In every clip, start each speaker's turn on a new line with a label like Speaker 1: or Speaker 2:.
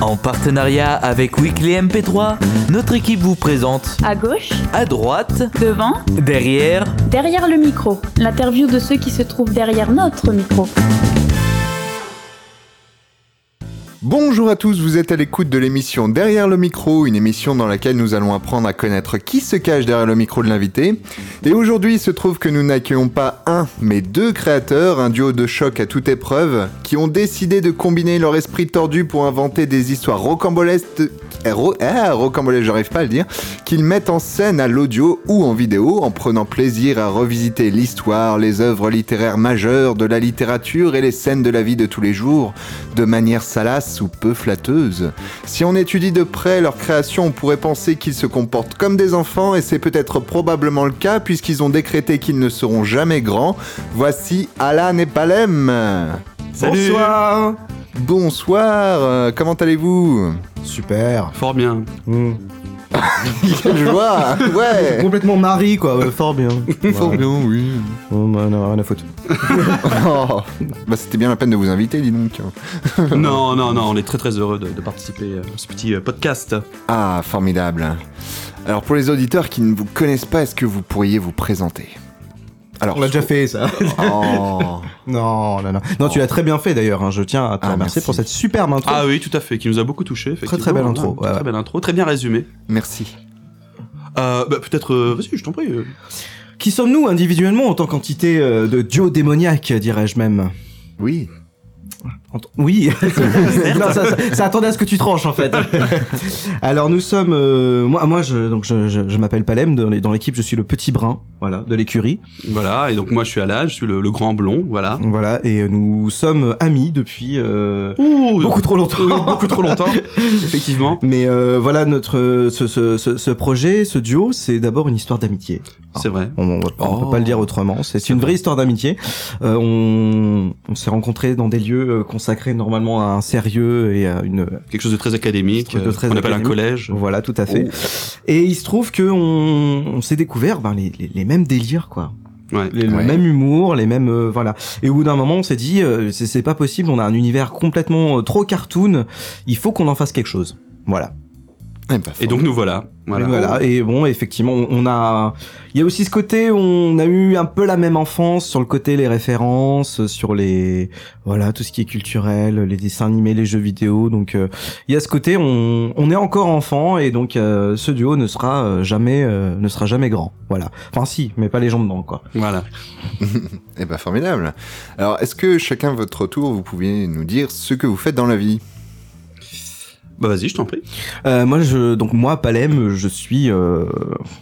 Speaker 1: En partenariat avec Weekly MP3, notre équipe vous présente
Speaker 2: À gauche,
Speaker 1: à droite,
Speaker 2: devant,
Speaker 1: derrière,
Speaker 2: derrière le micro. L'interview de ceux qui se trouvent derrière notre micro.
Speaker 3: Bonjour à tous, vous êtes à l'écoute de l'émission Derrière le micro, une émission dans laquelle nous allons apprendre à connaître qui se cache derrière le micro de l'invité. Et aujourd'hui, il se trouve que nous n'accueillons pas un, mais deux créateurs, un duo de choc à toute épreuve, qui ont décidé de combiner leur esprit tordu pour inventer des histoires rocambolesques, eh, ro- ah, rocambolesques, j'arrive pas à le dire, qu'ils mettent en scène à l'audio ou en vidéo, en prenant plaisir à revisiter l'histoire, les œuvres littéraires majeures de la littérature et les scènes de la vie de tous les jours, de manière salace ou peu flatteuse. Si on étudie de près leur création, on pourrait penser qu'ils se comportent comme des enfants, et c'est peut-être probablement le cas, puisqu'ils ont décrété qu'ils ne seront jamais grands. Voici Alan et Palem
Speaker 4: Salut
Speaker 5: Bonsoir
Speaker 3: Bonsoir, euh, comment allez-vous
Speaker 5: Super
Speaker 4: Fort bien.
Speaker 5: Mm.
Speaker 3: Quelle joie Ouais
Speaker 5: Complètement mari quoi, ouais, fort bien. Ouais.
Speaker 3: bien, oui.
Speaker 5: Bon, bah, non, rien à foutre.
Speaker 3: Oh, bah c'était bien la peine de vous inviter, dis donc.
Speaker 4: non, non, non, on est très très heureux de, de participer à ce petit euh, podcast.
Speaker 3: Ah, formidable. Alors pour les auditeurs qui ne vous connaissent pas, est-ce que vous pourriez vous présenter Alors,
Speaker 5: On l'a déjà fait ça.
Speaker 3: Oh.
Speaker 5: Non, non, non. Non, tu l'as très bien fait d'ailleurs, hein. je tiens à te
Speaker 3: Ah,
Speaker 5: remercier
Speaker 3: merci.
Speaker 5: pour cette superbe intro.
Speaker 4: Ah oui, tout à fait, qui nous a beaucoup touché.
Speaker 5: très belle intro, ouais,
Speaker 4: Très
Speaker 5: ouais.
Speaker 4: belle intro, très bien résumé.
Speaker 3: Merci.
Speaker 4: Euh, bah, peut-être, euh, vas-y, je t'en prie. euh.
Speaker 5: Qui sommes-nous individuellement en tant qu'entité euh, de duo démoniaque, dirais-je même
Speaker 3: Oui.
Speaker 5: En t- Oui, Non, ça, ça- ça attendait à ce que tu tranches en fait. Alors nous sommes, euh, moi, moi je, donc je, je- je m'appelle Palem, dans les- dans l'équipe je suis le petit brun, voilà, de l'écurie.
Speaker 4: Voilà, et donc moi je suis Alain, je suis le, le grand blond, voilà.
Speaker 5: Voilà, et euh, nous sommes amis depuis euh,
Speaker 4: Ouh,
Speaker 5: beaucoup trop longtemps.
Speaker 4: oui, beaucoup trop longtemps, effectivement.
Speaker 5: Mais euh, voilà, notre euh, ce, ce, ce, ce projet, ce duo, c'est d'abord une histoire d'amitié.
Speaker 4: C'est vrai.
Speaker 5: On, on
Speaker 4: Oh.
Speaker 5: peut pas le dire autrement. C'est une vraie histoire d'amitié. Euh, on on s'est rencontrés dans des lieux euh, consacrés normalement à un sérieux et à une
Speaker 4: Quelque chose de très académique,
Speaker 5: Quelque chose de
Speaker 4: euh,
Speaker 5: très
Speaker 4: qu'on appelle un
Speaker 5: académique.
Speaker 4: collège.
Speaker 5: voilà, tout à fait. Et il se trouve que on, on s'est découvert ben, les, les, les mêmes délires, quoi.
Speaker 4: Ouais.
Speaker 5: Les- Le
Speaker 3: Ouais.
Speaker 5: même humour, les mêmes euh, voilà. Et au bout d'un moment, on s'est dit, euh, c'est- c'est pas possible. On a un univers complètement euh, trop cartoon. Il faut qu'on en fasse quelque chose. Voilà.
Speaker 3: Eh ben,
Speaker 4: Et donc nous voilà. Voilà. Oh.
Speaker 5: Et voilà. Et bon, effectivement, on on a, il y a aussi ce côté, où on a eu un peu la même enfance sur le côté les références, euh, sur les, voilà, tout ce qui est culturel, les dessins animés, les jeux vidéo. Donc, euh, il y a ce côté, on, on est encore enfant et donc euh, ce duo ne sera euh, jamais, euh, ne sera jamais grand. Voilà. Enfin, si, mais pas les jambes dedans, quoi.
Speaker 4: Voilà.
Speaker 3: Eh ben, formidable. Alors, est-ce que chacun à votre tour, vous pouviez nous dire ce que vous faites dans la vie
Speaker 4: Bah vas-y, je t'en prie.
Speaker 5: Euh, moi, je, donc moi, Palem, je suis, euh,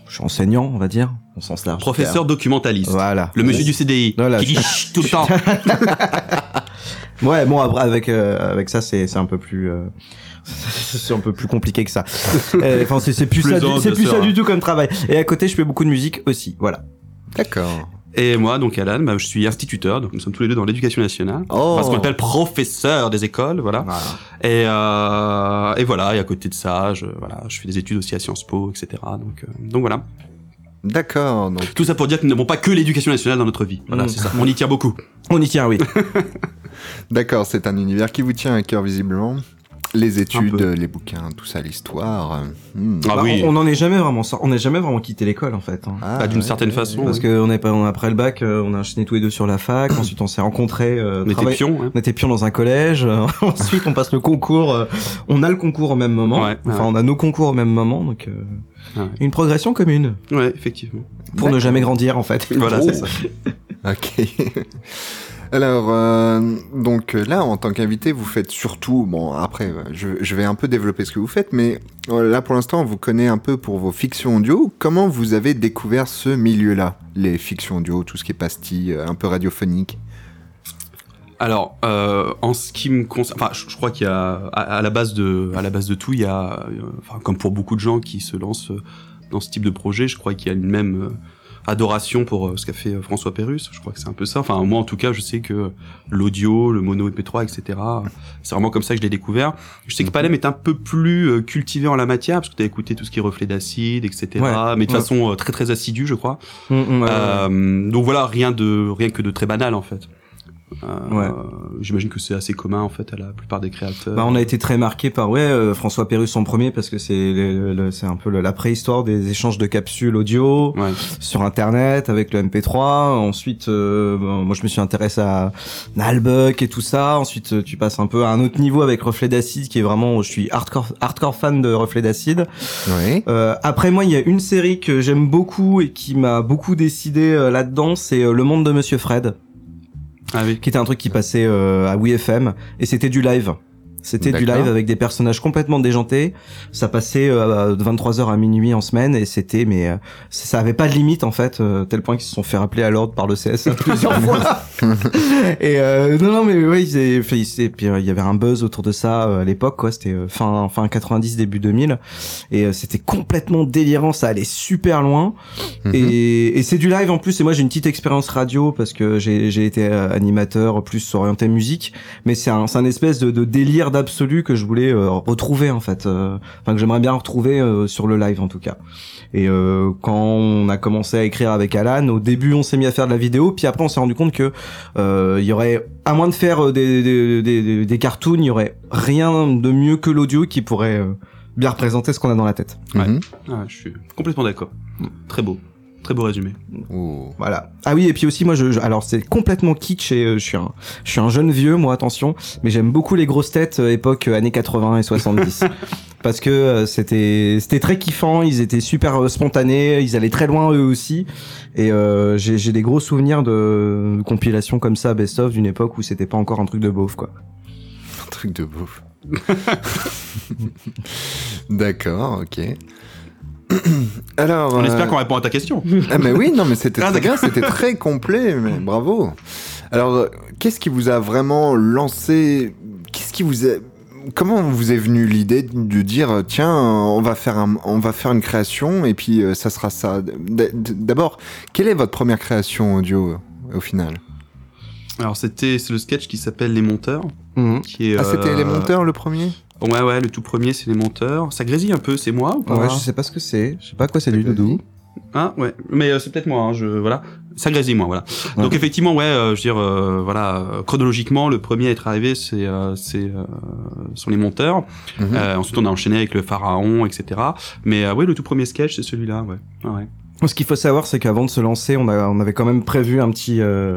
Speaker 5: je suis enseignant, on va dire, au sens large.
Speaker 4: Professeur documentaliste.
Speaker 5: Voilà.
Speaker 4: Le monsieur du CDI
Speaker 5: Voilà,
Speaker 4: qui dit Chut tout le temps.
Speaker 5: Ouais, bon après, avec euh, avec ça c'est c'est un peu plus euh, c'est un peu plus compliqué que ça. Euh, Enfin c'est c'est plus ça du,
Speaker 4: Plaisante,
Speaker 5: c'est
Speaker 4: bien
Speaker 5: plus
Speaker 4: sûr,
Speaker 5: ça
Speaker 4: hein.
Speaker 5: du tout comme travail. Et à côté je fais beaucoup de musique aussi. Voilà.
Speaker 3: D'accord.
Speaker 4: Et moi, donc Alan, bah, je suis instituteur, donc nous sommes tous les deux dans l'éducation nationale.
Speaker 3: Oh.
Speaker 4: Parce qu'on appelle professeur des écoles, voilà. Et, euh, et voilà, et à côté de ça, je, voilà, je fais des études aussi à Sciences Po, etc. Donc, euh, donc voilà.
Speaker 3: D'accord. Donc,
Speaker 4: Tout ça pour dire que nous n'avons pas que l'éducation nationale dans notre vie. Voilà,
Speaker 5: Mm.
Speaker 4: c'est ça. On y tient beaucoup.
Speaker 5: On y tient oui.
Speaker 3: d'accord, c'est un univers qui vous tient à cœur visiblement. Les études,
Speaker 4: peu.
Speaker 3: les bouquins, tout ça, l'histoire. euh, hmm.
Speaker 4: Ah
Speaker 5: Bah,
Speaker 4: oui.
Speaker 5: On n'en est jamais vraiment sor- on n'est jamais vraiment quitté l'école en fait. hein.
Speaker 3: Ah,
Speaker 4: Bah, d'une
Speaker 3: ouais,
Speaker 4: certaine
Speaker 3: ouais,
Speaker 4: façon,
Speaker 3: ouais.
Speaker 5: Parce que on est pas on- après le bac euh, on a enchaîné tous les deux sur la fac. ensuite on s'est rencontrés. euh,
Speaker 4: On était
Speaker 5: travail-
Speaker 4: pions, hein.
Speaker 5: On était pions dans un collège. euh, ensuite on passe le concours. euh, on a le concours au même moment.
Speaker 4: Ouais,
Speaker 5: enfin
Speaker 4: ouais. Ah
Speaker 5: on a nos concours au même moment donc euh,
Speaker 4: Ouais.
Speaker 5: une progression commune
Speaker 4: Ouais, effectivement.
Speaker 5: pour ne jamais grandir en fait.
Speaker 4: Voilà,
Speaker 3: Oh.
Speaker 4: c'est ça.
Speaker 3: Ok. Alors, euh, donc euh, là, en tant qu'invité, vous faites surtout, bon, après, euh, je, je vais un peu développer ce que vous faites, mais euh, là, pour l'instant, on vous connaît un peu pour vos fictions audio. Comment vous avez découvert ce milieu-là Les fictions audio, tout ce qui est pastille, euh, un peu radiophonique.
Speaker 4: Alors, euh, en ce qui me concerne, enfin, je, je crois qu'il y a à, à la base de à la base de tout, il y a, euh, enfin, comme pour beaucoup de gens qui se lancent euh, dans ce type de projet, je crois qu'il y a une même euh, adoration pour euh, ce qu'a fait euh, François Pérus. Je crois que c'est un peu ça. Enfin, moi, en tout cas, je sais que l'audio, le mono EP3, etc. C'est vraiment comme ça que je l'ai découvert. Je sais que Palem est un peu plus euh, cultivé en la matière parce que t'as écouté tout ce qui est reflet d'acide, etc.
Speaker 5: Ouais,
Speaker 4: mais de
Speaker 5: ouais.
Speaker 4: façon euh, très très assidue, je crois.
Speaker 5: Mm, mm, ouais, ouais.
Speaker 4: Euh, donc voilà, rien de rien que de très banal en fait. Euh,
Speaker 5: Ouais.
Speaker 4: J'imagine que c'est assez commun en fait à la plupart des créateurs.
Speaker 5: Bah, on a été très marqué par ouais euh, François Pérus en premier parce que c'est le- le- c'est un peu le- la préhistoire des échanges de capsules audio
Speaker 4: Ouais.
Speaker 5: sur internet avec le MP3 ensuite euh, bon, moi je me suis intéressé à Nalbuck et tout ça ensuite euh, tu passes un peu à un autre niveau avec Reflet d'acide qui est vraiment je suis hardcore hardcore fan de Reflet d'acide
Speaker 3: Ouais.
Speaker 5: euh, après moi, il y a une série que j'aime beaucoup et qui m'a beaucoup décidé euh, là-dedans, c'est euh, Le Monde de Monsieur Fred,
Speaker 4: Ah oui.
Speaker 5: qui était un truc qui passait euh, à WeFM et c'était du live. C'était du
Speaker 3: D'accord.
Speaker 5: live avec des personnages complètement déjantés. Ça passait euh, de 23h à minuit en semaine et c'était mais euh, ça ça avait pas de limite en fait, euh, tel point qu'ils se sont fait rappeler à l'ordre par le CSA plusieurs fois. et euh, non non mais oui, c'est enfin, c'est- puis euh, il y avait un buzz autour de ça euh, à l'époque quoi, c'était euh, fin fin 90 début 2000 et euh, c'était complètement délirant, ça allait super loin.
Speaker 3: Mhm.
Speaker 5: Et, et c'est du live en plus. Et moi, j'ai une petite expérience radio parce que j'ai j'ai été euh, animateur plus orienté musique. Mais c'est un, c'est un espèce de, de délire d'absolu que je voulais euh, retrouver en fait. Euh, Enfin, que j'aimerais bien retrouver euh, sur le live en tout cas. Et euh, quand on a commencé à écrire avec Alan, au début, on s'est mis à faire de la vidéo. Puis après, on s'est rendu compte que euh, il y aurait, à moins de faire euh, des, des, des, des- des cartoons, il y aurait rien de mieux que l'audio qui pourrait euh, bien représenter ce qu'on a dans la tête.
Speaker 4: Ouais.
Speaker 3: Mhm.
Speaker 4: Ah, je suis complètement d'accord. Très beau. Très beau résumé.
Speaker 3: Ouh.
Speaker 5: Voilà. Ah oui, et puis aussi moi, je, je- alors c'est complètement kitsch et euh, je suis un, je suis un jeune vieux, moi, attention, mais j'aime beaucoup les grosses têtes euh, époque euh, années 80 et 70. Parce que euh, c'était c'était très kiffant, ils étaient super euh, spontanés, ils allaient très loin eux aussi, et euh, j'ai j'ai des gros souvenirs de, de compilations comme ça, best of d'une époque où c'était pas encore un truc de beauf quoi.
Speaker 3: Un truc de beau. D'accord, ok. Alors.
Speaker 4: On
Speaker 3: euh,
Speaker 4: espère qu'on répond à ta question.
Speaker 3: Ah, mais oui, non, mais c'était
Speaker 4: Ah,
Speaker 3: très bien,
Speaker 4: d'accord.
Speaker 3: c'était très complet, mais bravo. Alors, euh, qu'est-ce qui vous a vraiment lancé Qu'est-ce qui vous a. Comment vous est venue l'idée de dire tiens on va faire un- on va faire une création et puis euh, ça sera ça D- d- d'abord quelle est votre première création audio euh, au final
Speaker 4: Alors c'était c'est le sketch qui s'appelle Les Monteurs,
Speaker 5: Mmh.
Speaker 4: qui est.
Speaker 3: ah c'était
Speaker 4: euh,
Speaker 3: les monteurs le premier
Speaker 4: Ouais ouais, le tout premier c'est Les Monteurs. Ça grésille un peu, c'est moi ou pas
Speaker 5: Ouais, je sais pas ce que c'est, je sais Ah. pas à quoi c'est du doudou.
Speaker 4: Ah ouais, mais euh, c'est peut-être moi. hein, je voilà, ça grésille moi voilà.
Speaker 5: Ouais.
Speaker 4: Donc effectivement ouais, euh, je veux dire euh, voilà euh, chronologiquement le premier à être arrivé c'est euh, c'est euh, sont les monteurs.
Speaker 3: Mhm.
Speaker 4: Euh, ensuite on a enchaîné avec le pharaon etc. Mais euh, ouais le tout premier sketch c'est celui-là ouais. Ah ouais.
Speaker 5: Ce qu'il faut savoir, c'est qu'avant de se lancer, on, a, on avait quand même prévu un petit, euh,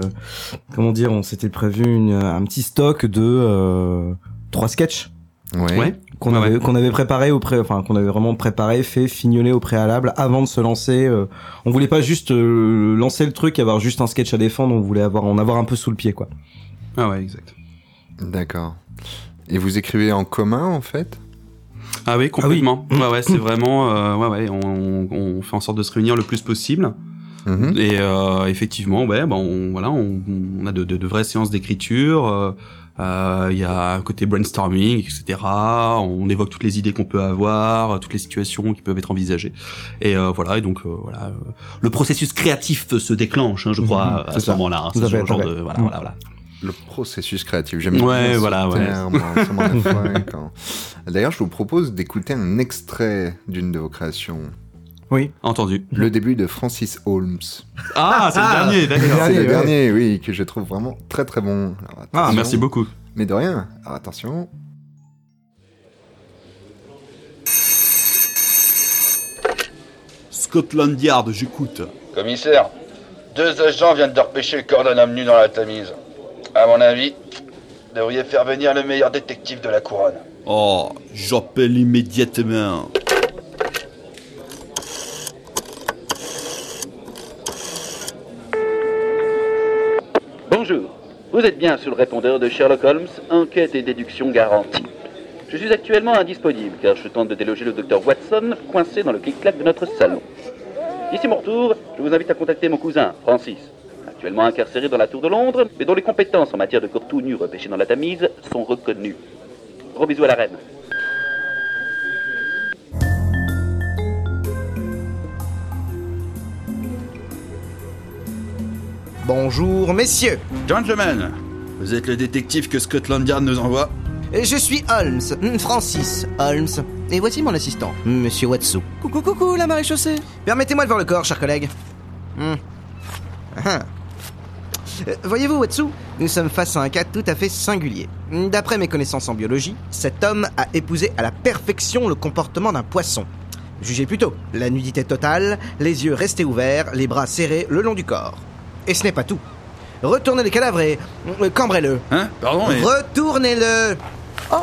Speaker 5: comment dire, on s'était prévu une, un petit stock de euh, trois sketchs
Speaker 3: ouais,
Speaker 4: Ouais.
Speaker 5: qu'on
Speaker 4: Ouais,
Speaker 5: avait
Speaker 4: ouais.
Speaker 5: qu'on avait préparé au pré, enfin qu'on avait vraiment préparé, fait fignolé au préalable avant de se lancer. euh, on voulait pas juste euh, lancer le truc, et avoir juste un sketch à défendre. On voulait avoir en avoir un peu sous le pied, quoi.
Speaker 4: Ah ouais exact.
Speaker 3: d'accord et vous écrivez en commun en fait
Speaker 4: Ah oui complètement. Ouais ouais c'est vraiment euh, ouais ouais on, on fait en sorte de se réunir le plus possible.
Speaker 3: Mhm.
Speaker 4: Et euh, effectivement, ouais, ben on, voilà, on, on a de, de, de vraies séances d'écriture. euh, euh, Il y a un côté brainstorming, etc. On évoque toutes les idées qu'on peut avoir, euh, toutes les situations qui peuvent être envisagées. Et euh, voilà, et donc euh, voilà, euh, le processus créatif euh, se déclenche, hein, je crois,
Speaker 5: Mhm,
Speaker 4: à- à
Speaker 5: c'est
Speaker 4: ce
Speaker 5: ça.
Speaker 4: moment-là. hein,
Speaker 5: Vous
Speaker 4: c'est
Speaker 5: avez
Speaker 4: ce genre
Speaker 5: raison.
Speaker 4: de- voilà,
Speaker 5: Mhm.
Speaker 4: voilà, voilà.
Speaker 3: Le processus créatif, j'aime
Speaker 4: Ouais,
Speaker 3: bien ce
Speaker 4: voilà, ouais.
Speaker 3: terme, hein, ça m'en a foiré quand- D'ailleurs, je vous propose d'écouter un extrait d'une de vos créations.
Speaker 4: Entendu.
Speaker 3: Le début de Francis Holmes.
Speaker 4: Ah, c'est
Speaker 5: Ah,
Speaker 4: le dernier, d'accord.
Speaker 3: C'est
Speaker 5: dernier,
Speaker 3: le
Speaker 5: ouais.
Speaker 3: dernier, oui, que je trouve vraiment très très bon. Alors,
Speaker 5: Ah,
Speaker 4: Ah,
Speaker 3: attention.
Speaker 4: merci beaucoup.
Speaker 3: Mais de rien. Alors, attention.
Speaker 6: Scotland Yard, j'écoute.
Speaker 7: Commissaire, deux agents viennent de repêcher le cordon nu dans la Tamise. À mon avis, devriez faire venir le meilleur détective de la couronne.
Speaker 6: Oh, j'appelle immédiatement.
Speaker 8: Bonjour, vous êtes bien sur le répondeur de Sherlock Holmes, enquête et déduction garantie. Je suis actuellement indisponible car je tente de déloger le docteur Watson coincé dans le clic-clac de notre salon. D'ici mon retour, je vous invite à contacter mon cousin, Francis, actuellement incarcéré dans la Tour de Londres, mais dont les compétences en matière de corps tout nu repêchés dans la Tamise sont reconnues. Gros bisous à la reine.
Speaker 9: Bonjour messieurs,
Speaker 6: Gentlemen, vous êtes le détective que Scotland Yard nous envoie
Speaker 9: je suis Holmes, hmm, Francis Holmes, et voici mon assistant, Monsieur Watson. Coucou coucou la marée chaussée. Permettez-moi de voir le corps, cher collègue. Hmm. Ah. Euh, Voyez-vous, Watsu, nous sommes face à un cas tout à fait singulier. D'après mes connaissances en biologie, cet homme a épousé à la perfection le comportement d'un poisson. Jugez plutôt, la nudité totale, les yeux restés ouverts, les bras serrés le long du corps. Et ce n'est pas tout. Retournez les cadavres et euh, cambrez-le.
Speaker 6: Hein Pardon, mais.
Speaker 9: Retournez-le
Speaker 10: Oh,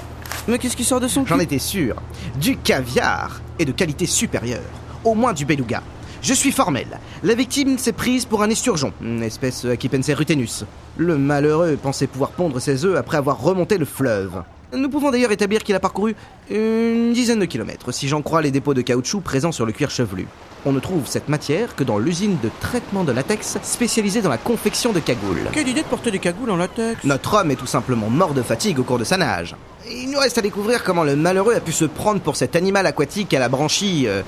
Speaker 10: mais qu'est-ce qui sort de son cul
Speaker 9: J'en étais sûr. Du caviar et de qualité supérieure. Au moins du beluga. Je suis formel. La victime s'est prise pour un esturgeon, une espèce Achipense rutenus. Le malheureux pensait pouvoir pondre ses œufs après avoir remonté le fleuve. Nous pouvons d'ailleurs établir qu'il a parcouru une dizaine de kilomètres, si j'en crois les dépôts de caoutchouc présents sur le cuir chevelu. On ne trouve cette matière que dans l'usine de traitement de latex spécialisée dans la confection de cagoules.
Speaker 10: Quelle idée de porter des cagoules en latex
Speaker 9: Notre homme est tout simplement mort de fatigue au cours de sa nage. Il nous reste à découvrir comment le malheureux a pu se prendre pour cet animal aquatique à la branchie euh,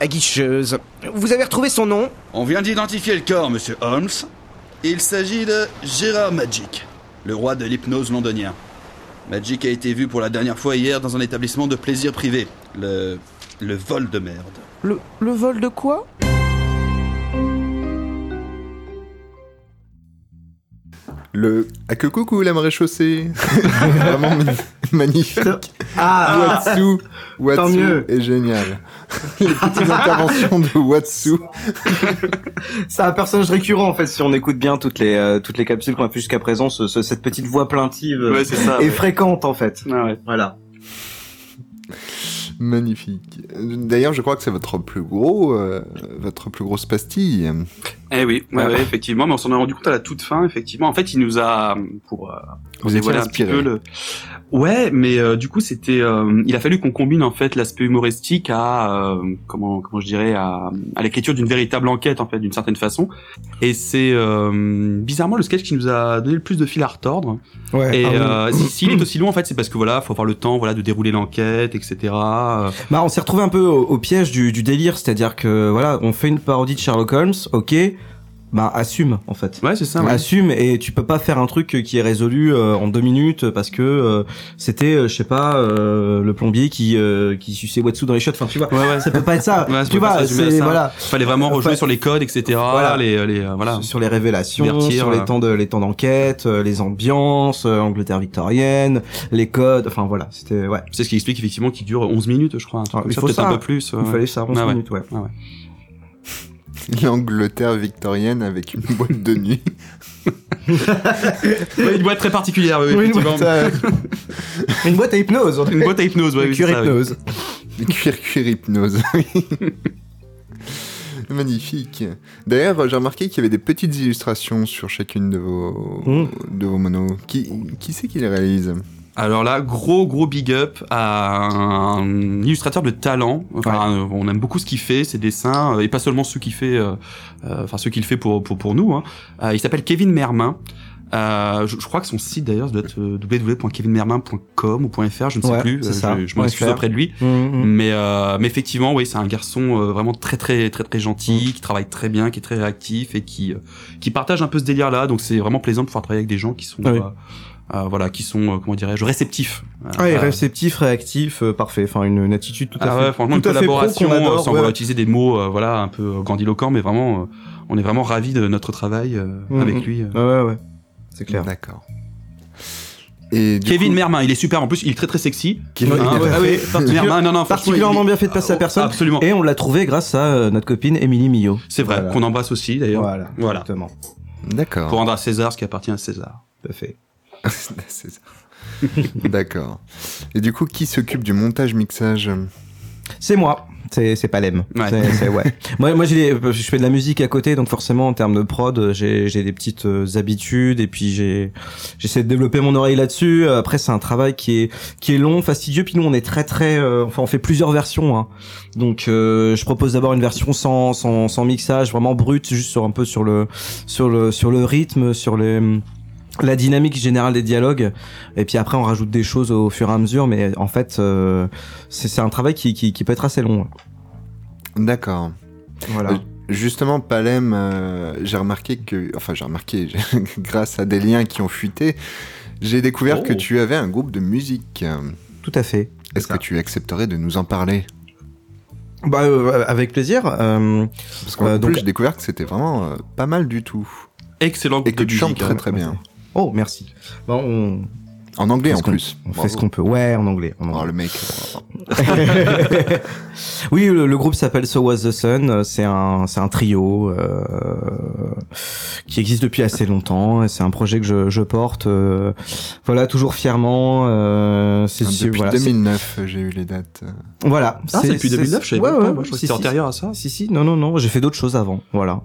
Speaker 9: aguicheuse. Vous avez retrouvé son nom
Speaker 6: On vient d'identifier le corps, monsieur Holmes. Il s'agit de Gérard Magic, le roi de l'hypnose londonien. Magic a été vu pour la dernière fois hier dans un établissement de plaisir privé. Le. le vol de merde.
Speaker 10: le, le vol de quoi
Speaker 3: Le Ah que coucou la maréchaussée Vraiment ma- magnifique.
Speaker 5: Ah,
Speaker 3: Watsu, Watsu
Speaker 5: Tant mieux.
Speaker 3: est génial. Les petites interventions de Watsu.
Speaker 5: c'est un personnage récurrent en fait. Si on écoute bien toutes les euh, toutes les capsules qu'on a fait jusqu'à présent, ce- ce- cette petite voix plaintive euh,
Speaker 4: Ouais, c'est ça.
Speaker 5: est
Speaker 4: ouais.
Speaker 5: fréquente en fait.
Speaker 4: Ah ouais.
Speaker 5: Voilà.
Speaker 3: Magnifique. D'ailleurs, je crois que c'est votre plus gros, euh, votre plus grosse pastille.
Speaker 4: Eh oui, ouais,
Speaker 3: Ouais.
Speaker 4: ouais, effectivement, mais on s'en est rendu compte à la toute fin, effectivement. En fait, il nous a pour euh, pour
Speaker 3: étiez
Speaker 4: dévoiler un petit
Speaker 3: inspiré.
Speaker 4: peu le. Ouais, mais euh, du coup, c'était, euh, il a fallu qu'on combine en fait l'aspect humoristique à euh, comment comment je dirais à, à l'écriture d'une véritable enquête en fait, d'une certaine façon. Et c'est euh, bizarrement le sketch qui nous a donné le plus de fil à retordre.
Speaker 5: Ouais.
Speaker 4: Et
Speaker 5: ah oui.
Speaker 4: euh, si- s'il est aussi long, en fait, c'est parce que voilà, faut avoir le temps, voilà, de dérouler l'enquête, etc. Euh,
Speaker 5: Bah, on s'est retrouvé un peu au, au piège du, du délire, c'est-à-dire que voilà, on fait une parodie de Sherlock Holmes, ok, bah assume en fait.
Speaker 4: Ouais, c'est ça. ouais.
Speaker 5: Assume et tu peux pas faire un truc qui est résolu euh, en deux minutes parce que euh, c'était euh, je sais pas euh, le plombier qui euh, qui suçait Watsu dans les shots. Enfin tu vois,
Speaker 4: Ouais, ouais.
Speaker 5: ça peut pas être ça.
Speaker 4: Ouais, ça
Speaker 5: tu
Speaker 4: peut pas
Speaker 5: vois,
Speaker 4: s'assumer à
Speaker 5: c'est
Speaker 4: ça.
Speaker 5: voilà
Speaker 4: Fallait vraiment rejouer
Speaker 5: Enfin,
Speaker 4: sur les codes, etc.
Speaker 5: voilà.
Speaker 4: Les, les, euh, voilà.
Speaker 5: sur les révélations,
Speaker 4: Divertir,
Speaker 5: sur
Speaker 4: euh.
Speaker 5: les temps de les temps d'enquête, euh, les ambiances, euh, Angleterre victorienne, les codes. Enfin voilà, c'était ouais.
Speaker 4: C'est ce qui explique effectivement qu'il dure 11 minutes, je crois. Un truc
Speaker 5: Ah,
Speaker 4: comme
Speaker 5: il
Speaker 4: ça,
Speaker 5: faut
Speaker 4: peut-être
Speaker 5: ça.
Speaker 4: un peu plus.
Speaker 5: Il
Speaker 4: ouais.
Speaker 5: fallait ça 11
Speaker 4: Ah ouais.
Speaker 5: minutes, ouais.
Speaker 3: L'Angleterre victorienne avec une boîte de nuit.
Speaker 4: Ouais, une boîte très particulière, oui,
Speaker 5: une,
Speaker 4: effectivement.
Speaker 5: boîte à... une boîte à hypnose. en tout
Speaker 4: Une
Speaker 5: cas.
Speaker 4: boîte à hypnose, ouais,
Speaker 5: Le
Speaker 4: oui,
Speaker 5: cuir
Speaker 4: c'est ça, oui.
Speaker 5: hypnose.
Speaker 3: Cuir cuir hypnose. Magnifique. D'ailleurs, j'ai remarqué qu'il y avait des petites illustrations sur chacune de vos,
Speaker 4: Hmm.
Speaker 5: Mm.
Speaker 3: de vos monos. Qui, qui c'est qui les réalise
Speaker 4: Alors là, gros gros big up à un illustrateur de talent. Enfin, euh, on aime beaucoup ce qu'il fait, ses dessins, euh, et pas seulement ceux qu'il fait, euh, euh, enfin ceux qu'il fait pour pour, pour nous. hein. Euh, il s'appelle Kevin Mermin. Euh, je, je crois que son site d'ailleurs ça doit être euh, www.kevinmermin.com ou .fr, je ne sais
Speaker 5: Ouais,
Speaker 4: plus.
Speaker 5: c'est
Speaker 4: Euh,
Speaker 5: ça,
Speaker 4: je je m'en
Speaker 5: .fr.
Speaker 4: excuse auprès de lui.
Speaker 5: Mhm.
Speaker 4: Mais, euh, mais effectivement, oui, c'est un garçon euh, vraiment très très très très
Speaker 5: Mm.
Speaker 4: gentil, qui travaille très bien, qui est très réactif et qui euh, qui partage un peu ce délire là. Donc c'est vraiment plaisant de pouvoir travailler avec des gens qui sont
Speaker 5: Ah oui.
Speaker 4: euh, euh, voilà, qui sont euh, comment dirais-je réceptifs. Euh,
Speaker 5: Ah, et
Speaker 4: euh,
Speaker 5: réceptif, réactif, euh, parfait. Enfin, une, une attitude tout à
Speaker 4: ah
Speaker 5: fait.
Speaker 4: ouais, franchement, une
Speaker 5: tout à fait pro
Speaker 4: collaboration
Speaker 5: qu'on adore,
Speaker 4: euh, sans
Speaker 5: ouais.
Speaker 4: voilà, utiliser des mots euh, voilà un peu grandiloquents, mais vraiment, euh, on est vraiment ravis de notre travail euh,
Speaker 5: Mhm.
Speaker 4: avec lui. euh.
Speaker 5: Ouais, ouais, ouais. C'est clair.
Speaker 3: D'accord. Et du
Speaker 4: Kevin
Speaker 3: coup-
Speaker 4: Mermin, il est super en plus, il est très très sexy.
Speaker 3: Kevin
Speaker 4: Hein,
Speaker 5: ouais,
Speaker 4: ah oui, Mermin, non, non, franchement,
Speaker 5: Particulièrement
Speaker 4: il-
Speaker 5: bien fait de passer à personne.
Speaker 4: Absolument.
Speaker 5: Et on l'a trouvé grâce à euh, notre copine Émilie Millot.
Speaker 4: C'est vrai,
Speaker 5: Voilà.
Speaker 4: qu'on embrasse aussi d'ailleurs.
Speaker 5: Voilà.
Speaker 4: Voilà.
Speaker 5: Exactement.
Speaker 3: D'accord.
Speaker 4: Pour rendre à César ce qui appartient à César.
Speaker 5: Tout à fait.
Speaker 3: C'est ça. D'accord. Et du coup, qui s'occupe du montage-mixage
Speaker 5: C'est moi. C'est, c'est Palem.
Speaker 4: Ouais.
Speaker 5: C'est, c'est- ouais. moi, moi, j'ai des- je fais de la musique à côté, donc forcément, en termes de prod, j'ai, j'ai des petites euh, habitudes et puis j'ai, j'essaie de développer mon oreille là-dessus. Euh, Après, c'est un travail qui est, qui est long, fastidieux. Puis nous, on est très, très, euh, enfin, on fait plusieurs versions. hein. Donc, euh, je propose d'abord une version sans, sans, sans mixage, vraiment brute, juste sur un peu sur le, sur le, sur le rythme, sur les la dynamique générale des dialogues et puis après on rajoute des choses au fur et à mesure mais en fait euh, c'est c'est un travail qui, qui, qui peut être assez long ouais.
Speaker 3: D'accord.
Speaker 5: Voilà.
Speaker 3: Euh, Justement, Palem, euh, j'ai remarqué que, enfin, j'ai remarqué, grâce à des liens qui ont fuité, j'ai découvert
Speaker 4: Oh.
Speaker 3: que tu avais un groupe de musique.
Speaker 5: Tout à fait.
Speaker 3: Est-ce que tu accepterais de nous en parler
Speaker 5: Bah, euh, avec plaisir. Euh,
Speaker 3: Parce qu'en
Speaker 5: Euh,
Speaker 3: plus,
Speaker 5: donc-
Speaker 3: j'ai découvert que c'était vraiment euh, pas mal du tout.
Speaker 4: Excellent
Speaker 3: et
Speaker 4: groupe
Speaker 3: que
Speaker 4: de
Speaker 3: tu chantes
Speaker 4: musique,
Speaker 3: très
Speaker 4: hein.
Speaker 3: très bien.
Speaker 5: Oh, merci. Bon, on,
Speaker 3: En anglais
Speaker 5: Parce
Speaker 3: en
Speaker 5: qu'on-
Speaker 3: plus.
Speaker 5: on fait
Speaker 3: Bravo.
Speaker 5: ce qu'on peut. Ouais, en anglais. En anglais.
Speaker 3: Oh, le mec.
Speaker 5: Ah, oui, le, le groupe s'appelle So Was the Sun. euh, C'est un, c'est un trio euh, qui existe depuis assez longtemps. et C'est un projet que je, je porte, euh, voilà, toujours fièrement. Euh, c'est c'est-
Speaker 3: Depuis
Speaker 5: voilà,
Speaker 3: 2009, j'ai eu les dates. euh.
Speaker 5: c'est- Voilà.
Speaker 4: Ah, c'est depuis 2009, je savais
Speaker 5: ouais,
Speaker 4: même
Speaker 5: ouais,
Speaker 4: pas. Moi, je crois que
Speaker 5: si,
Speaker 4: c'était
Speaker 5: si,
Speaker 4: antérieur à ça.
Speaker 5: si si non non non j'ai fait d'autres choses avant voilà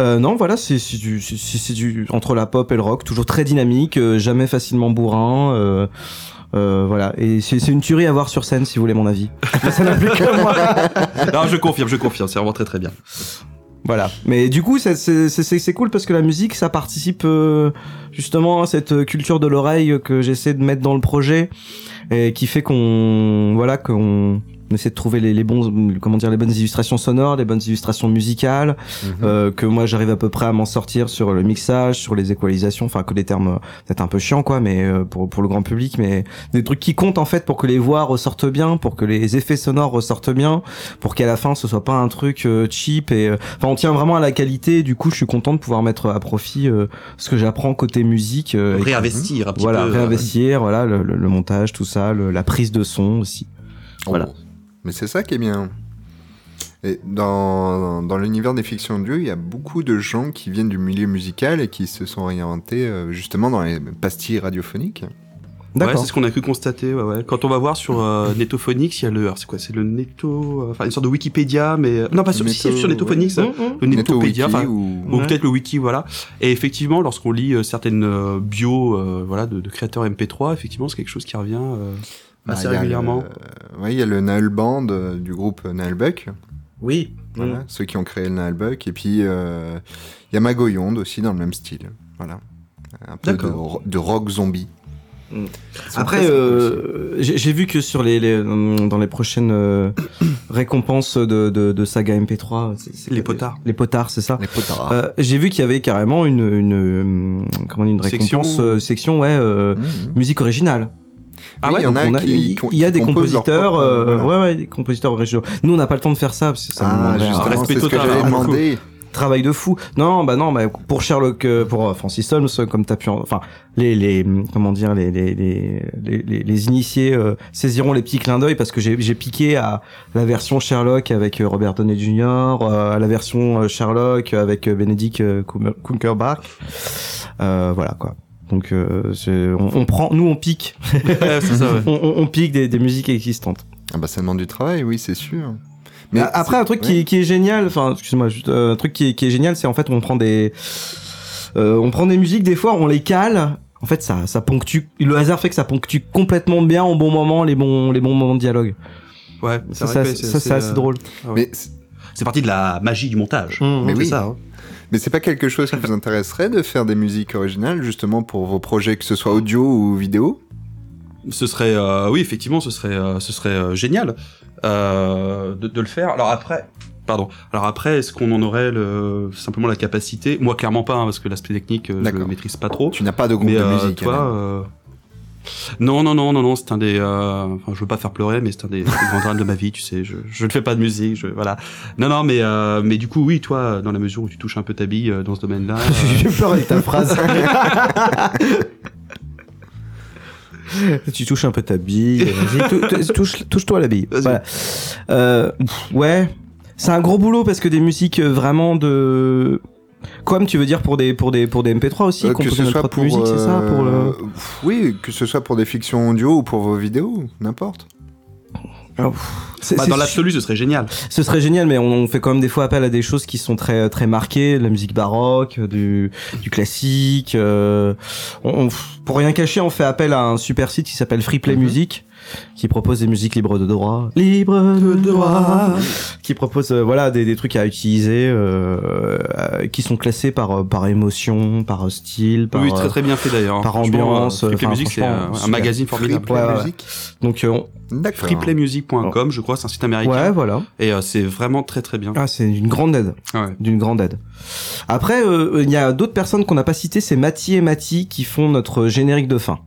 Speaker 5: euh, non voilà c'est c'est du c'est- c'est du entre la pop et le rock toujours très dynamique euh, jamais facilement bourrin euh, euh, voilà et c'est c'est une tuerie à voir sur scène si vous voulez mon avis ça n'a plus que moi
Speaker 4: Alors, je confirme, je confirme, c'est vraiment très très bien.
Speaker 5: voilà mais du coup c'est c'est c'est- c'est cool parce que la musique ça participe euh, justement à cette culture de l'oreille que j'essaie de mettre dans le projet et qui fait qu'on voilà qu'on essaie de trouver les, les bons comment dire les bonnes illustrations sonores les bonnes illustrations musicales euh, que moi j'arrive à peu près à m'en sortir sur le mixage, sur les équalisations, enfin que des termes euh, peut-être un peu chiants quoi, mais euh, pour pour le grand public, mais des trucs qui comptent en fait pour que les voix ressortent bien, pour que les effets sonores ressortent bien, pour qu'à la fin ce soit pas un truc euh, cheap et euh, enfin on tient vraiment à la qualité. Du coup, je suis content de pouvoir mettre à profit euh, ce que j'apprends côté musique. euh, et-
Speaker 4: Réinvestir un petit
Speaker 5: voilà,
Speaker 4: peu. euh,
Speaker 5: réinvestir, voilà le, le- le montage, tout ça, le- la prise de son aussi. Voilà.
Speaker 3: Mais c'est ça qui est bien. Et dans, dans l'univers des fictions de Dieu, il y a beaucoup de gens qui viennent du milieu musical et qui se sont orientés euh, justement dans les pastilles radiophoniques.
Speaker 4: Ouais,
Speaker 5: D'accord.
Speaker 4: c'est ce qu'on a pu constater. Ouais, ouais. Quand on va voir sur euh, Netophonix, il y a le. alors, C'est quoi C'est le Netto. euh, Enfin, une sorte de Wikipédia, mais. euh, Non, pas sur, si,
Speaker 3: Netto-
Speaker 4: sur Netophonix.
Speaker 5: Mhm,
Speaker 4: hein,
Speaker 5: mhm.
Speaker 4: Le Netopédia.
Speaker 3: Netto
Speaker 4: enfin,
Speaker 3: Wiki ou...
Speaker 4: Ou
Speaker 5: Ouais.
Speaker 4: peut-être le wiki, voilà. Et effectivement, lorsqu'on lit euh, certaines euh, bios euh, voilà, de, de créateurs MP3, effectivement, c'est quelque chose qui revient euh,
Speaker 3: Bah, il
Speaker 4: assez
Speaker 3: y a le- euh,
Speaker 4: régulièrement.
Speaker 3: ouais, il y a le Naël Band euh, du groupe Naël Buck,
Speaker 5: Oui.
Speaker 3: voilà, ceux qui ont créé le Naël Buck. Et puis, euh, il y a Magoyonde aussi dans le même style. Voilà. Un peu de,
Speaker 4: D'accord.
Speaker 3: de rock zombie.
Speaker 5: Mm.
Speaker 3: Ils sont
Speaker 5: Après,
Speaker 3: très sympas aussi.
Speaker 5: euh, j'ai j'ai vu que sur les, les hum, dans les prochaines euh, récompenses de, de, de saga MP3, c'est- c'est-
Speaker 4: Les potards.
Speaker 5: les potards, c'est ça.
Speaker 3: Les potards.
Speaker 5: Euh, j'ai vu qu'il y avait carrément une une hum, comment on dit, une
Speaker 4: Section.
Speaker 5: récompense euh, section ouais euh,
Speaker 3: Mhm.
Speaker 5: musique originale.
Speaker 4: Ah
Speaker 3: Oui,
Speaker 4: ouais,
Speaker 3: il y en
Speaker 5: Donc
Speaker 3: a
Speaker 5: on
Speaker 3: qui-
Speaker 5: il il y a
Speaker 3: qui
Speaker 5: des
Speaker 3: composent leur
Speaker 5: compositeurs
Speaker 3: propre,
Speaker 5: euh,
Speaker 3: voilà.
Speaker 5: ouais ouais des compositeurs originaux. Nous on n'a pas le temps de faire ça parce que ça nous
Speaker 3: Ah,
Speaker 5: demanderait un
Speaker 3: justement,
Speaker 4: respect
Speaker 3: c'est ce que
Speaker 4: total,
Speaker 3: j'avais
Speaker 4: hein, pour le
Speaker 3: demandé.
Speaker 5: travail de fou. Non, bah non, bah pour Sherlock, euh, pour euh, Francis Holmes, euh, comme t'as pu, en- enfin les les hum, comment dire les les les les, les- les initiés euh, saisiront les petits clins d'œil parce que j'ai j'ai piqué à la version Sherlock avec euh, Robert Downey Jr, euh, à la version euh, Sherlock avec euh, Benedict euh, Cum- Cumberbatch, Euh, voilà quoi. Donc euh, c'est- on, on prend, nous on pique,
Speaker 4: Ouais, c'est ça, ouais.
Speaker 5: on, on- on pique des, des musiques existantes.
Speaker 3: Ah bah ça demande du travail, oui, c'est sûr.
Speaker 5: Mais Bah,
Speaker 4: Ah,
Speaker 5: après un truc qui, est- qui est génial, enfin excuse-moi, juste, euh, un truc qui est, qui est génial, c'est en fait on prend des euh, on prend des musiques des fois, on les cale. En fait, ça ça ponctue le hasard fait que ça ponctue complètement bien au bon moment les bons les bons moments de dialogue.
Speaker 4: Ouais, c'est
Speaker 5: Ça
Speaker 4: vrai
Speaker 5: ça
Speaker 4: que
Speaker 5: ça, c'est assez
Speaker 4: euh,
Speaker 5: drôle.
Speaker 3: Mais, c'est-
Speaker 4: C'est parti de la magie du montage.
Speaker 3: mais
Speaker 4: C'est
Speaker 3: oui,
Speaker 4: ça. hein.
Speaker 3: mais c'est pas quelque chose qui vous intéresserait de faire des musiques originales justement pour vos projets, que ce soit audio ou vidéo
Speaker 4: Ce serait, euh, oui, effectivement, ce serait, euh, ce serait euh, génial euh, de, de le faire. Alors après, pardon. Alors après, est-ce qu'on en aurait le, simplement la capacité Moi, clairement pas, hein, parce que l'aspect technique, euh, je
Speaker 3: D'accord.
Speaker 4: le maîtrise pas trop.
Speaker 3: Tu n'as pas de groupe
Speaker 4: mais
Speaker 3: de
Speaker 4: euh,
Speaker 3: musique.
Speaker 4: toi,
Speaker 3: Alain.
Speaker 4: euh, non, non, non, non, non, c'est un des. euh, Enfin, je veux pas faire pleurer, mais c'est un des, des grands drames de ma vie, tu sais. Je, je ne fais pas de musique, je, voilà. Non, non, mais euh, mais du coup, oui, toi, dans la mesure où tu touches un peu ta bille euh, dans ce domaine-là. euh,
Speaker 5: J'ai peur avec ta phrase. tu touches un peu ta bille. Vas-y, tou- tou- touche- Touche-toi la bille.
Speaker 4: Vas-y.
Speaker 5: Voilà. Euh, pff, ouais. C'est un gros boulot parce que des musiques euh, vraiment de. Comme tu veux dire pour des pour des pour des MP3 aussi,
Speaker 3: Euh,
Speaker 5: qu'on composer notre propre musique, c'est ça pour
Speaker 3: euh,
Speaker 5: le.
Speaker 3: pff, Oui, que ce soit pour des fictions audio ou pour vos vidéos, n'importe.
Speaker 5: C'est-
Speaker 4: bah,
Speaker 5: c'est
Speaker 4: dans
Speaker 5: su-
Speaker 4: l'absolu, ce serait génial.
Speaker 5: Ce serait génial, mais on, on fait quand même des fois appel à des choses qui sont très très marquées, de la musique baroque, euh, du, du classique. euh, on, on- pour rien cacher, on fait appel à un super site qui s'appelle Free Play
Speaker 3: Mhm.
Speaker 5: Music, qui propose des musiques libres de droit, libres de droit, qui propose euh, voilà des, des trucs à utiliser, euh, euh, qui sont classés par euh, par émotion, par euh, style, par
Speaker 4: oui, très
Speaker 5: euh,
Speaker 4: très bien fait d'ailleurs. hein.
Speaker 5: par
Speaker 4: Franchement,
Speaker 5: ambiance,
Speaker 4: euh, Free Play
Speaker 5: enfin,
Speaker 4: Music, c'est
Speaker 5: franchement,
Speaker 4: un, un
Speaker 5: super.
Speaker 4: magazine
Speaker 3: Free
Speaker 4: formidable.
Speaker 3: play
Speaker 5: Ouais, ouais.
Speaker 3: music.
Speaker 5: donc euh, on-
Speaker 3: D'accord.
Speaker 4: Freeplaymusic.com, je crois, c'est un site américain.
Speaker 5: ouais voilà.
Speaker 4: Et euh, c'est vraiment très très bien.
Speaker 5: Ah, c'est une grande aide.
Speaker 4: Ouais.
Speaker 5: D'une grande aide. Après, euh, il y a d'autres personnes qu'on n'a pas citées, c'est Mati et Mati qui font notre générique de fin.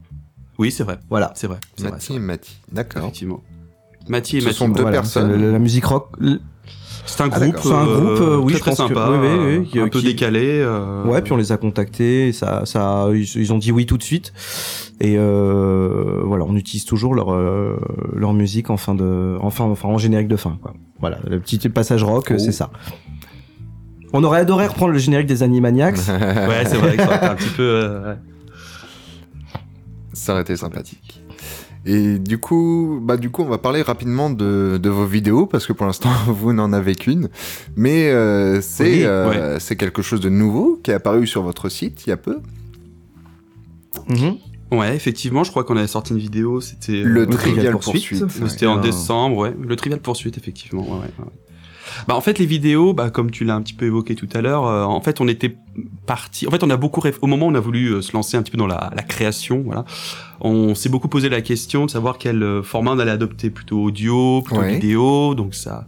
Speaker 4: Oui, c'est vrai.
Speaker 5: Voilà.
Speaker 4: C'est vrai. C'est vrai.
Speaker 3: Mati et Mati. D'accord.
Speaker 4: Effectivement. Mathieu et
Speaker 3: Ce
Speaker 4: Mathieu.
Speaker 3: sont deux
Speaker 5: Voilà,
Speaker 3: personnes.
Speaker 5: c'est La, la musique rock. l-
Speaker 4: C'est un
Speaker 3: Ah,
Speaker 4: groupe,
Speaker 3: d'accord.
Speaker 5: C'est un
Speaker 4: euh,
Speaker 5: groupe, euh, oui,
Speaker 4: très,
Speaker 5: je
Speaker 4: très
Speaker 5: pense que-
Speaker 4: sympa,
Speaker 5: oui, oui, oui, qui-
Speaker 4: un peu
Speaker 5: qui-
Speaker 4: décalé. euh,
Speaker 5: Ouais, puis on les a contactés, et ça, ça, ils, ils ont dit oui tout de suite. Et euh, voilà, on utilise toujours leur euh, leur musique en fin de, enfin, enfin en générique de fin. Quoi. Voilà, le petit passage rock,
Speaker 3: Oh.
Speaker 5: c'est ça. On aurait adoré reprendre le générique des Animaniacs.
Speaker 4: ouais, c'est vrai, que ça aurait été un petit peu. euh, ouais.
Speaker 3: Ça aurait été sympathique. Et du coup, bah du coup, on va parler rapidement de, de vos vidéos parce que pour l'instant vous n'en avez qu'une, mais euh, c'est
Speaker 4: Oui,
Speaker 3: euh, c'est quelque chose de nouveau qui est apparu sur votre site il y a peu.
Speaker 5: Mhm.
Speaker 4: Ouais, effectivement, je crois qu'on avait sorti une vidéo, c'était euh,
Speaker 3: Le
Speaker 5: le Trivial
Speaker 3: Trivial
Speaker 5: Poursuite.
Speaker 3: Poursuite.
Speaker 4: C'était en décembre, ouais. Le Trivial Poursuite, effectivement. ouais, ouais, ouais. Bah, en fait, les vidéos, bah, comme tu l'as un petit peu évoqué tout à l'heure, euh, en fait, on était parti. En fait, on a beaucoup réf- au moment où on a voulu euh, se lancer un petit peu dans la, la création, voilà. On s'est beaucoup posé la question de savoir quel euh, format on allait adopter, plutôt audio, plutôt
Speaker 3: Ouais.
Speaker 4: vidéo. Donc ça,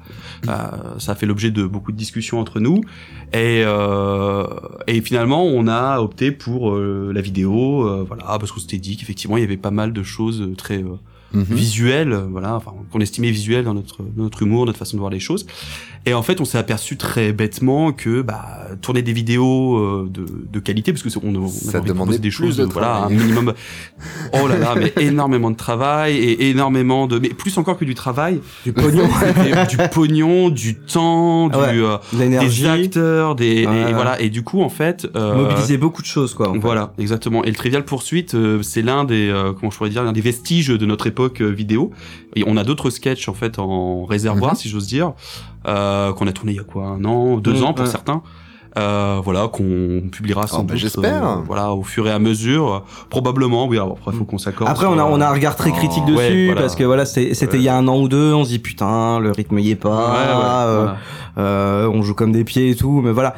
Speaker 4: euh, ça a fait l'objet de beaucoup de discussions entre nous. Et, euh, et finalement, on a opté pour euh, la vidéo, euh, voilà, parce qu'on s'était dit qu'effectivement, il y avait pas mal de choses euh, très euh,
Speaker 3: Mhm.
Speaker 4: visuel, euh, voilà, enfin, qu'on estimait visuel dans notre, dans notre humour, notre façon de voir les choses. Et en fait, on s'est aperçu très bêtement que bah, tourner des vidéos euh, de, de qualité, parce que c'est- on, on
Speaker 3: Ça
Speaker 4: a envie de
Speaker 3: demandait
Speaker 4: poser des
Speaker 3: plus
Speaker 4: choses,
Speaker 3: de
Speaker 4: euh, voilà, un
Speaker 3: travail.
Speaker 4: minimum. Oh là là, mais énormément de travail et énormément de, mais plus encore que du travail,
Speaker 5: Du pognon,
Speaker 4: c'était du pognon, du temps,
Speaker 3: Ah
Speaker 4: du,
Speaker 5: Ouais.
Speaker 4: euh,
Speaker 5: de
Speaker 4: des
Speaker 5: l'énergie,
Speaker 4: acteurs, des,
Speaker 5: Ouais,
Speaker 4: et,
Speaker 5: ouais.
Speaker 4: voilà. Et du coup, en fait, euh,
Speaker 5: mobiliser beaucoup de choses, quoi. en fait.
Speaker 4: voilà, exactement. Et le Trivial Poursuite, euh, c'est l'un des, euh, comment je pourrais dire, l'un des vestiges de notre époque euh, vidéo. Et on a d'autres sketchs en fait en
Speaker 5: Mhm.
Speaker 4: réservoir, si j'ose dire, euh, qu'on a tourné il y a quoi, un an, deux
Speaker 5: Mhm,
Speaker 4: ans pour
Speaker 5: ouais. Ah,
Speaker 4: certains. Euh, voilà, qu'on publiera sans
Speaker 3: Oh, bah,
Speaker 4: doute,
Speaker 3: j'espère.
Speaker 4: euh, voilà, au fur et à mesure, euh, probablement. Oui, alors après, faut qu'on s'accorde.
Speaker 5: Mhm.
Speaker 4: euh,
Speaker 5: Après, on a, on a un regard très critique
Speaker 4: Oh.
Speaker 5: dessus,
Speaker 4: Ouais, voilà.
Speaker 5: parce que voilà, c'est- c'était il y a un an ou deux, on se dit putain, le rythme y est pas,
Speaker 4: Ouais, ouais,
Speaker 5: euh,
Speaker 4: voilà.
Speaker 5: Euh, on joue comme des pieds et tout, mais voilà.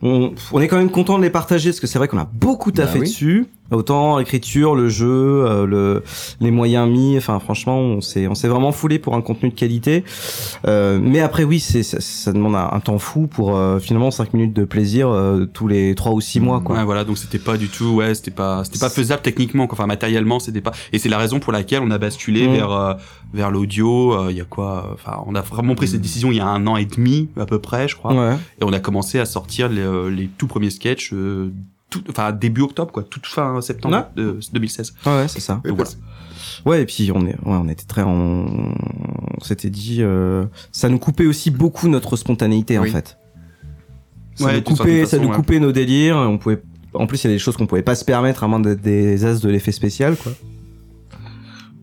Speaker 5: On, on est quand même content de les partager parce que c'est vrai qu'on a beaucoup
Speaker 3: Bah
Speaker 5: taffé
Speaker 3: oui.
Speaker 5: dessus. Autant l'écriture, le jeu, euh, le, les moyens mis. Enfin, franchement, on s'est, on s'est vraiment foulé pour un contenu de qualité. Euh, mais après, oui, c'est, ça, ça demande un, un temps fou pour euh, finalement 5 minutes de plaisir euh, tous les 3 ou 6 mois, quoi.
Speaker 4: Ouais, voilà, donc c'était pas du tout, ouais, c'était pas, c'était pas faisable techniquement, quoi. enfin matériellement, c'était pas. Et c'est la raison pour laquelle on a basculé
Speaker 5: Mm.
Speaker 4: vers euh, vers l'audio. euh, Il y a quoi, euh, enfin, on a vraiment pris cette décision il y a un an et demi à peu près, je crois,
Speaker 5: Ouais.
Speaker 4: et on a commencé à sortir les, euh, les tout premiers sketchs, euh, tout, enfin début octobre, quoi, toute fin septembre de, euh, 2016.
Speaker 5: Ouais, ouais, c'est ça.
Speaker 3: Oui,
Speaker 4: Donc,
Speaker 3: parce-
Speaker 5: Ouais, et puis on est, ouais, on était très, on, on s'était dit, euh, ça nous coupait aussi beaucoup notre spontanéité
Speaker 3: Oui.
Speaker 5: en fait. Ça
Speaker 4: Ouais,
Speaker 5: nous
Speaker 4: d'une certaine
Speaker 5: coupait, ça
Speaker 4: façon,
Speaker 5: nous
Speaker 4: ouais.
Speaker 5: coupait nos délires. On pouvait, en plus, il y a des choses qu'on pouvait pas se permettre à moins d'être des as de l'effet spécial, quoi.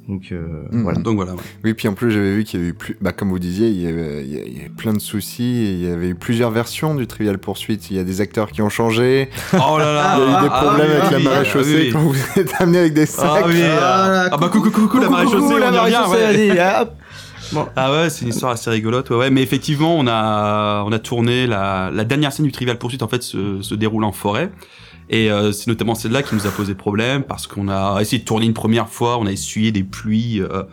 Speaker 5: Donc euh,
Speaker 3: Mhm.
Speaker 5: voilà.
Speaker 4: Donc voilà. ouais.
Speaker 3: Oui, puis en plus j'avais vu qu'il y avait eu plus, bah comme vous disiez, il y avait, il y a- il y avait plein de soucis. et il y avait eu plusieurs versions du Trivial Poursuite. Il y a des acteurs qui ont changé.
Speaker 4: Oh là là.
Speaker 3: Il y a eu des
Speaker 4: ah,
Speaker 3: problèmes
Speaker 4: oui,
Speaker 3: avec
Speaker 4: ah
Speaker 3: la
Speaker 4: oui,
Speaker 3: marée chaussée
Speaker 4: ah oui, oui.
Speaker 3: quand vous êtes amené avec des sacs.
Speaker 4: Ah oui, ah, ah bah coucou coucou, la marée chaussée, on y revient, ouais. Ah ouais, c'est une histoire assez rigolote. Ouais, ouais. mais effectivement, on a on a tourné la, la dernière scène du Trivial Poursuite en fait se, se déroule en forêt. Et euh, c'est notamment celle-là qui nous a posé problème parce qu'on a essayé de tourner une première fois, on a essuyé des pluies euh,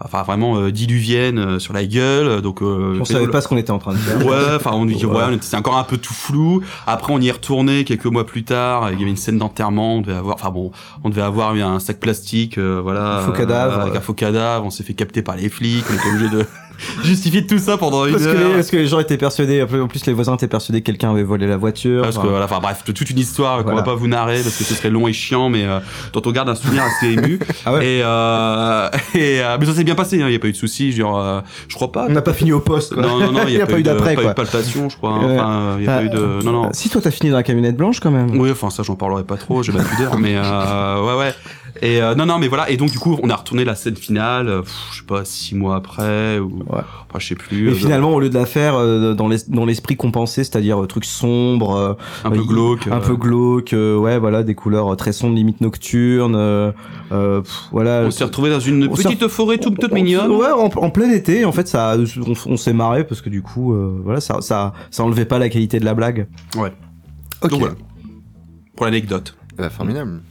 Speaker 4: enfin vraiment euh, diluviennes euh, sur la gueule, donc euh,
Speaker 5: On savait pas ce qu'on était en train de faire.
Speaker 4: Ouais, enfin on dit ouais,
Speaker 5: Ouais.
Speaker 4: on était- c'est encore un peu tout flou. Après on y est retourné quelques mois plus tard, il y avait une scène d'enterrement, on devait avoir enfin bon, on devait avoir eu un sac plastique euh, voilà,
Speaker 5: Un faux
Speaker 4: euh,
Speaker 5: cadavre.
Speaker 4: avec un faux cadavre, on s'est fait capter par les flics, on était obligé de justifier tout ça pendant une
Speaker 5: Parce que, les,
Speaker 4: heure.
Speaker 5: parce que les gens étaient persuadés, en plus les voisins étaient persuadés que quelqu'un avait volé la voiture.
Speaker 4: Parce que
Speaker 5: Enfin,
Speaker 4: voilà, enfin bref, toute une histoire qu'on
Speaker 5: Voilà.
Speaker 4: va pas vous narrer parce que ce serait long et chiant, mais euh, dont on garde un souvenir assez ému.
Speaker 5: Ah ouais.
Speaker 4: Et, euh, et euh, mais ça s'est bien passé, il hein, y a pas eu de soucis, je veux dire, euh, je crois pas.
Speaker 5: on n'a pas fini au poste. quoi.
Speaker 4: Non non non, il y a, pas, eu
Speaker 5: de- d'après,
Speaker 4: pas eu
Speaker 5: quoi.
Speaker 4: de palpation, je crois. hein.
Speaker 5: Ouais. Ah.
Speaker 4: Enfin, il y a pas eu de non non.
Speaker 5: Si toi t'as fini dans la camionnette blanche quand même.
Speaker 4: Oui, enfin ça j'en parlerai pas trop, j'ai ma pudeur, mais euh, ouais ouais. Et euh, non non mais voilà et donc du coup on a retourné la scène finale, euh, pff, je sais pas six mois après ou
Speaker 5: Ouais.
Speaker 4: enfin je sais plus.
Speaker 5: Mais
Speaker 4: euh,
Speaker 5: finalement, au lieu de la faire euh, dans l'es- dans l'esprit compensé, c'est-à-dire euh, truc sombre, euh,
Speaker 4: un peu
Speaker 5: il-
Speaker 4: glauque.
Speaker 5: un
Speaker 4: euh,
Speaker 5: peu glauque, euh, ouais, voilà, des couleurs euh, très sombres, limite nocturnes, euh, euh, pff, voilà.
Speaker 4: On s'est retrouvé dans une
Speaker 5: on s'est
Speaker 4: petite forêt toute, toute
Speaker 5: On-
Speaker 4: mignonne.
Speaker 5: Ouais, en, en plein été, en fait, ça, on, on s'est marré parce que du coup, euh, voilà, ça, ça, ça enlevait pas la qualité de la blague.
Speaker 3: Ok.
Speaker 4: Donc voilà. Pour l'anecdote.
Speaker 3: Eh ben, formidable.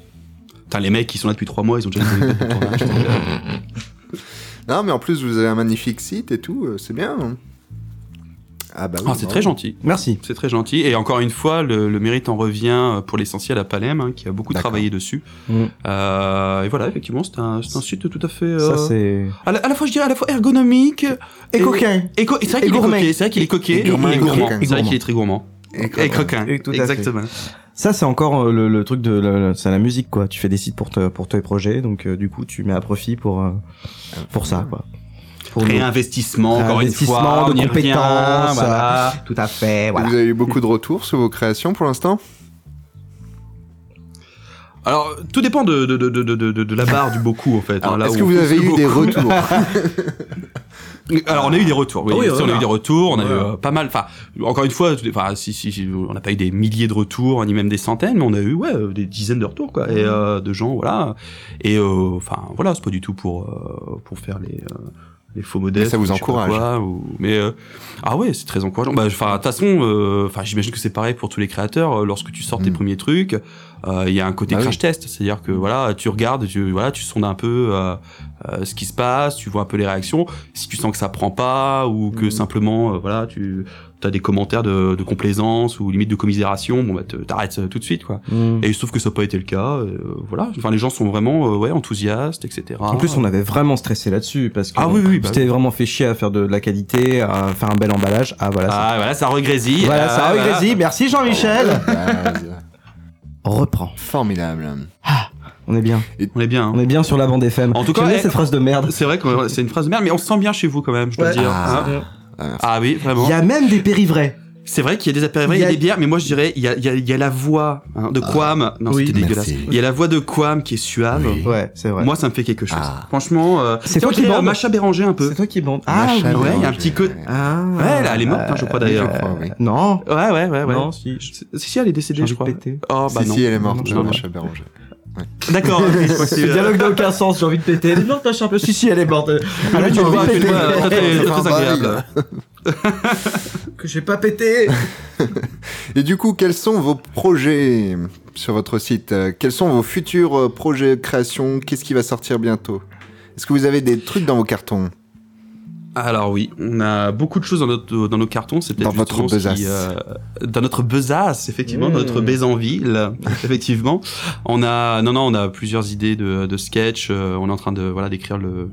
Speaker 4: Putain, les mecs qui sont là depuis trois mois, ils ont déjà des anecdotes de tournage. donc, euh,
Speaker 3: Non, mais en plus vous avez un magnifique site et tout, euh, c'est bien. hein. Ah bah oui,
Speaker 4: Ah, c'est
Speaker 3: bravo.
Speaker 4: très gentil.
Speaker 5: Merci.
Speaker 4: C'est très gentil. Et encore une fois, le, le mérite en revient euh, pour l'essentiel à Palem, hein, qui a beaucoup
Speaker 3: D'accord.
Speaker 4: travaillé dessus.
Speaker 5: Mm.
Speaker 4: Euh, et voilà, effectivement, c'est un, c'est un site tout à fait.
Speaker 5: Ça,
Speaker 4: euh,
Speaker 5: c'est.
Speaker 4: à, la, à la fois, je dirais, à la fois ergonomique. Et
Speaker 5: coquin.
Speaker 4: Et co- et c'est vrai
Speaker 5: Et
Speaker 4: qu'il est
Speaker 5: gourmet.
Speaker 4: coquet. C'est vrai qu'il est coquet.
Speaker 3: Et
Speaker 4: et
Speaker 3: gourmand,
Speaker 4: il est
Speaker 3: et
Speaker 4: gourmand.
Speaker 3: coquin.
Speaker 4: C'est vrai qu'il est très gourmand.
Speaker 3: Et
Speaker 4: Et
Speaker 3: croquant.
Speaker 4: coquin.
Speaker 5: Et tout à fait.
Speaker 4: Exactement.
Speaker 5: Ça, c'est encore euh, le, le truc de la, la- c'est la musique, quoi. Tu fais des sites pour, te, pour tes projets, donc euh, du coup, tu mets à profit pour, euh, pour ça, quoi. Pour nous.
Speaker 4: Réinvestissement, encore une
Speaker 5: Réinvestissement
Speaker 4: fois.
Speaker 5: de
Speaker 4: on y revient,
Speaker 5: compétences, euh.
Speaker 4: voilà.
Speaker 5: Tout à fait, voilà.
Speaker 3: Vous avez eu beaucoup de retours sur vos créations pour l'instant
Speaker 4: Alors, tout dépend de, de, de, de, de, de- de la barre du beaucoup, en fait. hein,
Speaker 3: Alors,
Speaker 4: là
Speaker 3: Est-ce
Speaker 4: où-
Speaker 3: que vous avez eu
Speaker 4: le
Speaker 3: des
Speaker 4: beaucoup.
Speaker 3: retours
Speaker 4: Ah, Alors, on a eu des retours. Oui,
Speaker 8: Ah oui,
Speaker 4: Si, on a
Speaker 8: voilà.
Speaker 4: eu des retours. On a eu
Speaker 8: Voilà.
Speaker 4: euh, pas mal. Enfin, encore une fois, tout- enfin, si, si, si, on n'a pas eu des milliers de retours, ni même des centaines, mais on a eu ouais, euh, des dizaines de retours, quoi.
Speaker 8: Mhm.
Speaker 4: Et euh, de gens, voilà. Et euh, enfin, voilà, c'est pas du tout pour, euh, pour faire les. euh, les faux modèles.
Speaker 3: ça vous encourage.
Speaker 4: ou... Mais euh, ah ouais, c'est très encourageant. Bah, enfin, de toute façon, euh, enfin, j'imagine que c'est pareil pour tous les créateurs. euh, Lorsque tu sors tes
Speaker 3: Mm.
Speaker 4: premiers trucs, euh, il y a un côté
Speaker 3: Bah oui.
Speaker 4: crash test, c'est-à-dire que voilà, tu regardes, tu voilà, tu sondes un peu euh, euh, ce qui se passe, tu vois un peu les réactions. Si tu sens que ça prend pas ou que
Speaker 5: Mm.
Speaker 4: simplement, euh, voilà, tu as des commentaires de, de complaisance ou limite de commisération, bon bah te- t'arrêtes euh, tout de suite quoi.
Speaker 5: Mm.
Speaker 4: Et il se trouve que ça n'a pas été le cas. euh, voilà, enfin les gens sont vraiment euh, ouais enthousiastes, etc.
Speaker 5: En plus, on avait vraiment stressé là-dessus parce que
Speaker 4: Ah oui, oui, bah
Speaker 5: c'était vraiment fait chier à faire de, de la qualité, à faire un bel emballage. Ah voilà. ça-
Speaker 4: Ah voilà, ça regrésille.
Speaker 5: Voilà, ça
Speaker 4: Ah,
Speaker 5: a régressé. Merci Jean-Michel. Reprends.
Speaker 3: Ah, Formidable.
Speaker 5: On est bien.
Speaker 4: On est bien. hein.
Speaker 5: On est bien sur la bande FM.
Speaker 4: En tout cas,
Speaker 5: J'aime bien
Speaker 4: eh,
Speaker 5: cette phrase de merde.
Speaker 4: C'est vrai que c'est une phrase de merde, mais on se sent bien chez vous quand même, je dois
Speaker 5: Ouais.
Speaker 4: dire.
Speaker 3: Ah.
Speaker 4: Hein
Speaker 3: Ah, merci.
Speaker 4: Ah oui, vraiment.
Speaker 5: Il y a même des périvrais.
Speaker 4: C'est vrai qu'il y a des appareils, il y a des bières, mais moi je dirais, il y a, il y a- il y a la voix hein, de Quam. Non,
Speaker 5: Oui.
Speaker 4: c'était dégueulasse.
Speaker 3: Merci.
Speaker 4: Il y a la voix de Quam qui est suave.
Speaker 3: Oui.
Speaker 5: Ouais, c'est vrai.
Speaker 4: Moi, ça me fait quelque chose.
Speaker 3: Ah.
Speaker 4: Franchement, euh,
Speaker 5: C'est toi
Speaker 4: on
Speaker 5: qui
Speaker 4: dirait, euh,
Speaker 5: bande
Speaker 4: Macha Béranger un peu.
Speaker 5: C'est toi qui bande. Ah
Speaker 3: Macha
Speaker 4: ouais, il y
Speaker 5: oui.
Speaker 4: a un
Speaker 3: Béranger,
Speaker 4: petit côté-
Speaker 3: ouais.
Speaker 5: Ah.
Speaker 4: Ouais, là, elle est morte, hein, je crois d'ailleurs.
Speaker 3: Je crois, oui.
Speaker 5: Non.
Speaker 4: Ouais, ouais, ouais, ouais.
Speaker 5: Non, si.
Speaker 4: Si, si, elle est décédée, je crois. Oh, bah
Speaker 3: si,
Speaker 4: non.
Speaker 3: si, elle est morte,
Speaker 4: Non, non.
Speaker 3: Macha Béranger.
Speaker 4: D'accord. ok, je crois que
Speaker 5: Ce
Speaker 4: c'est, euh,
Speaker 5: dialogue n'a aucun sens, j'ai envie de péter. Elle est morte, machin, un peu. Si, si, elle est morte. Ah là,
Speaker 4: tu
Speaker 5: j'ai
Speaker 4: le
Speaker 5: envie
Speaker 4: vois,
Speaker 5: de
Speaker 4: tu le
Speaker 5: péter.
Speaker 4: vois, très, très, très,
Speaker 3: Enfin,
Speaker 4: très
Speaker 3: bah,
Speaker 4: agréable.
Speaker 5: Que je vais pas péter.
Speaker 3: Et du coup, quels sont vos projets euh, sur votre site Euh, Quels sont vos futurs euh, projets, créations Qu'est-ce qui va sortir bientôt Est-ce que vous avez des trucs dans vos cartons
Speaker 4: Alors oui, on a beaucoup de choses dans, notre, dans nos cartons. C'est peut-être
Speaker 3: Dans votre
Speaker 4: justement ce qui,
Speaker 3: besace.
Speaker 4: euh, dans notre besace, effectivement, dans notre baisanville, effectivement. On a, non, non, on a plusieurs idées de, de sketch. euh, on est en train de, voilà, d'écrire le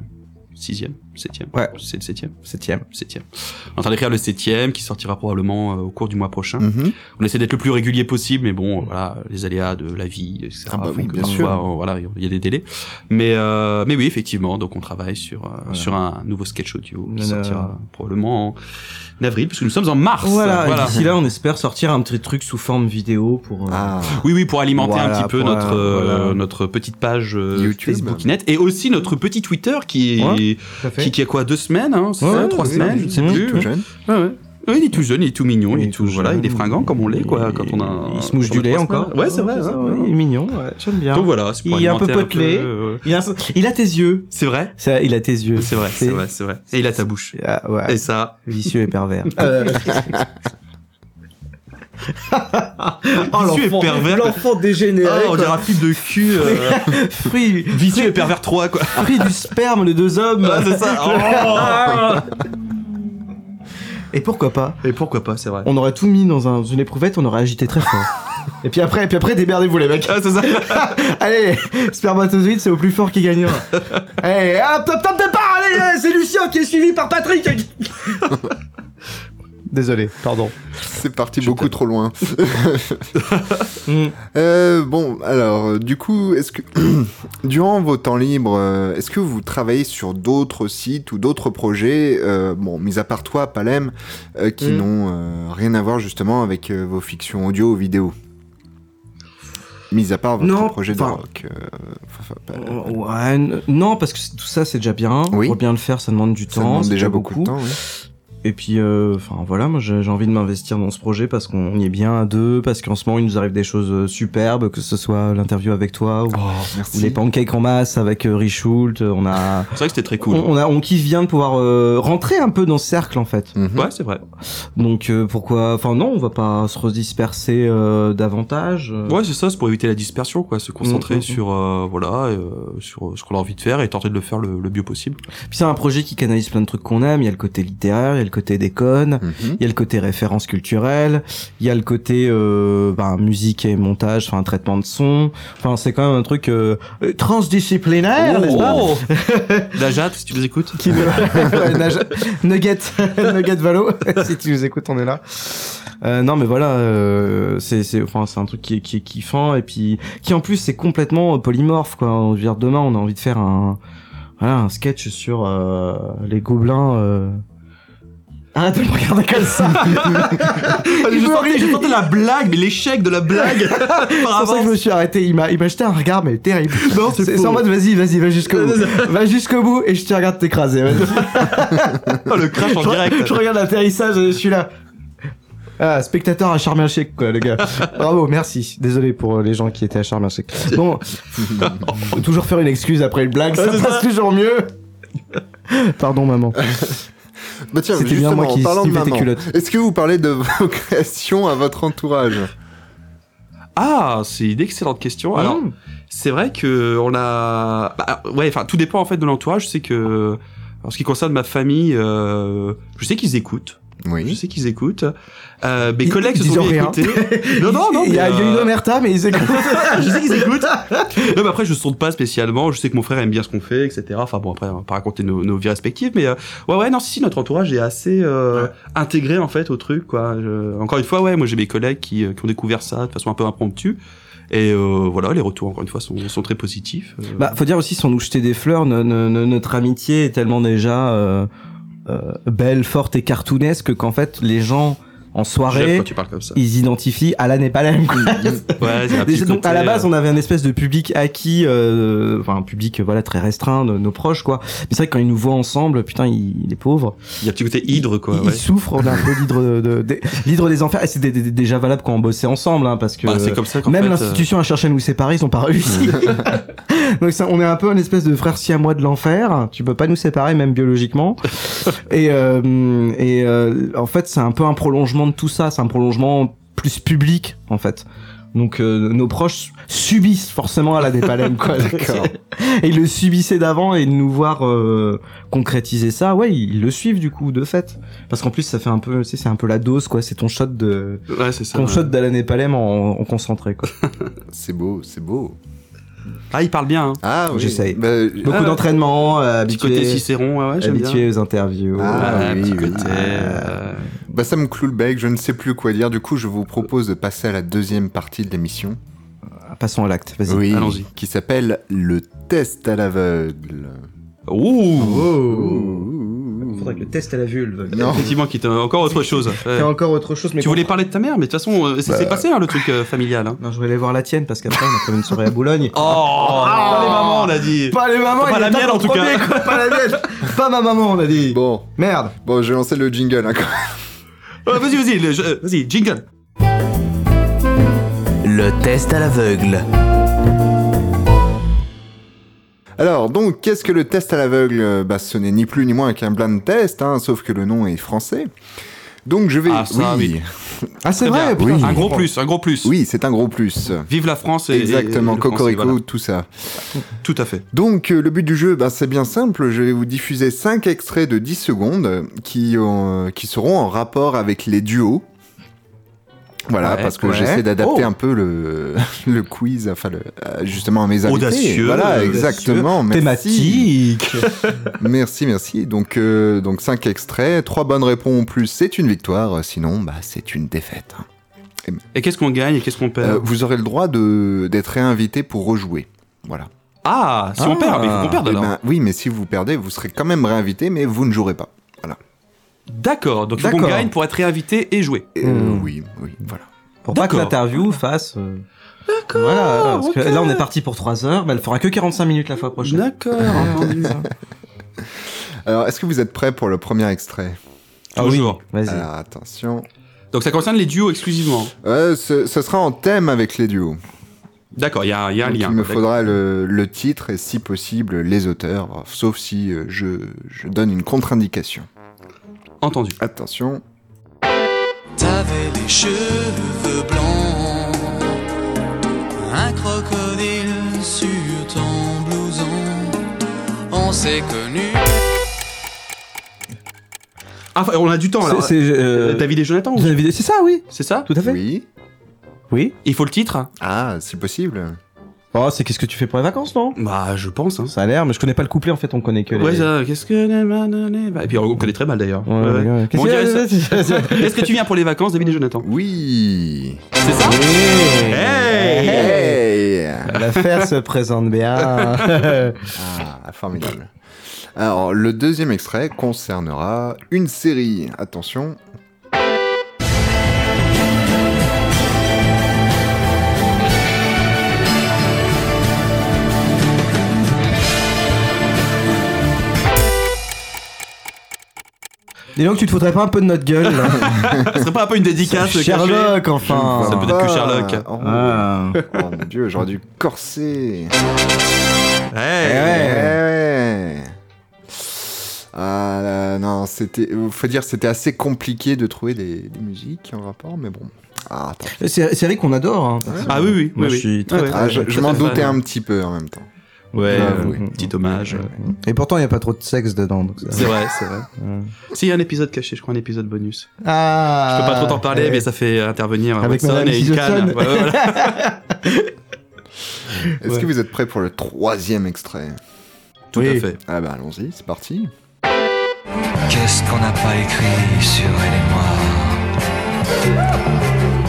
Speaker 4: sixième, septième.
Speaker 5: Ouais.
Speaker 4: C'est le septième,
Speaker 5: Septième.
Speaker 4: septième. On est en train d'écrire le septième qui sortira probablement euh, au cours du mois prochain.
Speaker 3: Mhm.
Speaker 4: On essaie d'être le plus régulier possible, mais bon, voilà, les aléas de la vie, etc.
Speaker 3: Ah bah
Speaker 4: font
Speaker 3: oui,
Speaker 4: que
Speaker 3: bien
Speaker 4: parfois,
Speaker 3: sûr.
Speaker 4: on- voilà, il y a des délais. Mais, euh, mais oui, effectivement, donc on travaille sur, euh, sur un nouveau sketch audio qui
Speaker 5: Nanana.
Speaker 4: sortira probablement en avril, puisque nous sommes en mars.
Speaker 5: Voilà, et d'ici là, on espère sortir un petit truc sous forme vidéo pour. euh,
Speaker 3: Ah,
Speaker 4: Oui, oui, pour alimenter
Speaker 5: Voilà,
Speaker 4: un petit peu
Speaker 5: pour,
Speaker 4: notre,
Speaker 5: euh,
Speaker 4: euh,
Speaker 5: voilà.
Speaker 4: notre petite page euh,
Speaker 3: YouTube.
Speaker 4: Facebookinet et aussi notre petit Twitter qui est,
Speaker 5: Ouais, tout à fait.
Speaker 4: qui, qui a quoi, deux semaines, hein, c'est
Speaker 5: Ouais,
Speaker 4: ça,
Speaker 5: ouais,
Speaker 4: trois
Speaker 5: oui,
Speaker 4: semaines,
Speaker 5: oui,
Speaker 4: je ne sais
Speaker 5: oui,
Speaker 4: plus.
Speaker 3: tout jeune.
Speaker 4: Ouais, ouais. Ouais, il est tout jeune, il est tout mignon, il, est tout, voilà,
Speaker 5: jeune.
Speaker 4: il est fringant comme on l'est, quoi,
Speaker 5: Il-
Speaker 4: quand on a.
Speaker 5: Il se mouche
Speaker 4: quand on
Speaker 5: du
Speaker 4: a
Speaker 5: lait
Speaker 4: trois semaines.
Speaker 5: encore.
Speaker 4: Ouais, c'est vrai. hein,
Speaker 5: ouais,
Speaker 4: ouais.
Speaker 5: Il est mignon, ouais, j'aime bien.
Speaker 4: Donc voilà, c'est pour
Speaker 5: Hein Il est un peu
Speaker 4: alimenter
Speaker 5: potelé.
Speaker 4: euh,
Speaker 5: Il a, il a tes yeux.
Speaker 4: C'est vrai,
Speaker 5: Ça, il a tes yeux.
Speaker 4: c'est vrai, c'est vrai, c'est vrai. Et il a ta bouche.
Speaker 5: Ah, ouais.
Speaker 4: Et ça.
Speaker 5: Vicieux et pervers. Euh... oh,
Speaker 4: Vicieux et
Speaker 5: l'enfant-
Speaker 4: pervers.
Speaker 5: L'enfant dégénéré.
Speaker 4: Ah, on dirait un film de cul. euh,
Speaker 5: fruit,
Speaker 4: Vicieux et pervers 3, quoi.
Speaker 5: fruit du sperme de deux hommes.
Speaker 4: Ah, c'est ça.
Speaker 5: Et pourquoi pas
Speaker 4: Et pourquoi pas, c'est vrai.
Speaker 5: On aurait tout mis dans un- une éprouvette, on aurait agité très fort. et puis après, et puis après, déberdez-vous les mecs.
Speaker 4: Ah, c'est ça.
Speaker 5: Allez, spermatozoïde, c'est au plus fort qui gagnera. allez, hop, hop, hop, départ, allez, euh, c'est Lucien qui est suivi par Patrick. Désolé, pardon.
Speaker 3: C'est parti beaucoup trop loin.
Speaker 5: Mm.
Speaker 3: Euh, bon, alors, euh, du coup, est-ce que durant vos temps libres, euh, est-ce que vous travaillez sur d'autres sites ou d'autres projets, euh, bon, mis à part toi, Palem, euh, qui
Speaker 5: Mm.
Speaker 3: n'ont euh, rien à voir justement avec euh, vos fictions audio ou vidéo Mis à part votre
Speaker 5: Non,
Speaker 3: projet de
Speaker 5: enfin,
Speaker 3: rock. euh, enfin, pas-
Speaker 5: Ouais, n- non, parce que c'est- tout ça, c'est déjà bien.
Speaker 3: Oui.
Speaker 5: Pour bien le faire, ça demande du
Speaker 3: ça
Speaker 5: temps.
Speaker 3: demande
Speaker 5: c'est
Speaker 3: déjà beaucoup, de temps. oui.
Speaker 5: Et puis, euh, enfin voilà, moi j'ai j'ai envie de m'investir dans ce projet parce qu'on y est bien à deux, parce qu'en ce moment il nous arrive des choses euh, superbes, que ce soit l'interview avec toi
Speaker 4: Ah,
Speaker 5: ou, ou
Speaker 3: merci.
Speaker 5: les pancakes en masse avec euh, Richult. On a,
Speaker 4: C'est vrai que c'était très cool.
Speaker 5: on, on a, on kiffe bien de pouvoir euh, rentrer un peu dans ce cercle en fait.
Speaker 3: Mhm.
Speaker 4: Ouais, c'est vrai.
Speaker 5: Donc euh, pourquoi, enfin non, on va pas se redisperser euh, davantage. euh,
Speaker 4: Ouais, c'est ça, c'est pour éviter la dispersion, quoi. Se concentrer
Speaker 5: Mm, mm,
Speaker 4: sur, euh, voilà, euh, sur euh, ce qu'on a envie de faire et tenter de le faire le, le mieux possible.
Speaker 5: Puis c'est un projet qui canalise plein de trucs qu'on aime. Il y a le côté littéraire, il y a le le côté déconne,
Speaker 3: Mhm.
Speaker 5: il y a le côté référence culturelle, il y a le côté euh, ben, musique et montage, enfin traitement de son. Enfin, c'est quand même un truc euh, euh, transdisciplinaire,
Speaker 1: Oh.
Speaker 5: n'est-ce Eh, pas
Speaker 4: Dajat, si tu les écoutes.
Speaker 5: Qui ne- Nage- Nugget, Nugget Valo, si tu nous écoutes, on est là. Euh, non mais voilà, euh, c'est c'est enfin c'est un truc qui est, qui est kiffant et puis qui en plus c'est complètement euh, polymorphe quoi. Je veux dire demain on a envie de faire un voilà un sketch sur euh, les gobelins. Euh... Arrête de me regarder comme ça.
Speaker 4: J'ai
Speaker 5: me
Speaker 4: tenté,
Speaker 5: rit.
Speaker 4: j'ai tenté la blague, mais l'échec de la blague.
Speaker 5: C'est
Speaker 4: Par
Speaker 5: pour ça que je
Speaker 4: avance.
Speaker 5: me suis arrêté. Il m'a, il m'a jeté un regard, mais terrible.
Speaker 4: Non, c'est
Speaker 5: C'est
Speaker 4: faux.
Speaker 5: c'est en mode, vas-y, vas-y, va jusqu'au bout. va jusqu'au bout et je te regarde t'écraser. vas-y.
Speaker 4: Oh, le crash en
Speaker 5: je,
Speaker 4: direct.
Speaker 5: je regarde l'atterrissage et je suis là. Ah, spectateur à Sharm el-Sheikh, quoi, le gars. Bravo, merci. Désolé pour euh, les gens qui étaient à Sharm el-Sheikh. Bon, faut toujours faire une excuse après une blague, ça
Speaker 4: c'est Ah,
Speaker 5: passe toujours mieux. Pardon, maman.
Speaker 3: Bah tiens,
Speaker 5: C'était bien
Speaker 3: justement,
Speaker 5: moi
Speaker 3: en
Speaker 5: qui
Speaker 3: parlant de
Speaker 5: sniffais tes
Speaker 3: maman,
Speaker 5: culottes.
Speaker 3: est-ce que vous parlez de vos créations à votre entourage
Speaker 4: Ah, c'est une excellente question. Alors,
Speaker 5: Mm.
Speaker 4: c'est vrai que on a, bah, ouais, enfin, tout dépend en fait de l'entourage. C'est que, en ce qui concerne ma famille, euh, je sais qu'ils écoutent. Je
Speaker 3: Oui.
Speaker 4: sais qu'ils écoutent. Euh, mes
Speaker 5: Ils-
Speaker 4: collègues
Speaker 5: ils
Speaker 4: se sont
Speaker 5: disent
Speaker 4: mis
Speaker 5: rien.
Speaker 4: à écouter. non, non, non.
Speaker 5: Il y a
Speaker 4: mais,
Speaker 5: il y a une
Speaker 4: euh,
Speaker 5: omerta, mais ils écoutent.
Speaker 4: je sais qu'ils écoutent. non, mais après, je sonde pas spécialement. Je sais que mon frère aime bien ce qu'on fait, etc. Enfin bon, après, on va pas raconter nos, nos vies respectives, mais euh, ouais, ouais, non, si, si, notre entourage est assez euh, intégré en fait au truc, quoi. Je- encore une fois, ouais, moi j'ai mes collègues qui, euh, qui ont découvert ça de façon un peu impromptue. Et euh, voilà, les retours, encore une fois, sont, sont très positifs. Euh,
Speaker 5: Bah, faut dire aussi, sans nous jeter des fleurs, no- no- no- notre amitié est tellement déjà euh, euh, belle, forte et cartoonesque qu'en fait, les gens en
Speaker 4: j'aime
Speaker 5: soirée,
Speaker 4: quand tu parles comme ça.
Speaker 5: ils identifient Alan et Palem. quoi.
Speaker 4: Ouais, c'est un petit
Speaker 5: Déjà, donc, à
Speaker 4: côté,
Speaker 5: la base,
Speaker 4: euh,
Speaker 5: on avait un espèce de public acquis, euh, enfin un public euh, voilà très restreint, de nos proches quoi. Mais c'est vrai que quand ils nous voient ensemble, putain, ils- les pauvres,
Speaker 4: il y a un petit côté hydre, quoi.
Speaker 5: ils,
Speaker 4: ouais.
Speaker 5: ils souffrent. On a un peu l'hydre de, de- des- l'hydre des enfers. Et c'était dé- dé- déjà valable quand on bossait ensemble, hein, parce que
Speaker 4: Bah, c'est comme ça qu'en
Speaker 5: même
Speaker 4: fait, euh,
Speaker 5: l'institution a cherché à nous séparer, ils ont pas réussi. Donc ça, on est un peu un espèce de frère siamois de l'enfer. Tu peux pas nous séparer, même biologiquement. et euh, et euh, en fait, c'est un peu un prolongement de tout ça. C'est un prolongement plus public, en fait. Donc euh, nos proches subissent forcément à la dépalème quoi.
Speaker 3: D'accord.
Speaker 5: Et ils le subissaient d'avant et de nous voir euh, concrétiser ça, ouais, ils le suivent du coup de fait. Parce qu'en plus ça fait un peu, tu sais, c'est un peu la dose quoi. C'est ton shot de,
Speaker 4: ouais, c'est ça.
Speaker 5: ton
Speaker 4: ouais.
Speaker 5: shot d'Alan et Palem en, en concentré quoi.
Speaker 3: C'est beau, c'est beau.
Speaker 4: Ah, il parle bien. Hein.
Speaker 3: Ah oui.
Speaker 5: J'essaye.
Speaker 3: Bah,
Speaker 5: Beaucoup
Speaker 4: Ah,
Speaker 5: d'entraînement, euh,
Speaker 4: Petit côté
Speaker 5: habitué,
Speaker 4: Cicéron, ouais, ouais, j'aime bien.
Speaker 5: habitué aux interviews.
Speaker 3: Ah,
Speaker 4: Ouais,
Speaker 3: oui,
Speaker 4: petit
Speaker 3: oui.
Speaker 4: côté, euh,
Speaker 3: Bah ça me cloue le bec, je ne sais plus quoi dire. Du coup, je vous propose de passer à la deuxième partie de l'émission.
Speaker 5: Passons à l'acte, vas-y.
Speaker 3: Oui,
Speaker 4: allons-y.
Speaker 3: qui s'appelle le test à l'aveugle. Ah.
Speaker 4: Ouh Oh.
Speaker 5: Oh. Faudrait que le test à la vulve.
Speaker 3: Non.
Speaker 4: Effectivement, qui était encore autre chose. Ouais.
Speaker 5: C'est encore autre chose, mais
Speaker 4: Tu voulais parler de ta mère, mais de toute façon, euh, c'est
Speaker 3: Bah.
Speaker 4: c'est passé hein, le truc euh, familial. Hein.
Speaker 5: Non, je voulais aller voir la tienne parce qu'après on a quand même une soirée à Boulogne.
Speaker 4: Oh,
Speaker 5: Ah.
Speaker 4: les mamans, on a dit.
Speaker 5: Pas les mamans,
Speaker 4: Pas
Speaker 5: il
Speaker 4: la
Speaker 5: est
Speaker 4: mienne,
Speaker 5: temps
Speaker 4: en tout
Speaker 5: qu'on
Speaker 4: cas.
Speaker 5: remet, quoi, Pas la mienne. Pas ma maman, on a dit.
Speaker 3: Bon,
Speaker 5: Merde.
Speaker 3: bon, je vais lancer le jingle. hein, quand même.
Speaker 4: Euh, vas-y, vas-y, le- je- euh, vas-y, jingle.
Speaker 1: Le test à l'aveugle.
Speaker 3: Alors, donc, qu'est-ce que le test à l'aveugle Bah, ce n'est ni plus ni moins qu'un blind test, hein, sauf que le nom est français. Donc, je vais.
Speaker 4: Ah, ça,
Speaker 3: oui,
Speaker 5: Ah, c'est
Speaker 4: Très Eh
Speaker 5: vrai.
Speaker 4: bien.
Speaker 5: putain,
Speaker 3: Oui.
Speaker 5: je
Speaker 4: Un gros
Speaker 5: comprends.
Speaker 4: plus, un gros plus.
Speaker 3: oui, c'est un gros plus.
Speaker 4: Vive la France et.
Speaker 3: Exactement,
Speaker 4: et- et le français,
Speaker 3: Cocorico,
Speaker 4: voilà.
Speaker 3: tout ça.
Speaker 4: Tout à fait.
Speaker 3: Donc, euh, le but du jeu, bah, c'est bien simple. Je vais vous diffuser 5 extraits de 10 secondes euh, qui, ont, euh, qui seront en rapport avec les duos. Voilà,
Speaker 4: Ouais,
Speaker 3: parce que
Speaker 4: ouais.
Speaker 3: j'essaie d'adapter
Speaker 4: Oh.
Speaker 3: un peu le, le quiz, enfin, le- euh, justement à mes invités.
Speaker 4: Audacieux,
Speaker 3: Voilà,
Speaker 4: audacieux,
Speaker 3: exactement. merci.
Speaker 5: Thématique.
Speaker 3: Merci, merci. Donc, euh, donc 5 extraits, 3 bonnes réponses en plus, c'est une victoire. Sinon, bah, c'est une défaite.
Speaker 4: Et qu'est-ce qu'on gagne et qu'est-ce qu'on perd
Speaker 3: Euh, vous aurez le droit de- d'être réinvité pour rejouer. Voilà.
Speaker 4: Ah, si
Speaker 5: Ah.
Speaker 4: on perd, mais il faut qu'on perde
Speaker 3: Eh
Speaker 4: alors.
Speaker 3: ben, oui, mais si vous perdez, vous serez quand même réinvité, mais vous ne jouerez pas.
Speaker 4: D'accord, donc il faut qu'on
Speaker 5: D'accord.
Speaker 4: gagne pour être réinvité et jouer.
Speaker 3: Euh,
Speaker 5: Hmm.
Speaker 3: Oui, oui, voilà.
Speaker 5: Pour pas que
Speaker 4: D'accord.
Speaker 5: l'interview fasse. euh, Voilà, parce que là on est parti pour 3 heures, mais elle fera que 45 minutes la fois
Speaker 3: Eh ben,
Speaker 5: prochaine.
Speaker 4: D'accord,
Speaker 3: Alors, est-ce que vous êtes prêts pour le premier extrait
Speaker 5: Ah oui.
Speaker 4: Toujours.
Speaker 5: Vas-y.
Speaker 3: Alors, attention.
Speaker 4: Donc ça concerne les duos exclusivement.
Speaker 3: Euh, ce, ce sera en thème avec les duos.
Speaker 4: D'accord, il y a, il y a un
Speaker 3: Donc,
Speaker 4: lien.
Speaker 3: il me
Speaker 4: D'accord.
Speaker 3: faudra le, le titre et, si possible, les auteurs, sauf si euh, je, je donne une contre-indication.
Speaker 4: Entendu.
Speaker 3: Attention.
Speaker 11: T'avais des cheveux blancs, un crocodile sur ton blouson. On s'est connus.
Speaker 4: Ah, enfin, on a du temps alors.
Speaker 5: C'est- c'est, euh,
Speaker 4: David et Jonathan ou-
Speaker 5: David et- C'est ça, oui.
Speaker 4: C'est ça
Speaker 5: Tout à fait.
Speaker 3: Oui.
Speaker 5: Oui.
Speaker 4: Il faut le titre hein.
Speaker 3: Ah, c'est possible.
Speaker 5: Oh, c'est qu'est-ce que tu fais pour les vacances, non
Speaker 4: Bah, je pense. Hein.
Speaker 5: Ça a l'air, mais je connais pas le couplet en fait, on connaît que les.
Speaker 4: Ouais, ça, qu'est-ce que. nanana, bah, Et puis on connaît très mal d'ailleurs.
Speaker 5: Ouais, ouais, ouais.
Speaker 4: Bon, on dirait ça.
Speaker 5: Qu'est-ce que-
Speaker 4: Est-ce que tu viens pour les vacances, David et Jonathan
Speaker 3: Oui.
Speaker 4: C'est ça Hey
Speaker 3: Hey
Speaker 5: L'affaire se présente bien.
Speaker 3: Ah, formidable. Alors, le deuxième extrait concernera une série. Attention.
Speaker 5: Dis donc, tu te foutrais pas un peu de notre gueule là
Speaker 4: Ce serait pas un peu une dédicace cachée
Speaker 5: Sherlock,
Speaker 3: Je ne
Speaker 5: enfin.
Speaker 4: Ça
Speaker 3: vois
Speaker 4: peut être que
Speaker 3: pas.
Speaker 4: Sherlock.
Speaker 3: Oh,
Speaker 5: Ah.
Speaker 3: oh mon dieu, j'aurais dû corser.
Speaker 5: Eh
Speaker 4: Hey
Speaker 3: Eh Ouais. Ah là, non, c'était. Faut dire, c'était assez compliqué de trouver des, des musiques en rapport, mais bon. Ah, attends.
Speaker 5: C'est c'est vrai qu'on adore. hein.
Speaker 4: Ah oui, oui,
Speaker 5: Moi,
Speaker 4: oui,
Speaker 5: je
Speaker 4: oui.
Speaker 5: suis très,
Speaker 4: Ah ouais.
Speaker 3: Ah, je je
Speaker 4: Très,
Speaker 3: m'en
Speaker 4: très fan.
Speaker 3: doutais un petit peu en même temps.
Speaker 4: Ouais,
Speaker 3: Ah,
Speaker 4: euh,
Speaker 3: oui.
Speaker 4: petit hommage.
Speaker 5: Et pourtant, il y a pas trop de sexe dedans. donc ça-
Speaker 4: C'est vrai, c'est vrai.
Speaker 5: Ouais.
Speaker 4: S'il y a un épisode caché, je crois, un épisode bonus. Je
Speaker 5: Ah.
Speaker 4: peux pas trop t'en parler,
Speaker 5: Euh,
Speaker 4: mais ça fait intervenir un
Speaker 5: Avec
Speaker 4: Watson
Speaker 5: Madame
Speaker 4: et une canne.
Speaker 5: Sisson.
Speaker 4: Ouais, ouais, voilà.
Speaker 3: Est-ce que vous êtes prêts pour le troisième extrait
Speaker 4: Tout
Speaker 5: Oui.
Speaker 4: à fait.
Speaker 3: Ah bah allons-y, c'est parti.
Speaker 11: Qu'est-ce qu'on n'a pas écrit sur elle et moi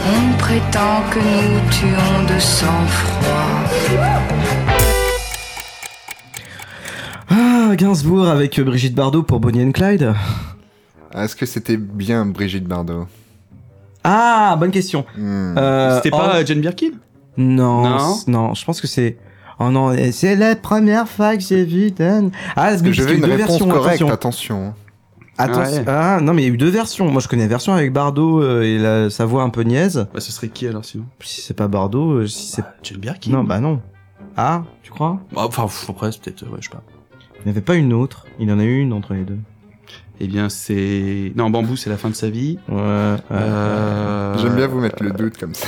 Speaker 12: On prétend que nous tuons de sang-froid.
Speaker 5: Ah, Gainsbourg avec euh, Brigitte Bardot pour Bonnie and Clyde.
Speaker 3: Est-ce que c'était bien Brigitte Bardot
Speaker 5: Ah, bonne question.
Speaker 3: Hmm.
Speaker 5: Euh,
Speaker 4: C'était
Speaker 5: oh,
Speaker 4: pas euh, Jane Birkin
Speaker 5: Non,
Speaker 4: Non.
Speaker 5: c- non, je pense que c'est. Oh non, et c'est la première fois que j'ai vu Dan. Ah, parce
Speaker 3: Parce que je
Speaker 5: qu'il
Speaker 3: veux
Speaker 5: y a
Speaker 3: une
Speaker 5: eu deux
Speaker 3: réponse
Speaker 5: versions.
Speaker 3: correcte,
Speaker 5: Attention.
Speaker 3: attention. hein.
Speaker 5: Attention.
Speaker 4: Ouais.
Speaker 5: Ah non, mais il y a eu deux versions. Moi, je connais la version avec Bardot euh, et la- sa voix un peu niaise.
Speaker 4: Bah, ce serait qui alors sinon
Speaker 5: Si c'est pas Bardot, euh, si c'est
Speaker 4: Jane Birkin
Speaker 5: non, bah non. Ah, tu crois
Speaker 4: Bah, Enfin, pff, après, c'est peut-être. Ouais, je sais pas.
Speaker 5: Il n'y avait pas une autre. Il y en a eu une entre les deux.
Speaker 4: Eh bien, c'est. Non, Bambou, c'est la fin de sa vie.
Speaker 5: Ouais. ouais.
Speaker 4: Euh,
Speaker 3: J'aime bien vous mettre le doute comme ça.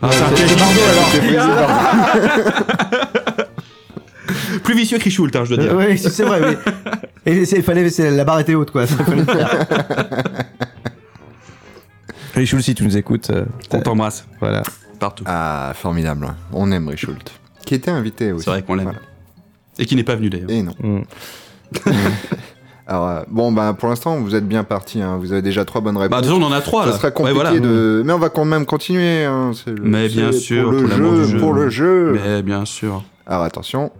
Speaker 4: Ah, c'est un piège.
Speaker 3: C'était Brigitte Bardot.
Speaker 4: Plus vicieux que Richult, hein, je dois
Speaker 5: Euh,
Speaker 4: dire.
Speaker 5: oui, c'est c'est vrai. Oui. Et c'est- il fallait, c'est- la barre était haute, quoi. Ça fallait le faire. Richou, si tu nous écoutes, euh,
Speaker 4: On t'embrasse
Speaker 5: voilà.
Speaker 4: partout.
Speaker 3: Ah, formidable. On aime Richult. Qui était invité aussi.
Speaker 4: C'est vrai qu'on l'aime.
Speaker 3: Voilà.
Speaker 4: Et qui n'est pas venu d'ailleurs.
Speaker 3: Et non.
Speaker 5: Mm.
Speaker 3: Alors, euh, bon, bah, pour l'instant, vous êtes bien partis. hein. Vous avez déjà trois bonnes
Speaker 4: Bah,
Speaker 3: réponses.
Speaker 4: de toute façon, on en a trois là.
Speaker 3: Ça sera
Speaker 4: Ouais,
Speaker 3: compliqué
Speaker 4: voilà. Mm.
Speaker 3: de. Mais on va quand même continuer. hein. C'est le-
Speaker 4: Mais bien
Speaker 3: c'est
Speaker 4: sûr,
Speaker 3: Pour le
Speaker 4: pour l'amour
Speaker 3: jeu,
Speaker 4: du jeu.
Speaker 3: pour le jeu.
Speaker 4: Mais bien sûr.
Speaker 3: Alors, attention.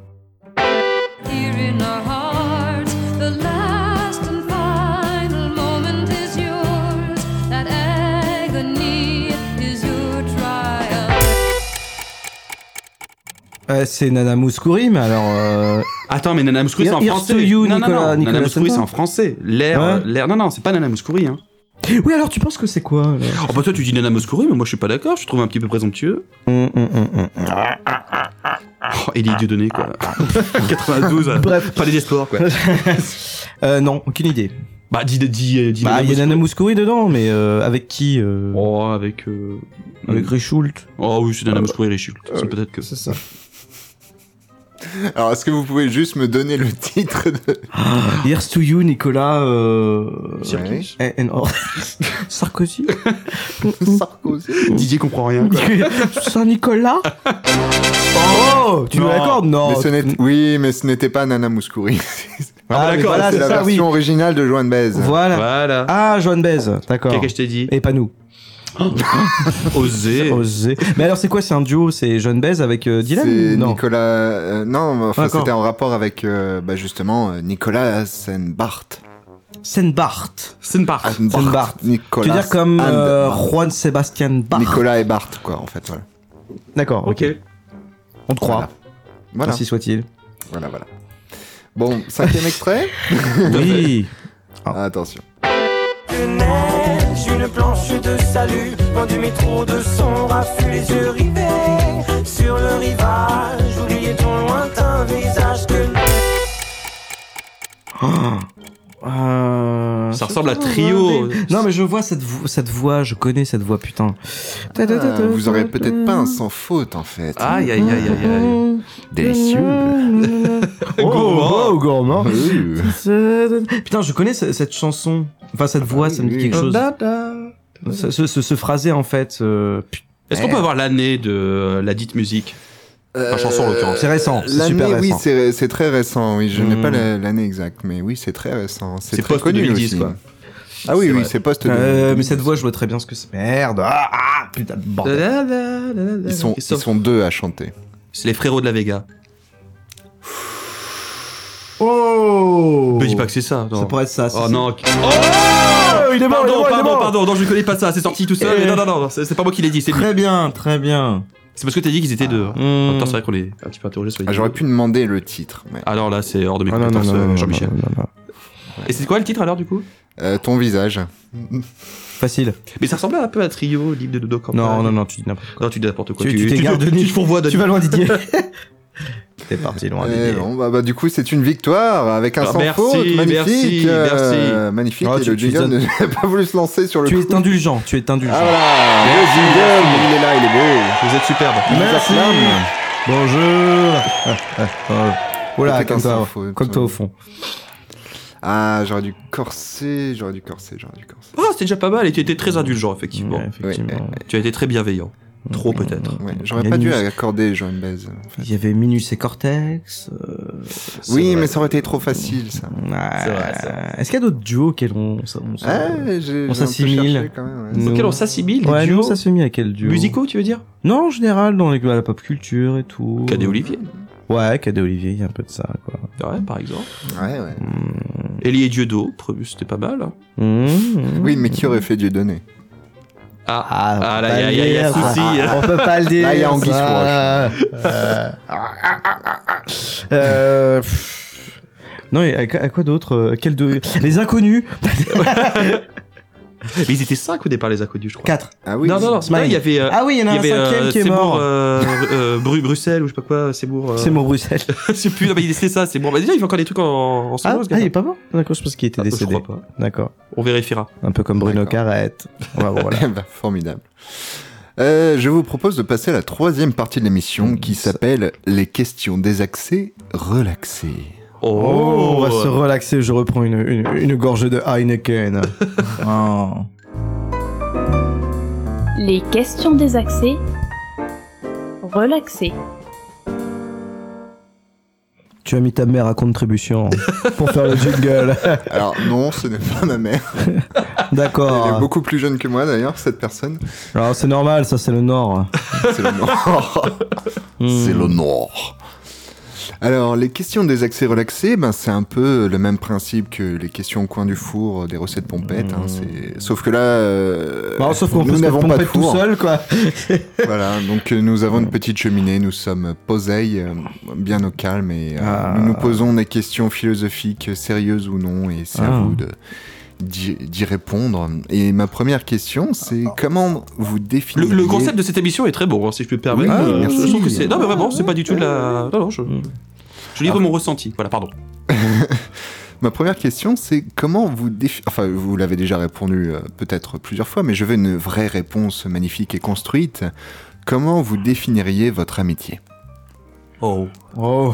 Speaker 12: Here in our hearts, the last and final moment is yours. That agony is your triumph.
Speaker 5: Euh, c'est Nana Mouskouri, mais alors. euh,
Speaker 4: Attends, mais Nana Mouskouri, c'est en
Speaker 5: Here's to
Speaker 4: français.
Speaker 5: you,
Speaker 4: non,
Speaker 5: Nicolas-
Speaker 4: non, non,
Speaker 5: Nicolas
Speaker 4: Nana Mouskouri,
Speaker 5: Santa.
Speaker 4: c'est en français. L'air, euh,
Speaker 5: Ouais.
Speaker 4: l'air. Non, non, c'est pas Nana Mouskouri. Hein.
Speaker 5: Oui, alors tu penses que c'est quoi là
Speaker 4: Oh, bah toi, tu dis Nana Mouskouri, mais moi, je suis pas d'accord. Je trouve un petit peu présomptueux.
Speaker 5: Hum, hum, hum, hum.
Speaker 4: Oh, Elie Dieudonné, quoi. hein. 92. Bref. Palais des sports, quoi.
Speaker 5: Euh, Non, aucune idée.
Speaker 4: Bah, dis, dis, euh, dis
Speaker 5: Bah,
Speaker 4: Nana
Speaker 5: il y a
Speaker 4: Mouskouri.
Speaker 5: Nana Mouskouri dedans, mais euh, avec qui euh,
Speaker 4: Oh, avec. euh,
Speaker 5: Avec Richult.
Speaker 4: Oh oui, c'est Nana Mouskouri et Richult. C'est peut-être que.
Speaker 5: C'est ça.
Speaker 3: Alors, est-ce que vous pouvez juste me donner le titre de.
Speaker 5: Here's to you, Nicolas. Euh...
Speaker 3: Circus.
Speaker 5: Eh, eh, non. Sarkozy.
Speaker 3: Sarkozy.
Speaker 4: Mm. Didier comprend rien. quoi.
Speaker 5: Saint-Nicolas Oh Tu me
Speaker 4: Non.
Speaker 5: l'accordes Non.
Speaker 3: Mais ce n'était- oui, mais ce n'était pas Nana Mouskouri.
Speaker 5: Ah, mais
Speaker 4: Mm. d'accord,
Speaker 5: voilà,
Speaker 3: c'est
Speaker 5: c'est
Speaker 3: la
Speaker 5: ça,
Speaker 3: version
Speaker 5: oui.
Speaker 3: originale de Joan Baez.
Speaker 5: Voilà.
Speaker 4: Voilà.
Speaker 5: Ah, Joan Baez, d'accord.
Speaker 4: Qu'est-ce que je t'ai dit
Speaker 5: Et pas nous.
Speaker 4: Osé.
Speaker 5: Osé. Mais alors, c'est quoi C'est un duo C'est Joan Baez avec euh,
Speaker 3: C'est
Speaker 5: Dylan ou- Non.
Speaker 3: Nicolas. euh, non,
Speaker 4: Ah,
Speaker 3: enfin,
Speaker 5: D'accord.
Speaker 3: c'était en rapport avec euh, bah, justement euh, Nicolas Senbart.
Speaker 5: Senbart.
Speaker 4: C'est Bart.
Speaker 5: Ah, Senbart.
Speaker 3: Nicolas.
Speaker 5: Tu veux dire comme
Speaker 3: and
Speaker 5: euh,
Speaker 3: Bart.
Speaker 5: Juan Sebastian Bach
Speaker 3: Nicolas et Bart, quoi, en fait. Voilà.
Speaker 5: D'accord, ok. Ah,
Speaker 4: Ok.
Speaker 5: On te croit.
Speaker 3: Voilà,
Speaker 5: Ainsi soit-il.
Speaker 3: voilà, voilà. Bon, cinquième extrait.
Speaker 5: Oui. Ah.
Speaker 3: Attention.
Speaker 13: Une neige, une planche de salut, loin du métro de son raffut, les yeux rivés sur le rivage, oubliez ton lointain visage que
Speaker 5: Ah. Euh, euh,
Speaker 4: Ça ressemble à Trio.
Speaker 5: Non, mais je vois cette, vo- cette voix, je connais cette voix, putain.
Speaker 3: Ah, vous aurez peut-être pas un sans faute en fait.
Speaker 5: Aïe, aïe, aïe, aïe, aïe.
Speaker 3: Délicieux.
Speaker 5: Oh,
Speaker 3: Gourmand.
Speaker 5: oh, gourmand.
Speaker 3: Oui.
Speaker 5: Putain, je connais ce- cette chanson. Enfin, cette voix, ça me dit quelque chose. Ce, ce, ce- ce phrasé, en fait. euh, putain.
Speaker 4: Est-ce qu'on peut avoir l'année de euh, la dite musique Enfin, chanson en l'occurrence.
Speaker 5: Euh, c'est récent, c'est
Speaker 3: L'année,
Speaker 5: super
Speaker 3: oui,
Speaker 5: récent.
Speaker 3: c'est ré- c'est très récent. Oui, je n'ai
Speaker 5: Mm.
Speaker 3: pas la- l'année exacte, mais oui, c'est très récent. C'est
Speaker 4: C'est
Speaker 3: très
Speaker 4: post-
Speaker 3: connu
Speaker 4: 2010,
Speaker 3: aussi.
Speaker 4: quoi.
Speaker 3: Ah oui,
Speaker 5: C'est
Speaker 3: oui,
Speaker 5: vrai.
Speaker 3: c'est post.
Speaker 5: Euh, mais cette voix, je vois très bien ce que c'est. Merde. Ah, ah, putain de bordel.
Speaker 3: Ils sont, ils sont deux à chanter.
Speaker 4: C'est les frérots de la Vega.
Speaker 5: Oh
Speaker 4: Me dis pas que c'est ça. non.
Speaker 5: Ça pourrait être ça.
Speaker 4: Oh non.
Speaker 5: il est mort, il est
Speaker 4: pardon,
Speaker 5: mort, il est
Speaker 4: pardon,
Speaker 5: mort.
Speaker 4: pardon, non, je connais pas ça. C'est sorti tout seul.
Speaker 5: Eh.
Speaker 4: mais Non, non, non, c'est c'est pas moi qui l'ai dit. C'est lui.
Speaker 5: Très bien, très bien.
Speaker 4: C'est parce que t'as dit qu'ils étaient deux. hein.
Speaker 5: Hmm.
Speaker 4: En même temps, c'est vrai qu'on est un petit peu interrogé sur les.
Speaker 3: Ah, J'aurais pu demander le titre. mais-
Speaker 4: Alors là, c'est hors de mes
Speaker 5: Ah, non,
Speaker 4: compétences,
Speaker 5: non, non,
Speaker 4: euh,
Speaker 5: non,
Speaker 4: Jean-Michel.
Speaker 5: non, non, non.
Speaker 4: Et c'est quoi le titre alors du coup
Speaker 3: Euh, ton visage.
Speaker 5: Facile.
Speaker 4: Mais ça ressemblait un peu à Trio, Libre de Dodo Campagne.
Speaker 5: Non, non, non, tu dis n'importe
Speaker 4: Non, tu dis n'importe quoi.
Speaker 5: quoi. Tu- Tu t'égares de
Speaker 4: Tu te fourvoies de
Speaker 5: Tu vas loin, Didier. T'es parti loin,
Speaker 3: Eh
Speaker 5: Didier.
Speaker 3: bon, bah, bah, du coup, c'est une victoire avec un
Speaker 5: Ah,
Speaker 3: sans
Speaker 5: merci,
Speaker 3: faute. Magnifique.
Speaker 5: merci,
Speaker 3: euh,
Speaker 5: merci.
Speaker 3: Magnifique.
Speaker 5: Ah,
Speaker 3: et
Speaker 5: tu-
Speaker 3: le
Speaker 5: tu
Speaker 3: jingle
Speaker 5: donnes-
Speaker 3: n'a pas voulu se lancer sur le
Speaker 5: Tu
Speaker 3: coup.
Speaker 5: es indulgent, tu es indulgent.
Speaker 3: Ah, voilà, le
Speaker 5: Merci.
Speaker 3: jingle, il est là, il est beau.
Speaker 4: Vous êtes superbe.
Speaker 3: Il nous
Speaker 5: Merci.
Speaker 3: acclame.
Speaker 5: Bonjour. Voilà,
Speaker 3: Peut-être un
Speaker 5: comme
Speaker 3: sans
Speaker 5: toi,
Speaker 3: faute.
Speaker 5: comme toi au fond.
Speaker 3: Ah, j'aurais dû corser, j'aurais dû corser, j'aurais dû corser.
Speaker 4: Ah, c'était déjà pas mal et tu étais très indulgent, effectivement.
Speaker 5: effectivement.
Speaker 4: Tu as été très bienveillant. Trop peut-être.
Speaker 3: Ouais,
Speaker 5: Il y
Speaker 3: j'aurais
Speaker 5: a
Speaker 3: pas
Speaker 5: une
Speaker 3: dû
Speaker 5: musique.
Speaker 3: accorder Joan Baez.
Speaker 5: Il y avait Minus et Cortex. euh, c'est
Speaker 3: Oui,
Speaker 5: vrai.
Speaker 3: mais ça aurait été trop facile, ça.
Speaker 5: Ouais.
Speaker 4: C'est vrai, c'est vrai.
Speaker 5: Est-ce qu'il y a d'autres duos auxquels on, s- on s-
Speaker 3: Ouais, j'ai- j'ai un
Speaker 5: on
Speaker 3: peu
Speaker 5: s'assimile
Speaker 3: cherché quand même, ouais.
Speaker 5: Nous-
Speaker 4: Auquel on s'assimile, des
Speaker 5: Ouais, nous,
Speaker 4: duos
Speaker 5: on s'assimile à quel duo
Speaker 4: Musicaux, tu veux dire
Speaker 5: Non, en général, dans les, à la pop culture et tout.
Speaker 4: Cadet Olivier.
Speaker 5: Ouais, Cadet Olivier, il y a un peu de ça, quoi. Hmm.
Speaker 4: Ouais, par exemple.
Speaker 3: Ouais, ouais.
Speaker 4: Elie et Dieudo, premier, c'était pas mal. hein.
Speaker 3: Oui, mais qui aurait fait Dieu donné
Speaker 4: Ah,
Speaker 5: Mmh. ah,
Speaker 4: ah, là, il y a- il y a,
Speaker 5: on peut pas
Speaker 4: souci.
Speaker 5: le dire, ça. On peut pas le dire.
Speaker 3: Là, il y a Anguille
Speaker 5: ça. Euh, euh, pff. Non, et à, quoi- à quoi d'autre euh, Quel de... Les inconnus
Speaker 4: Mais ils étaient 5 au départ, les inconnus, je crois.
Speaker 5: 4.
Speaker 3: Ah oui.
Speaker 4: non, non, non, c'est pas, il y avait. euh,
Speaker 5: Ah oui, il y en a un
Speaker 4: avait,
Speaker 5: cinquième qui est
Speaker 4: Seymour,
Speaker 5: mort.
Speaker 4: euh, euh, Bru- Bruxelles ou je sais pas quoi, Seymour. euh,
Speaker 5: C'est mon Bruxelles.
Speaker 4: je sais plus, non, mais il- c'est ça, c'est bon. Bah, déjà, il fait encore des trucs en, en
Speaker 5: Ah,
Speaker 4: solo, ce
Speaker 5: ah, il
Speaker 4: gars.
Speaker 5: est pas mort D'accord, je pense qu'il était
Speaker 4: Ah, je
Speaker 5: décédé.
Speaker 4: crois pas.
Speaker 5: D'accord.
Speaker 4: On vérifiera.
Speaker 5: Un peu comme Bruno
Speaker 3: D'accord.
Speaker 5: Carrette. Ouais, bon, voilà.
Speaker 3: Eh ben, formidable. Euh, je vous propose de passer à la troisième partie de l'émission qui s'appelle Les questions désaxées, relaxées.
Speaker 5: Oh, on va se relaxer. Je reprends une, une, une gorge de Heineken. Oh.
Speaker 2: Les questions désaxées. Relaxées.
Speaker 5: Tu as mis ta mère à contribution pour faire le jingle.
Speaker 3: Alors non, ce n'est pas ma mère. Elle est
Speaker 5: D'accord.
Speaker 3: beaucoup plus jeune que moi d'ailleurs, cette personne.
Speaker 5: Alors c'est normal, ça c'est le Nord. Hmm.
Speaker 3: C'est le Nord. C'est le Nord. Alors, les questions des accès relaxés, ben, c'est un peu le même principe que les questions au coin du four euh, des recettes pompettes. hein, c'est- Sauf que là, euh,
Speaker 5: Bon, Hmm. Bah, sauf qu'on peut
Speaker 3: nous
Speaker 5: se
Speaker 3: n'avons pas de
Speaker 5: pomper tout
Speaker 3: four.
Speaker 5: seul, quoi.
Speaker 3: Voilà, donc euh, nous avons une petite cheminée, nous sommes posés, euh, bien au calme, et euh, nous nous posons des questions philosophiques, euh, sérieuses ou non, et c'est à
Speaker 5: Ah.
Speaker 3: vous de d'y d'y répondre. Et ma premire question, c'est comment vous
Speaker 4: Le,
Speaker 3: définiriez...
Speaker 4: le concept de cette émission est très bon, hein, si je peux me permettre.
Speaker 3: Oui,
Speaker 4: Euh,
Speaker 3: merci.
Speaker 4: Je trouve que c'est. Non, mais vraiment, c'est pas du tout de
Speaker 5: Euh,
Speaker 4: la. Non, non, je.
Speaker 5: mm.
Speaker 4: Je
Speaker 5: Ah.
Speaker 4: livre mon ressenti. Voilà, pardon.
Speaker 3: Ma première question, c'est comment vous défi- Enfin, vous l'avez déjà répondu euh, peut-être plusieurs fois, mais je veux une vraie réponse magnifique et construite. Comment vous définiriez votre amitié
Speaker 4: Oh.
Speaker 5: Oh.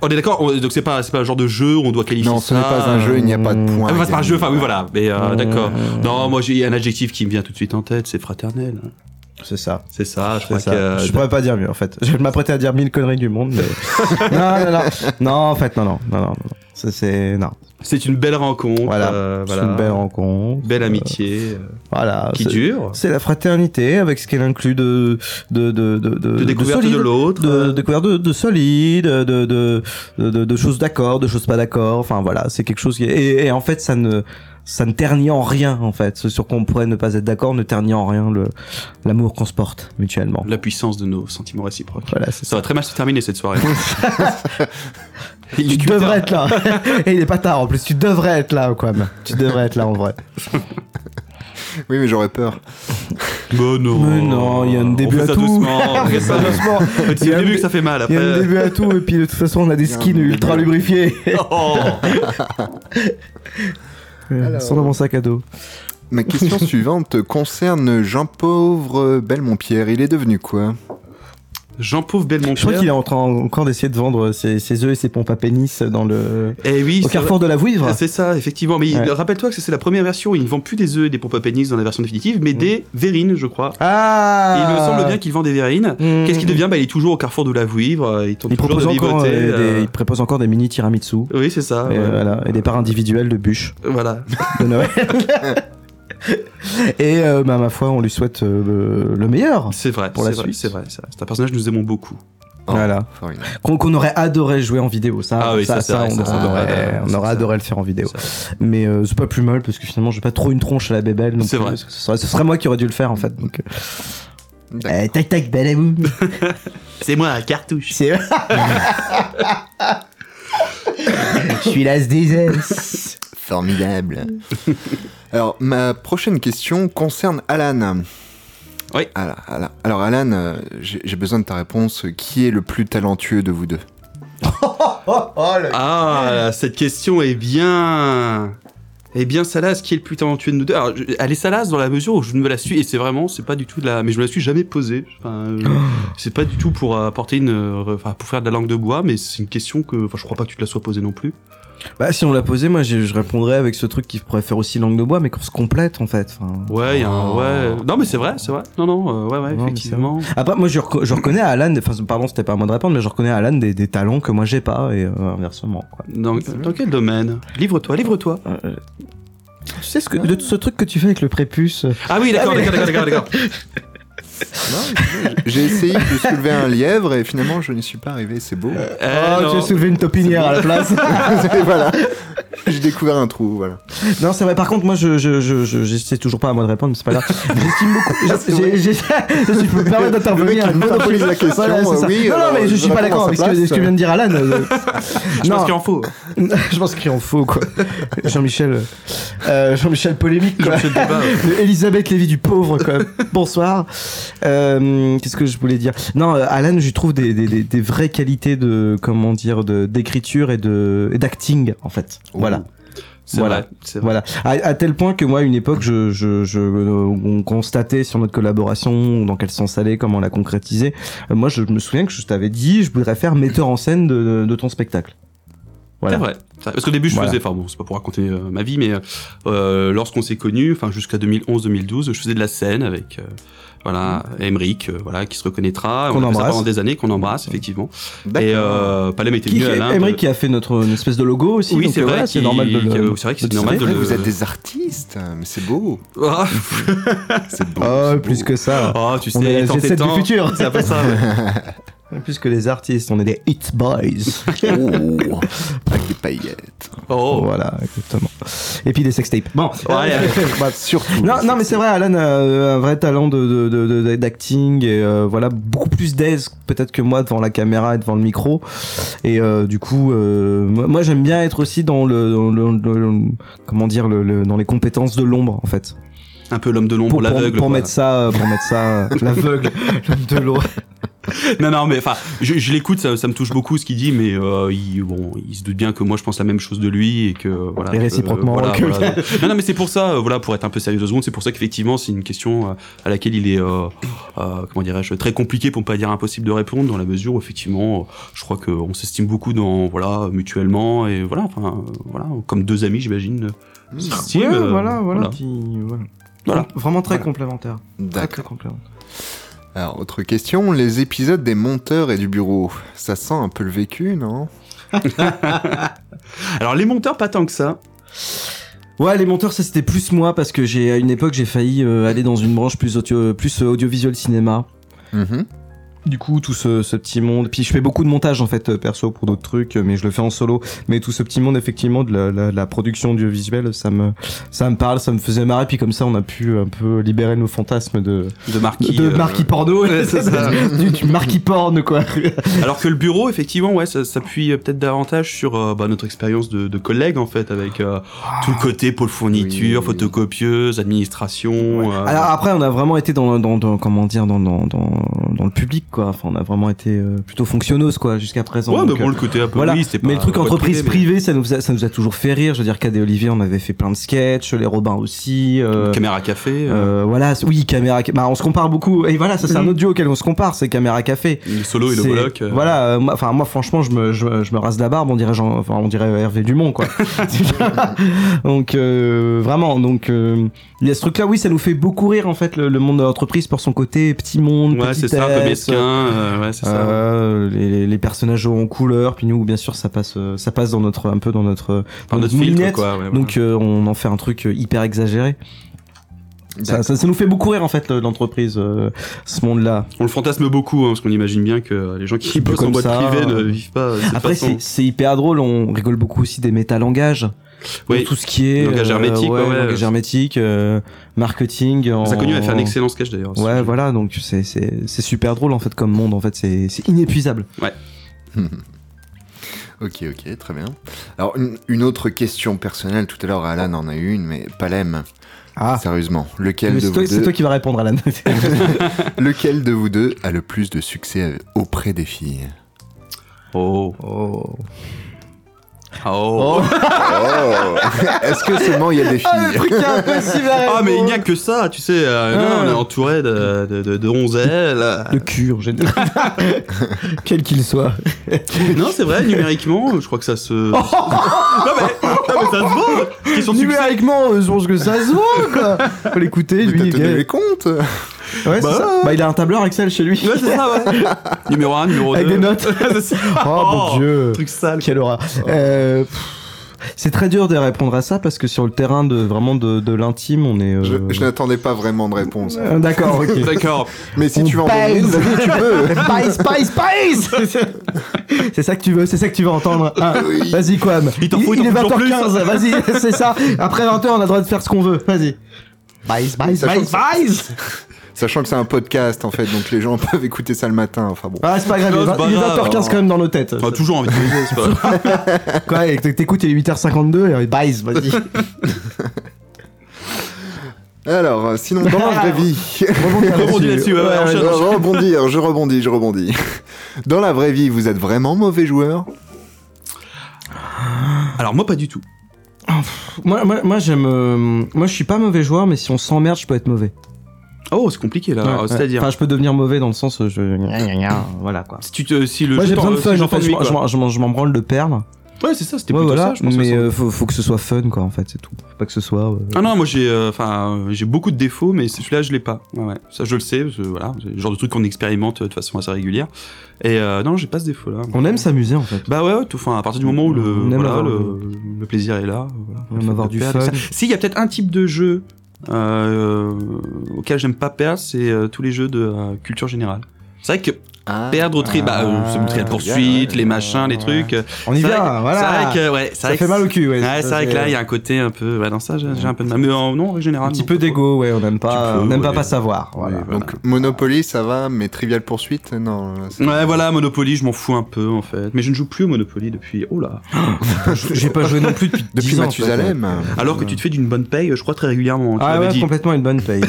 Speaker 4: On est d'accord, on- donc c'est pas, c'est pas un genre de jeu où on doit qualifier
Speaker 3: Non, ce n'est
Speaker 4: ça,
Speaker 3: pas un jeu, il n'y a pas de point.
Speaker 4: Ah, bah, c'est pas un jeu, enfin oui, voilà. Mais euh,
Speaker 5: Mmh.
Speaker 4: d'accord. Non, moi j'ai un adjectif qui me vient tout de suite en tête, c'est fraternel.
Speaker 5: C'est ça.
Speaker 4: C'est ça, je
Speaker 5: C'est
Speaker 4: crois
Speaker 5: ça.
Speaker 4: que. euh,
Speaker 5: Je pourrais pas dire mieux en fait. Je vais m'apprêter à dire mille conneries du monde, mais non, non, non, non, en fait, non, non, non, non, non. Ça, c'est non.
Speaker 4: C'est une belle rencontre.
Speaker 5: Voilà,
Speaker 4: euh,
Speaker 5: c'est
Speaker 4: voilà.
Speaker 5: une belle rencontre,
Speaker 4: Belle amitié. euh,
Speaker 5: voilà.
Speaker 4: qui
Speaker 5: ah, C'est-
Speaker 4: dure.
Speaker 5: C'est la fraternité avec ce qu'elle inclut de de de de de,
Speaker 4: De découverte de
Speaker 5: solide,
Speaker 4: l'autre. euh,
Speaker 5: de découverte de, de solide, de de de, de- de choses d'accord, de choses pas d'accord. Enfin voilà, c'est quelque chose qui et, et en fait ça ne ça ne ternit en rien en fait. Ce sur quoi on pourrait ne pas être d'accord ne ternit en rien le l'amour qu'on se porte mutuellement.
Speaker 4: La puissance de nos sentiments réciproques.
Speaker 5: Voilà, c'est
Speaker 4: Ça va très mal se terminer cette soirée. Il est
Speaker 5: Tu
Speaker 4: culte,
Speaker 5: devrais
Speaker 4: hein.
Speaker 5: être là. et il est pas tard en plus. Tu devrais être là quand même. Tu devrais être là en vrai.
Speaker 3: Oui, mais j'aurais peur.
Speaker 4: Bon, non.
Speaker 5: Mais non, il y a un début à
Speaker 4: ça
Speaker 5: tout.
Speaker 4: doucement, on fait ça doucement. C'est
Speaker 5: Il y a
Speaker 4: au
Speaker 5: un
Speaker 4: début
Speaker 5: dé-
Speaker 4: que ça fait mal,
Speaker 5: Il y a un
Speaker 4: après.
Speaker 5: début à tout, et puis de toute façon, on a des skins ultra lubrifiés.
Speaker 4: Oh.
Speaker 5: Euh,
Speaker 3: Alors.
Speaker 5: Sans dans mon sac à dos.
Speaker 3: Ma question suivante concerne Jean Pauvre Belmontpierre. Il est devenu quoi
Speaker 4: Jean Pauvre Belmontpierre.
Speaker 5: Je crois qu'il est en train encore d'essayer de vendre ses, ses œufs et ses pompes à pénis dans le.
Speaker 4: Eh oui,
Speaker 5: Au
Speaker 4: c'est
Speaker 5: carrefour
Speaker 4: vrai.
Speaker 5: de la Vouivre.
Speaker 4: C'est ça, effectivement. Mais il-
Speaker 5: Ouais.
Speaker 4: rappelle-toi que c'est la première version. Ils ne vendent plus des œufs et des pompes à pénis dans la version définitive, mais des verrines, je crois.
Speaker 5: Mm. Ah
Speaker 4: Et il me semble bien qu'il vend des verrines.
Speaker 5: Mm.
Speaker 4: Qu'est-ce qu'il devient bah, Il est toujours au carrefour de la Vouivre. euh, Il tente
Speaker 5: Il
Speaker 4: toujours
Speaker 5: propose,
Speaker 4: de
Speaker 5: encore,
Speaker 4: vivoter.
Speaker 5: euh,
Speaker 4: euh,
Speaker 5: des, il propose encore des mini tiramisu.
Speaker 4: Oui, c'est ça.
Speaker 5: Et,
Speaker 4: ouais.
Speaker 5: euh, voilà, et des parts individuelles de bûches
Speaker 4: Voilà.
Speaker 5: de Noël. et euh, bah, ma foi, on lui souhaite euh, le- le meilleur.
Speaker 4: C'est vrai,
Speaker 5: Pour
Speaker 4: c'est
Speaker 5: la
Speaker 4: vrai,
Speaker 5: suite.
Speaker 4: c'est vrai. c'est vrai. C'est un personnage que nous aimons beaucoup.
Speaker 5: voilà.
Speaker 3: formidable.
Speaker 5: Qu'on qu'on aurait adoré jouer en vidéo, ça.
Speaker 4: Oh. Ah oui, ça, c'est vrai,
Speaker 5: on,
Speaker 4: ça, ça,
Speaker 5: on
Speaker 4: on aurait
Speaker 5: aurait,
Speaker 4: adoré,
Speaker 5: on
Speaker 4: ça,
Speaker 5: aurait
Speaker 4: c'est
Speaker 5: adoré le faire en vidéo. Mais euh, c'est pas plus mal parce que finalement, j'ai pas trop une tronche à la bébelle. donc,
Speaker 4: C'est vrai.
Speaker 5: euh, Ce serait, ce serait moi qui aurais dû le faire en fait. Donc, euh, euh, tac tac, balaboum.
Speaker 4: C'est moi, cartouche.
Speaker 5: C'est Je suis l'as des as.
Speaker 3: Formidable. Alors, ma prochaine question concerne Alan.
Speaker 4: Oui.
Speaker 3: Alors, Alan, alors, Alan, euh, j'ai j'ai besoin de ta réponse. Qui est le plus talentueux de vous deux
Speaker 4: Ah, cette question est bien. Eh bien, Salas, qui est le plus talentueux de nous deux Alors, je- elle est Salas dans la mesure où je ne me la suis, et c'est vraiment, c'est pas du tout de la. Mais je me la suis jamais posée. Enfin, euh,
Speaker 5: Oh.
Speaker 4: c'est pas du tout pour apporter une. euh, Enfin, pour faire de la langue de bois, mais c'est une question que. Enfin, je crois pas que tu te la sois posée non plus.
Speaker 5: Bah si on l'a posé, moi je, je répondrais avec ce truc qui pourrait faire aussi langue de bois, mais qu'on se complète en fait. Enfin,
Speaker 4: Ouais, il y a un. Ouais. Non, mais c'est vrai, c'est vrai. Non, non, euh, ouais, ouais,
Speaker 5: Oh. Non, mais
Speaker 4: effectivement.
Speaker 5: c'est vrai. Après, moi, je, reco- je reconnais à Alan, enfin, pardon, c'était pas à moi de répondre, mais je reconnais à Alan des, des talents que moi j'ai pas, et euh, inversement, quoi.
Speaker 4: Dans, dans quel domaine Livre-toi, livre-toi.
Speaker 3: euh,
Speaker 5: Tu sais ce, que, de, ce truc que tu fais avec le prépuce.
Speaker 4: Ah oui, d'accord,
Speaker 5: Ah, mais-
Speaker 4: d'accord, d'accord, d'accord, d'accord.
Speaker 3: J'ai essayé de soulever un lièvre et finalement, je n'y suis pas arrivé. C'est beau.
Speaker 4: Eh,
Speaker 5: oh,
Speaker 4: non.
Speaker 5: tu as soulevé une topinière à la place.
Speaker 3: Et voilà. J'ai découvert un trou, voilà.
Speaker 5: non, c'est vrai, par contre, moi, je, je, je, je, je sais toujours pas à moi de répondre, mais c'est pas grave. J'estime beaucoup. j'ai- j'ai- je peux me permettre d'intervenir.
Speaker 3: Ah, Le mec, il monopolise la question,
Speaker 5: Voilà, c'est ça.
Speaker 3: euh, oui,
Speaker 5: non, non,
Speaker 3: alors,
Speaker 5: mais je,
Speaker 3: je
Speaker 5: suis pas
Speaker 3: réponds à
Speaker 5: d'accord
Speaker 3: sa
Speaker 5: avec ce que,
Speaker 3: place.
Speaker 5: ce que vient de dire Alan. euh,
Speaker 4: Je
Speaker 5: non.
Speaker 4: pense qu'il en faut.
Speaker 5: je pense qu'il en faut quoi. Jean-Michel, euh, Jean-Michel polémique quoi.
Speaker 4: Jean-Michel Débat, ouais.
Speaker 5: Le Elisabeth Lévy du pauvre quoi. Bonsoir. Euh, Qu'est-ce que je voulais dire Non, euh, Alan, je trouve des, des, des, des vraies qualités de comment dire de d'écriture et de et d'acting en fait. Voilà.
Speaker 4: C'est
Speaker 5: voilà.
Speaker 4: vrai, Oh, c'est vrai.
Speaker 5: Voilà. À, à tel point que moi, à une époque, je, je, je, euh, on constatait sur notre collaboration dans quel sens allait, comment la concrétiser. Euh, moi, je me souviens que je t'avais dit, je voudrais faire metteur en scène de, de, de ton spectacle. Voilà.
Speaker 4: C'est vrai. C'est vrai. Parce qu'au début, je
Speaker 5: Voilà.
Speaker 4: faisais, enfin bon, c'est pas pour raconter euh, ma vie, mais euh, euh, lorsqu'on s'est connus, enfin jusqu'à 2011-2012, je faisais de la scène avec, euh, voilà, Emric, euh, voilà, qui se reconnaîtra.
Speaker 5: Mm.
Speaker 4: On
Speaker 5: Qu'on
Speaker 4: a fait ça
Speaker 5: embrasse. Mm.
Speaker 4: pendant des années, qu'on embrasse, effectivement.
Speaker 3: D'accord.
Speaker 4: Et euh, Palem était
Speaker 5: Qui,
Speaker 4: venu à l'un.
Speaker 5: Emery qui a fait notre une espèce de logo aussi.
Speaker 4: Oui,
Speaker 5: donc,
Speaker 4: c'est
Speaker 5: euh,
Speaker 4: vrai
Speaker 5: voilà, c'est
Speaker 4: qu'il-
Speaker 5: normal de le-
Speaker 4: qu'il y a- c'est vrai que c'est
Speaker 5: de le
Speaker 4: normal
Speaker 5: citer.
Speaker 4: de le-
Speaker 3: Vous êtes des artistes, euh, mais c'est beau.
Speaker 4: Ah,
Speaker 3: C'est beau.
Speaker 5: Oh,
Speaker 3: c'est
Speaker 5: plus
Speaker 3: beau.
Speaker 5: que ça.
Speaker 4: oh, tu
Speaker 5: On est
Speaker 4: sais,
Speaker 5: la
Speaker 4: tant
Speaker 5: Jet
Speaker 4: et
Speaker 5: Set du
Speaker 4: tant.
Speaker 5: futur.
Speaker 4: C'est un peu ça, ouais.
Speaker 5: Plus que les artistes, on est des hit boys.
Speaker 3: Oh, avec des paillettes.
Speaker 4: Oh,
Speaker 5: Voilà, exactement. Et puis des sextapes. Bon.
Speaker 4: Ouais,
Speaker 5: Euh, bah,
Speaker 3: Surtout.
Speaker 5: Non, non, mais c'est vrai, Alan a euh, un vrai talent de, de, de- de- d'acting et euh, voilà beaucoup plus d'aise peut-être que moi devant la caméra et devant le micro. Et euh, du coup, euh, moi moi, j'aime bien être aussi dans le, dans le- dans le- comment dire le- le- dans les compétences de l'ombre en fait.
Speaker 4: un peu l'homme de
Speaker 5: Pour,
Speaker 4: l'ombre,
Speaker 5: pour-
Speaker 4: l'aveugle.
Speaker 5: pour
Speaker 4: quoi.
Speaker 5: mettre ça, euh, pour mettre ça, euh, l'aveugle, l'homme de l'ombre.
Speaker 4: Non, non, mais enfin, je, je l'écoute, ça, ça me touche beaucoup ce qu'il dit, mais euh, il, bon, il se doute bien que moi je pense la même chose de lui et que voilà.
Speaker 5: Et
Speaker 4: que,
Speaker 5: réciproquement,
Speaker 4: voilà,
Speaker 5: que-
Speaker 4: voilà. non, non, mais c'est pour ça, euh, voilà, pour être un peu sérieux deux secondes, c'est pour ça qu'effectivement c'est une question euh, à laquelle il est, euh, euh, comment dirais-je, très compliqué pour pas dire impossible de répondre dans la mesure où effectivement, euh, je crois qu'on s'estime beaucoup dans voilà mutuellement et voilà, enfin euh, voilà, comme deux amis j'imagine. euh, s'estiment,
Speaker 5: Ouais,
Speaker 4: euh,
Speaker 5: voilà, voilà, qui- voilà.
Speaker 4: Voilà.
Speaker 5: Vraiment très
Speaker 4: Voilà.
Speaker 5: complémentaire. Très, très
Speaker 3: D'accord.
Speaker 5: complémentaire.
Speaker 3: Alors, autre question, les épisodes des monteurs et du bureau, ça sent un peu le vécu, non
Speaker 4: Alors les monteurs pas tant que ça.
Speaker 5: Ouais, les monteurs, ça c'était plus moi parce que j'ai à une époque j'ai failli euh, aller dans une branche plus audio, plus euh, audiovisuel cinéma. du coup tout ce, ce petit monde puis je fais beaucoup de montage en fait euh, perso pour d'autres trucs euh, mais je le fais en solo mais tout ce petit monde effectivement de la, la- la production audiovisuelle ça me ça me parle ça me faisait marrer puis comme ça on a pu un peu libérer nos fantasmes de
Speaker 4: De marquis,
Speaker 5: de
Speaker 4: euh,
Speaker 5: marquis porno
Speaker 4: ouais, c'est ça.
Speaker 5: du, du marquis porno quoi
Speaker 4: Alors que le bureau, effectivement, ouais, ça s'appuie euh, peut-être davantage sur euh, bah, notre expérience de, de collègue, en fait, avec euh,
Speaker 5: Ah.
Speaker 4: tout le côté pôle fourniture, photocopieuse, administration. euh,
Speaker 5: Alors après, on a vraiment été dans, dans, dans- comment dire, dans, dans, dans, dans le public, quoi. Enfin, on a vraiment été euh, plutôt fonctionneuse, quoi, jusqu'à présent.
Speaker 4: Ouais, mais
Speaker 5: Donc,
Speaker 4: bon,
Speaker 5: euh,
Speaker 4: le côté un peu,
Speaker 5: voilà.
Speaker 4: Bah oui, c'était
Speaker 5: Mais
Speaker 4: pas-
Speaker 5: le truc
Speaker 4: pas
Speaker 5: entreprise
Speaker 4: privé, mais-
Speaker 5: privée, ça nous, a, ça nous a toujours fait rire. Je veux dire, Cadet Olivier, on avait fait plein de sketchs, les Robins aussi. euh,
Speaker 4: Caméra café.
Speaker 5: euh, voilà, c- oui, caméra. ca- Bah, on se compare beaucoup. Et voilà, ça c'est un autre duo auquel on se compare, c'est caméra café.
Speaker 4: Le solo et le
Speaker 5: C'est-
Speaker 4: Bollock, euh.
Speaker 5: Voilà, euh, moi- enfin moi franchement, je me, je, je me rase la barbe, on dirait Jean- enfin on dirait Hervé Dumont quoi. donc euh, vraiment, donc euh, il y a ce truc là, oui, ça nous fait beaucoup rire en fait le, le monde de l'entreprise pour son côté petit monde,
Speaker 4: ouais, c'est
Speaker 5: petitesse,
Speaker 4: ça, un peu mesquin. euh, ouais, c'est ça.
Speaker 5: euh, les, les- les personnages en couleur, puis nous, bien sûr, ça passe, euh, ça passe dans notre, un peu dans notre,
Speaker 4: Dans notre filtre,
Speaker 5: moulinette.
Speaker 4: quoi, ouais, voilà.
Speaker 5: Donc, euh, on en fait un truc euh, hyper exagéré. Ça, ça, ça nous fait beaucoup rire en fait le- l'entreprise, euh, ce monde-là.
Speaker 4: On le fantasme beaucoup, hein, parce qu'on imagine bien que euh, les gens qui
Speaker 5: Un peu
Speaker 4: bossent en
Speaker 5: comme
Speaker 4: boîte
Speaker 5: ça.
Speaker 4: privée ne vivent pas. euh, de cette
Speaker 5: Après,
Speaker 4: façon.
Speaker 5: c'est c'est hyper drôle. On rigole beaucoup aussi des métalangages.
Speaker 4: Oui.
Speaker 5: Tout ce qui est euh,
Speaker 4: Langage hermétique,
Speaker 5: ouais,
Speaker 4: ouais, ouais.
Speaker 5: langage hermétique, euh, marketing. En...
Speaker 4: Ça a connu à faire un excellent sketch, d'ailleurs, à ce
Speaker 5: Oh. Ouais, voilà. Donc c'est c'est c'est super drôle en fait comme monde. En fait, c'est c'est inépuisable.
Speaker 4: Ouais.
Speaker 3: Ok, ok, très bien. Alors, une, une autre question personnelle, tout à l'heure Alan en a eu une, mais Palem,
Speaker 4: Ah,
Speaker 3: sérieusement, lequel
Speaker 5: Ah.
Speaker 3: de,
Speaker 5: Mais C'est
Speaker 3: vous
Speaker 5: toi, c'est
Speaker 3: deux,
Speaker 5: toi qui vas répondre, Alan.
Speaker 3: lequel de vous deux a le plus de succès euh, auprès des filles
Speaker 4: Oh.
Speaker 5: Oh.
Speaker 3: Oh.
Speaker 4: Oh.
Speaker 3: Est-ce que seulement il y a des filles
Speaker 5: Ah,
Speaker 4: Ah, mais il n'y a que ça, tu sais. euh,
Speaker 5: Ah,
Speaker 4: non, non, on est entouré de, de, de, de donzelles.
Speaker 5: Le cul, en général. Quel qu'il soit.
Speaker 4: non, c'est vrai, numériquement, je crois que ça se. non, mais, non, mais ça se voit Question de succès.
Speaker 5: Numériquement, euh, je pense que ça se voit, quoi. Faut l'écouter, lui.
Speaker 4: t'as tenu
Speaker 5: il-
Speaker 4: les
Speaker 3: comptes
Speaker 5: Ouais, c'est
Speaker 4: Bah
Speaker 5: ça.
Speaker 4: ouais.
Speaker 5: Bah, il a un tableur Excel chez lui.
Speaker 4: Ouais, c'est ça, ouais. Numéro 1, numéro 2.
Speaker 5: Avec des notes. oh, mon dieu.
Speaker 4: Truc sale.
Speaker 5: Quelle aura. c'est très dur de répondre à ça parce que sur le terrain de vraiment de, de l'intime, on est. euh,
Speaker 3: Je, je n'attendais pas vraiment de réponse.
Speaker 5: Euh, d'accord, ok.
Speaker 4: D'accord.
Speaker 3: Mais si
Speaker 5: on
Speaker 3: tu veux en donner une,
Speaker 5: pèse.
Speaker 3: vas-y, tu peux.
Speaker 5: Pèse, pèse, pèse C'est ça que tu veux, c'est ça que tu veux entendre. Ah, vas-y, quoi
Speaker 4: Il t'en faut, il
Speaker 5: est
Speaker 4: t'en faut toujours
Speaker 5: 20h15,
Speaker 4: plus.
Speaker 5: vas-y, c'est ça. Après 20h, on a le droit de faire ce qu'on veut. Vas-y. Pèse, pèse,
Speaker 3: Sachant
Speaker 5: pèse,
Speaker 3: que ça-
Speaker 5: pèse
Speaker 3: Sachant que c'est un podcast en fait, donc les gens peuvent écouter ça le matin. Enfin bon.
Speaker 5: Ah, c'est pas grave, il est
Speaker 3: Non, c'est
Speaker 5: vingt-
Speaker 3: pas
Speaker 5: il est
Speaker 3: grave.
Speaker 5: 20h15 quand même dans nos têtes.
Speaker 4: Enfin, toujours envie de baiser, c'est pas.
Speaker 5: Quoi, et t'écoutes, il est 8h52, et on est pèse, vas-y.
Speaker 3: Alors, euh, sinon, dans la vraie vie.
Speaker 5: Rebondis Rebondis là-dessus. là-dessus, ouais, ouais,
Speaker 3: Ouais,
Speaker 5: enchaîne,
Speaker 3: je
Speaker 5: enchaîne.
Speaker 3: Ah, rebondis, hein, je rebondis, je rebondis. Dans la vraie vie, vous êtes vraiment mauvais joueur
Speaker 4: Alors, moi, pas du tout.
Speaker 5: Moi, moi, moi, j'aime. euh, moi, je suis pas mauvais joueur, mais si on s'emmerde, je peux être mauvais.
Speaker 4: Oh, c'est compliqué là.
Speaker 5: Ouais,
Speaker 4: Alors,
Speaker 5: ouais.
Speaker 4: C'est-à-dire.
Speaker 5: Enfin, je peux devenir mauvais dans le sens. euh, Je... Voilà quoi.
Speaker 4: si, tu te, si le.
Speaker 5: moi, j'ai besoin de fun,
Speaker 4: si
Speaker 5: en fait. Je,
Speaker 4: t'ennuies,
Speaker 5: m'en- je m'en-
Speaker 4: quoi.
Speaker 5: je m'en- je m'en branle de perles.
Speaker 4: Ouais, c'est ça, c'était
Speaker 5: Ouais,
Speaker 4: plutôt
Speaker 5: voilà,
Speaker 4: ça, je pense.
Speaker 5: mais
Speaker 4: que ça-
Speaker 5: euh, faut, faut que ce soit fun, quoi, en fait, c'est tout. Faut pas que ce soit. euh,
Speaker 4: Ah non, moi j'ai euh, enfin euh, j'ai beaucoup de défauts, mais celui-là je l'ai pas. Ouais, ouais. Ça je le sais, parce que, voilà, c'est le genre de truc qu'on expérimente euh, de façon assez régulière. Et euh, non, j'ai pas ce défaut-là.
Speaker 5: On aime s'amuser, en fait.
Speaker 4: Bah ouais, ouais, tout, enfin à partir du moment où le
Speaker 5: On aime
Speaker 4: voilà,
Speaker 5: avoir
Speaker 4: le, le plaisir est là, voilà,
Speaker 5: On aime avoir du
Speaker 4: perdre,
Speaker 5: fun.
Speaker 4: ça. Si il y a peut-être un type de jeu euh, auquel j'aime pas perdre, c'est euh, tous les jeux de euh, culture générale. C'est vrai que perdre au tri, bah, euh,
Speaker 5: Ah,
Speaker 4: c'est le tri de poursuite, les machins, les trucs.
Speaker 5: On y
Speaker 4: C'est vrai
Speaker 5: vient,
Speaker 4: que-
Speaker 5: voilà.
Speaker 4: C'est vrai que, ouais, c'est
Speaker 5: Ça
Speaker 4: vrai que
Speaker 5: fait mal au cul, ouais.
Speaker 4: c'est vrai que là, il y a un côté un peu. Ouais, dans ça, j'ai j'ai un peu de mal. Mais en, non, en général.
Speaker 5: Un petit peu d'ego, ouais, on aime pas, on aime pas, pas savoir. Ah, Voilà.
Speaker 3: Donc, Monopoly, ça va, mais Trivial Poursuite, non. là, c'est-
Speaker 4: Ouais, voilà, Monopoly, je m'en fous un peu en fait. Mais je ne joue plus au Monopoly depuis. Oh là
Speaker 5: J'ai pas joué non plus depuis,
Speaker 3: Depuis
Speaker 5: 10 ans, en fait.
Speaker 3: Mathusalem.
Speaker 4: Alors que tu te fais d'une bonne paye, je crois, très régulièrement. tu
Speaker 5: Ah
Speaker 4: m'avais
Speaker 5: ouais,
Speaker 4: dit.
Speaker 5: complètement une bonne paye.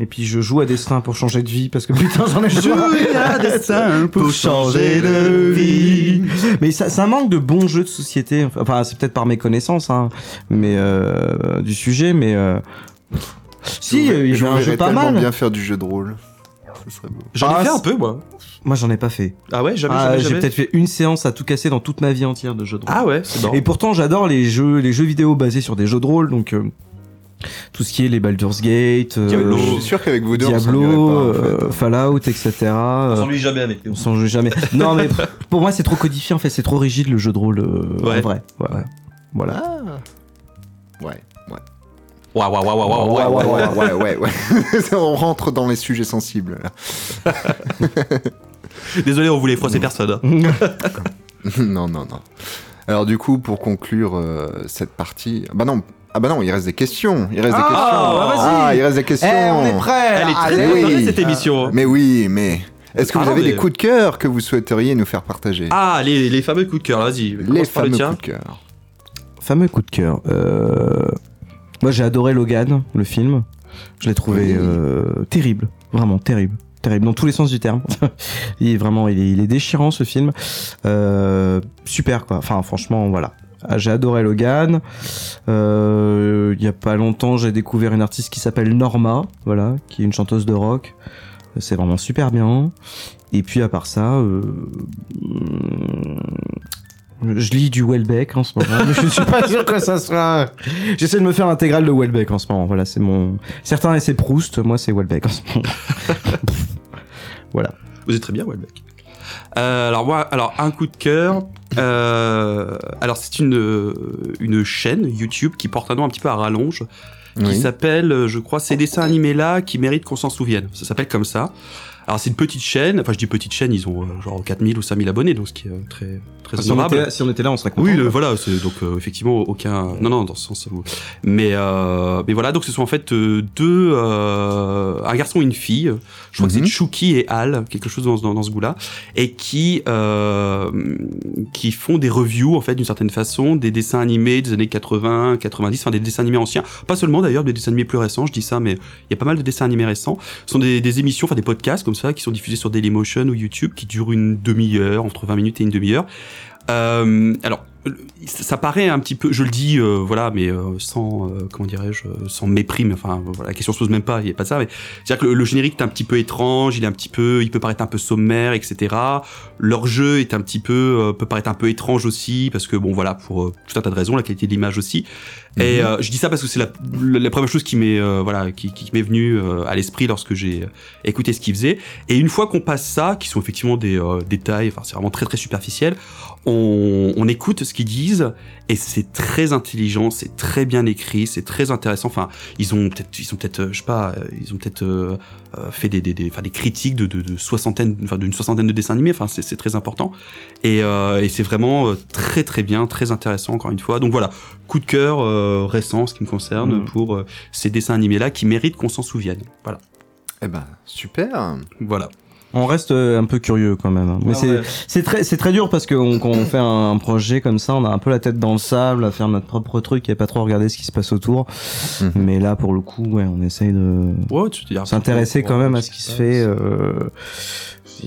Speaker 5: Et puis je joue à destin pour changer de vie parce que putain j'en ai
Speaker 4: Joue
Speaker 5: joué.
Speaker 4: à destin pour changer de vie.
Speaker 5: Mais ça, ça manque de bons jeux de société. Enfin c'est peut-être par mes connaissances, hein, mais euh, du sujet, mais. euh, Si,
Speaker 3: Je
Speaker 5: euh, il y
Speaker 3: je
Speaker 5: avait un
Speaker 3: verrais
Speaker 5: jeu pas
Speaker 3: tellement
Speaker 5: mal.
Speaker 3: bien faire du jeu de rôle. Ce serait beau.
Speaker 4: J'en ai
Speaker 5: Ah,
Speaker 4: fait un
Speaker 5: c'est-
Speaker 4: peu, moi.
Speaker 5: Moi j'en ai pas fait.
Speaker 4: Ah ouais, jamais,
Speaker 5: Ah,
Speaker 4: jamais,
Speaker 5: J'ai
Speaker 4: jamais.
Speaker 5: peut-être fait une séance à tout casser dans toute ma vie entière de jeux de rôle.
Speaker 4: Ah ouais, c'est bon.
Speaker 5: Et pourtant, j'adore les jeux, les jeux vidéo basés sur des jeux de rôle, donc euh, tout ce qui est les Baldur's Gate, euh,
Speaker 3: Diablo. Je suis sûr qu'avec vous deux, on
Speaker 5: Diablo,
Speaker 3: s'ennuierait pas, en
Speaker 5: euh, Fallout, etc. euh,
Speaker 4: s'ennuie jamais avec nous.
Speaker 5: On s'ennuie jamais. non, mais pff, pour moi, c'est trop codifié. En fait, c'est trop rigide le jeu de rôle euh, en
Speaker 4: Ouais.
Speaker 5: vrai. Ouais, ouais. Voilà.
Speaker 3: Ouais, ouais.
Speaker 4: Waouh, waouh, waouh, waouh,
Speaker 3: Ouais,
Speaker 4: waouh,
Speaker 3: ouais,
Speaker 4: waouh,
Speaker 3: ouais,
Speaker 4: waouh.
Speaker 3: ouais, ouais. On rentre dans les sujets sensibles. là.
Speaker 4: Désolé, on voulait froisser personne.
Speaker 3: non, non, non. Alors du coup, pour conclure euh, cette partie, ah bah non, ah bah non, il reste des questions, il reste
Speaker 5: Ah,
Speaker 3: des questions.
Speaker 5: bah vas-y.
Speaker 3: Ah, il reste des questions.
Speaker 5: Eh, on est prêt, Elle est là. très
Speaker 3: Mais
Speaker 5: bien
Speaker 3: oui.
Speaker 5: préparée, cette émission.
Speaker 3: Mais oui, mais est-ce que
Speaker 4: Ah
Speaker 3: vous
Speaker 4: non,
Speaker 3: avez
Speaker 4: hein. mais-
Speaker 3: des coups de cœur que vous souhaiteriez nous faire partager
Speaker 4: Ah, les, les fameux coups de cœur, vas-y.
Speaker 3: Les
Speaker 4: commence par
Speaker 3: fameux
Speaker 4: le tien.
Speaker 3: coups de cœur.
Speaker 5: Fameux coup de cœur. euh, Moi, j'ai adoré Logan, le film. Je l'ai trouvé euh, terrible, vraiment terrible, terrible dans tous les sens du terme. il est vraiment, il est, il est déchirant ce film. Euh, Super quoi. Enfin, franchement, voilà. Ah, J'ai adoré Logan. Euh, Il y a pas longtemps, j'ai découvert une artiste qui s'appelle Norma, voilà, qui est une chanteuse de rock. C'est vraiment super bien. Et puis à part ça, euh, je lis du Welbeck en ce moment. mais je suis pas sûr que ça sera. J'essaie de me faire l'intégrale de Welbeck en ce moment. Voilà, c'est mon. Certains et c'est Proust, moi c'est Welbeck en ce moment. voilà.
Speaker 4: Vous êtes très bien, Welbeck. Euh, alors moi, alors un coup de cœur. euh, alors c'est une euh, une chaîne YouTube qui porte un nom un petit peu à rallonge,
Speaker 3: Oui.
Speaker 4: qui s'appelle, euh, je crois, ces dessins animés là qui méritent qu'on s'en souvienne. Ça s'appelle comme ça. Alors c'est une petite chaîne. Enfin je dis petite chaîne, ils ont euh, genre 4000 ou 5000 abonnés, donc ce qui est euh, très très
Speaker 5: Si on,
Speaker 4: honorable.
Speaker 5: était là, si on était là, on serait content.
Speaker 4: Oui, euh, voilà, c'est donc euh, effectivement aucun. Non, non, dans ce sens. euh, Mais euh, mais voilà, donc ce sont en fait euh, deux, euh, un garçon et une fille. Je crois que c'est Chucky et Al, quelque chose dans, dans, dans ce goût-là, et qui euh, qui font des reviews en fait d'une certaine façon des dessins animés des années 80, 90, enfin des dessins animés anciens. Pas seulement d'ailleurs des dessins animés plus récents. Je dis ça, mais il y a pas mal de dessins animés récents. Ce sont des, des émissions, enfin des podcasts comme ça qui sont diffusés sur Dailymotion ou YouTube, qui durent une demi-heure, entre 20 minutes et une demi-heure. Euh, alors, le- ça paraît un petit peu, je le dis, euh, voilà, mais euh, sans, euh, comment dirais-je, euh, sans mépris, mais enfin, voilà, la question se pose même pas, il n'y a pas de ça, mais c'est-à-dire que le, le générique est un petit peu étrange, il est un petit peu, il peut paraître un peu sommaire, etc. Leur jeu est un petit peu, euh, peut paraître un peu étrange aussi, parce que bon, voilà, pour euh, tout un tas de raisons, la qualité de l'image aussi. Et
Speaker 3: Mhm.
Speaker 4: euh, je dis ça parce que c'est la, la- la première chose qui m'est, euh, voilà, qui, qui m'est venue euh, à l'esprit lorsque j'ai euh, écouté ce qu'ils faisaient. Et une fois qu'on passe ça, qui sont effectivement des euh, détails, enfin, c'est vraiment très très superficiel, on, on écoute ce qu'ils disent et c'est très intelligent, c'est très bien écrit, c'est très intéressant. Enfin, ils ont peut-être, ils ont peut-être, euh, je sais pas, euh, ils ont peut-être euh, euh, fait des, des, des, enfin, des critiques de, de, de soixantaine, enfin, d'une soixantaine de dessins animés. Enfin, c'est c'est très important et, euh, et c'est vraiment euh, très très bien, très intéressant encore une fois. Donc voilà, coup de cœur euh, récent, en ce qui me concerne,
Speaker 3: Mhm.
Speaker 4: pour euh, ces dessins animés là qui méritent qu'on s'en souvienne. Voilà.
Speaker 3: Eh ben super.
Speaker 4: Voilà.
Speaker 5: On reste euh, un peu curieux quand même. hein. Mais
Speaker 4: Ah
Speaker 5: c'est
Speaker 4: ouais.
Speaker 5: c'est très c'est très dur parce que on- quand on fait un, un projet comme ça, on a un peu la tête dans le sable à faire notre propre truc et à pas trop regarder ce qui se passe autour. Mais là, pour le coup, ouais, on essaye de
Speaker 4: Ouais, tu te dis, ah,
Speaker 5: s'intéresser
Speaker 4: ouais,
Speaker 5: quand même à
Speaker 4: ouais,
Speaker 5: ce qui se fait euh,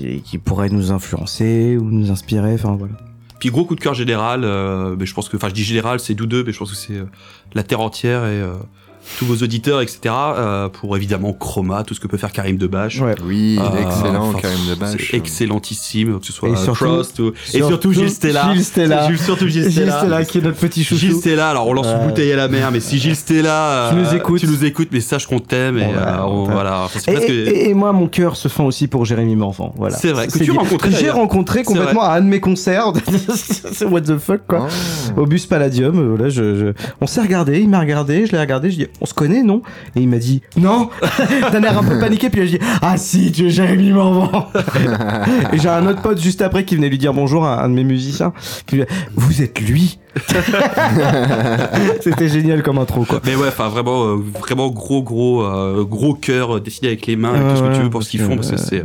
Speaker 5: et qui pourrait nous influencer ou nous inspirer. Enfin voilà.
Speaker 4: Puis gros coup de cœur général, euh, mais je pense que, enfin je dis général, c'est doudeux, mais je pense que c'est euh, la terre entière et euh, tous vos auditeurs, etc. euh, pour évidemment Chroma, tout ce que peut faire Karim Debache.
Speaker 3: Oui,
Speaker 4: Euh,
Speaker 3: excellent,
Speaker 4: enfin,
Speaker 3: Karim
Speaker 4: c'est
Speaker 3: Debache.
Speaker 4: Excellentissime, que ce soit
Speaker 5: Et
Speaker 4: euh,
Speaker 5: surtout-
Speaker 4: Prost ou- et
Speaker 5: surtout
Speaker 4: surtout Gilles Stella.
Speaker 5: Gilles Stella.
Speaker 4: Gilles- Surtout Gilles
Speaker 5: Gilles
Speaker 4: Stella.
Speaker 5: Stella, qui est notre petit chouchou.
Speaker 4: Gilles Stella, alors on lance
Speaker 5: Euh,
Speaker 4: une bouteille à la mer, mais si Gilles Stella.
Speaker 5: Tu nous
Speaker 4: euh,
Speaker 5: écoutes.
Speaker 4: Tu nous écoutes, mais sache qu'on t'aime et euh, on- voilà. Enfin, c'est
Speaker 5: Et,
Speaker 4: presque-
Speaker 5: et- et moi, mon cœur se fend aussi pour Jérémy Morvan. Voilà.
Speaker 4: C'est vrai, que tu
Speaker 5: dit.
Speaker 4: rencontrais
Speaker 5: Que J'ai
Speaker 4: d'ailleurs.
Speaker 5: rencontré
Speaker 4: C'est
Speaker 5: complètement
Speaker 4: vrai.
Speaker 5: à un de mes concerts. c'est what the fuck quoi.
Speaker 4: Ah.
Speaker 5: Au bus Palladium. euh, Voilà, je, je- on s'est regardé. Il m'a regardé. Je l'ai regardé. Je dis, on se connaît, non Et il m'a dit, non. D'un air un peu paniqué. Puis là, je dis, ah si, tu es Jérémy Morvan. et j'ai un autre pote juste après qui venait lui dire bonjour à un de mes musiciens. Qui lui a dit, vous êtes lui. C'était génial comme intro quoi.
Speaker 4: Mais ouais, enfin vraiment, euh, vraiment gros, gros, euh, gros cœur euh, dessiné avec les mains, et
Speaker 5: Ouais,
Speaker 4: tout ce que
Speaker 5: ouais,
Speaker 4: tu veux pour
Speaker 5: parce
Speaker 4: ce qu'ils
Speaker 5: que,
Speaker 4: font, parce
Speaker 5: euh,
Speaker 4: que c'est euh,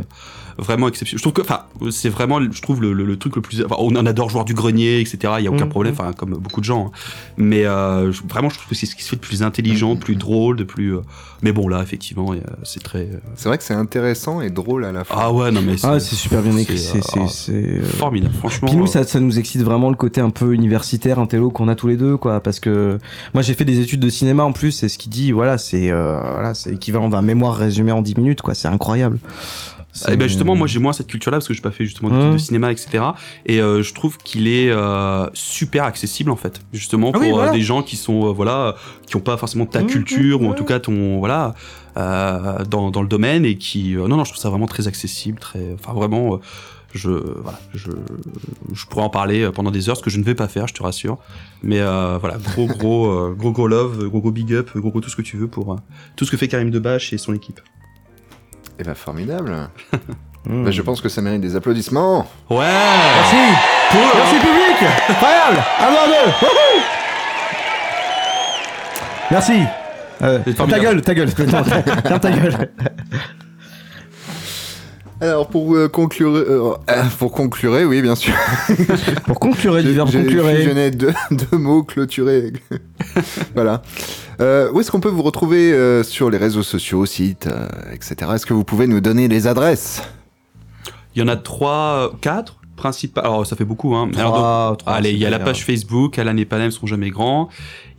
Speaker 4: vraiment exceptionnel. Je trouve que, enfin, euh, c'est vraiment, je trouve le, le- le truc le plus. Enfin, on en adore joueur du grenier, etc. Il y a aucun
Speaker 5: Mhm.
Speaker 4: problème, enfin, comme beaucoup de gens. hein. Mais euh, je- vraiment, je trouve que c'est ce qui se fait de plus intelligent, de plus drôle, de plus. euh, Mais bon, là, effectivement, euh, c'est très. euh,
Speaker 3: C'est vrai que c'est intéressant et drôle à la fois.
Speaker 4: Ah ouais, non mais
Speaker 5: Ah, c'est super bien écrit.
Speaker 4: c'est,
Speaker 5: C'est
Speaker 4: euh,
Speaker 5: c'est- c'est, euh,
Speaker 4: formidable, franchement.
Speaker 5: Puis nous,
Speaker 4: euh,
Speaker 5: ça, ça nous excite vraiment le côté un peu universitaire, intello qu'on a tous les deux, quoi. Parce que moi, j'ai fait des études de cinéma en plus, et ce qu'il dit, voilà, c'est euh, voilà, c'est équivalent d'un mémoire résumé en 10 minutes, quoi. C'est incroyable.
Speaker 4: Eh ben justement,
Speaker 5: C'est- Mmh.
Speaker 4: moi j'ai moins cette culture-là parce que j'ai pas fait justement
Speaker 5: Ouais.
Speaker 4: d'études de cinéma, etc. Et euh, je trouve qu'il est euh, super accessible en fait, justement
Speaker 5: Ah
Speaker 4: pour
Speaker 5: oui, voilà. Mmh,
Speaker 4: euh, des gens qui sont euh, voilà, qui ont pas forcément ta culture ou en tout cas ton voilà euh, dans dans le domaine et qui euh, non non, je trouve ça vraiment très accessible, très enfin vraiment. euh, Je, voilà, je, je pourrais en parler euh, pendant des heures, ce que je ne vais pas faire, je te rassure. Mais euh, voilà, gros, gros, euh, gros, gros love, gros, gros big up, gros, gros tout ce que tu veux pour euh, tout ce que fait Karim Debache et son équipe.
Speaker 3: Eh ben, formidable.
Speaker 4: Hmm.
Speaker 5: Hmm.
Speaker 4: ben,
Speaker 3: Bah, je pense que ça mérite des applaudissements.
Speaker 4: Ouais.
Speaker 5: Merci.
Speaker 4: Pour eux,
Speaker 5: Merci
Speaker 4: hein.
Speaker 5: public. Incroyable. Un, un, deux. Wouhou. Merci. Euh, ta
Speaker 3: formidable.
Speaker 5: gueule, ta gueule. Non, ferme ta gueule.
Speaker 3: Alors pour euh, conclure, euh, euh, pour conclure, oui bien sûr.
Speaker 5: pour conclure,
Speaker 3: du verbe
Speaker 5: conclurer.
Speaker 3: deux, deux mots, clôturer. voilà. Euh, où est-ce qu'on peut vous retrouver euh, sur les réseaux sociaux, sites, euh, etc. Est-ce que vous pouvez nous donner les adresses
Speaker 4: Il y en a trois, euh, quatre principales. Alors, ça fait beaucoup, hein.
Speaker 5: Trois,
Speaker 4: Alors, donc,
Speaker 5: Ah, trois,
Speaker 4: allez,
Speaker 5: c'est
Speaker 4: il y a la
Speaker 5: pas
Speaker 4: page Facebook, Alan et Palem seront jamais grands.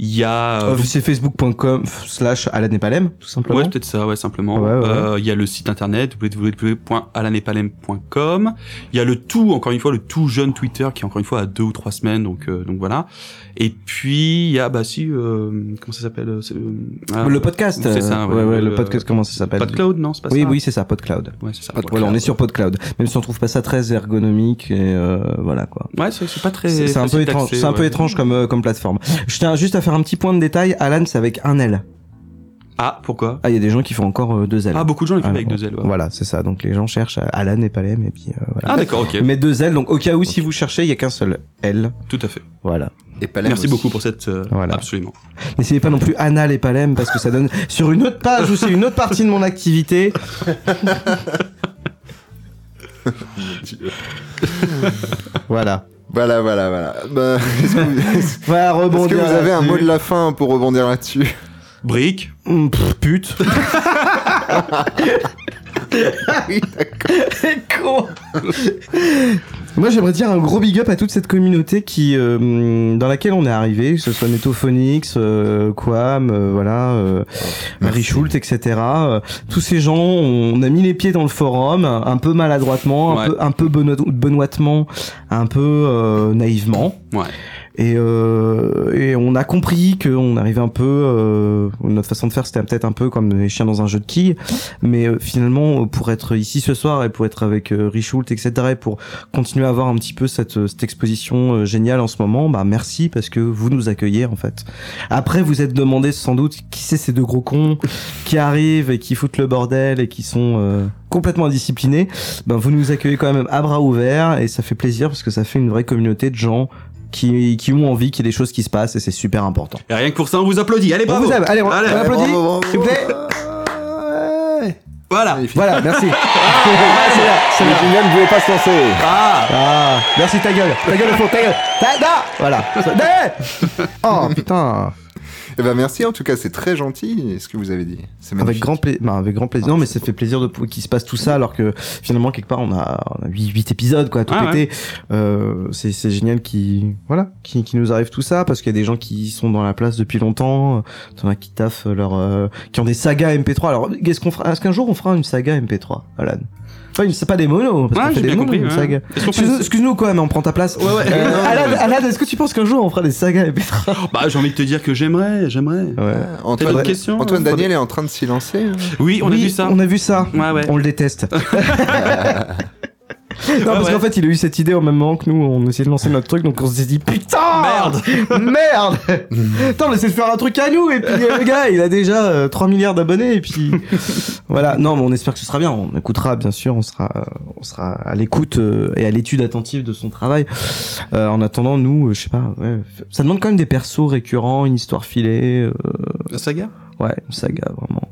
Speaker 4: Il y a. euh,
Speaker 5: Euh, C'est facebook.com slash Alan et Palem, tout simplement.
Speaker 4: Ouais, peut-être ça, ouais, simplement.
Speaker 5: Ouais, ouais.
Speaker 4: Euh, Il y a le site internet www.alanepalem.com. Il y a le tout, encore une fois, le tout jeune Twitter qui, encore une fois, a deux ou trois semaines, donc, euh, donc voilà. Et puis, il y a, bah si, euh, comment ça s'appelle euh, c'est, euh, ah,
Speaker 5: le podcast.
Speaker 4: C'est
Speaker 5: euh,
Speaker 4: ça,
Speaker 5: ouais, ouais, le podcast, comment ça s'appelle
Speaker 4: PodCloud, non, c'est pas
Speaker 5: Oui,
Speaker 4: ça
Speaker 5: oui, c'est ça, PodCloud.
Speaker 4: Ouais, c'est ça.
Speaker 5: Voilà, on est sur PodCloud. Même si on trouve pas ça très ergonomique et euh, voilà quoi.
Speaker 4: Ouais, c'est c'est pas très.
Speaker 5: C'est c'est un peu
Speaker 4: facile
Speaker 5: étrange,
Speaker 4: d'accès,
Speaker 5: c'est un peu
Speaker 4: ouais.
Speaker 5: étrange comme euh, comme plateforme. Je tiens juste à faire un petit point de détail. Alan, c'est avec un L.
Speaker 4: Ah, pourquoi
Speaker 5: Ah, il y a des gens qui font encore euh, deux L.
Speaker 4: Ah, beaucoup de gens les font avec
Speaker 5: bon,
Speaker 4: deux L, ouais.
Speaker 5: Voilà, c'est ça. Donc les gens cherchent euh, Alan et Palem et puis euh, voilà.
Speaker 4: Ah, d'accord, ok.
Speaker 5: Mais deux L. Donc au cas où si vous cherchez, il y a qu'un seul L.
Speaker 4: Tout à fait.
Speaker 5: Voilà.
Speaker 3: Et Palem
Speaker 4: Merci
Speaker 3: aussi.
Speaker 4: beaucoup pour cette. euh, Absolument.
Speaker 5: N'essayez pas non plus Anal et Palem parce que ça donne sur une autre page où c'est une autre partie de mon activité. voilà.
Speaker 3: Voilà, voilà, voilà. Bah, est-ce que vous, est-ce
Speaker 5: Voilà,
Speaker 3: que
Speaker 5: rebondir.
Speaker 3: vous avez un
Speaker 5: là-dessus.
Speaker 3: mot de la fin pour rebondir là-dessus
Speaker 4: Brique.
Speaker 5: Mm, pff, pute. Moi, j'aimerais dire un gros big up à toute cette communauté qui, euh, dans laquelle on est arrivé, que ce soit Netophonix, euh, Quam, euh, voilà, euh, Marie Schultz, etc. Euh, tous ces gens, on a mis les pieds dans le forum, un peu maladroitement, un
Speaker 4: Ouais.
Speaker 5: peu, un peu beno- benoîtement, un peu euh, naïvement.
Speaker 4: Ouais.
Speaker 5: Et, euh, et on a compris qu'on arrivait un peu, euh, notre façon de faire c'était peut-être un peu comme les chiens dans un jeu de quilles, mais euh, finalement euh, pour être ici ce soir et pour être avec euh, Richult, etc. et pour continuer à avoir un petit peu cette, euh, cette exposition euh, géniale en ce moment, bah merci parce que vous nous accueillez en fait. Après vous êtes demandé sans doute qui c'est ces deux gros cons qui arrivent et qui foutent le bordel et qui sont euh, complètement indisciplinés, ben vous nous accueillez quand même à bras ouverts et ça fait plaisir parce que ça fait une vraie communauté de gens qui, qui ont envie qu'il y ait des choses qui se passent et c'est super important.
Speaker 4: Et rien que pour ça, on vous applaudit. Allez,
Speaker 5: On
Speaker 4: bravo
Speaker 5: vous aime. Allez, on,
Speaker 4: Allez,
Speaker 5: on applaudit,
Speaker 4: bravo, bravo.
Speaker 5: s'il vous plaît.
Speaker 4: Voilà.
Speaker 5: Voilà, merci. Ah, c'est là, c'est là.
Speaker 3: ne voulait pas se lancer.
Speaker 4: Ah.
Speaker 5: merci ta gueule, ta gueule au fond, ta gueule. Ta- non. Voilà. Eh oh putain.
Speaker 3: Eh ben merci en tout cas, c'est très gentil ce que vous avez dit. C'est
Speaker 5: Avec
Speaker 3: magnifique.
Speaker 5: grand, pla- bah, avec grand plaisir. Non, mais ça fait plaisir de pou- qu'il se passe tout ça alors que finalement quelque part on a, on a 8, épisodes quoi tout
Speaker 4: Ah,
Speaker 5: été. Euh, c'est c'est génial qui voilà qui, qui nous arrive tout ça parce qu'il y a des gens qui sont dans la place depuis longtemps, euh, t'en as qui taffent leur euh, qui ont des sagas MP3. Alors qu'est-ce qu'on fera Est-ce qu'un jour on fera une saga MP3, Alan Pas une, c'est pas des monos. Parce
Speaker 4: Ouais,
Speaker 5: qu'on fait
Speaker 4: j'ai
Speaker 5: des
Speaker 4: bien
Speaker 5: monos,
Speaker 4: compris,
Speaker 5: une
Speaker 4: ouais.
Speaker 5: saga.
Speaker 4: Est-ce qu'on fait
Speaker 5: Excuse-
Speaker 4: une-
Speaker 5: Excuse-nous quoi, mais on prend ta place. Euh,
Speaker 4: Non,
Speaker 5: Alan,
Speaker 4: mais-
Speaker 5: Alan, est-ce que tu penses qu'un jour on fera des sagas MP3
Speaker 4: Bah, j'ai envie de te dire que j'aimerais, j'aimerais. T'as
Speaker 3: Antoine,
Speaker 4: d'autres questions
Speaker 3: Antoine
Speaker 4: hein
Speaker 3: Daniel est en train de s'y lancer. hein.
Speaker 4: Oui, on a
Speaker 5: Oui,
Speaker 4: vu ça.
Speaker 5: On a vu ça.
Speaker 4: Ouais, ouais.
Speaker 5: On le déteste. Non,
Speaker 4: Ouais,
Speaker 5: parce
Speaker 4: Ah ouais.
Speaker 5: qu'en fait, il a eu cette idée au même moment que nous, on essayait de lancer notre truc, donc on s'est dit putain
Speaker 4: Merde
Speaker 5: Merde Attends, on essaie de faire un truc à nous, et puis euh, le gars, il a déjà euh, 3 milliards d'abonnés, et puis. voilà, non, mais on espère que ce sera bien, on écoutera, bien sûr, on sera, euh, on sera à l'écoute euh, et à l'étude attentive de son travail. Euh, en attendant, nous, euh, je sais pas, ouais, ça demande quand même des persos récurrents, une histoire filée. euh,
Speaker 4: La saga
Speaker 5: Ouais, une saga, vraiment.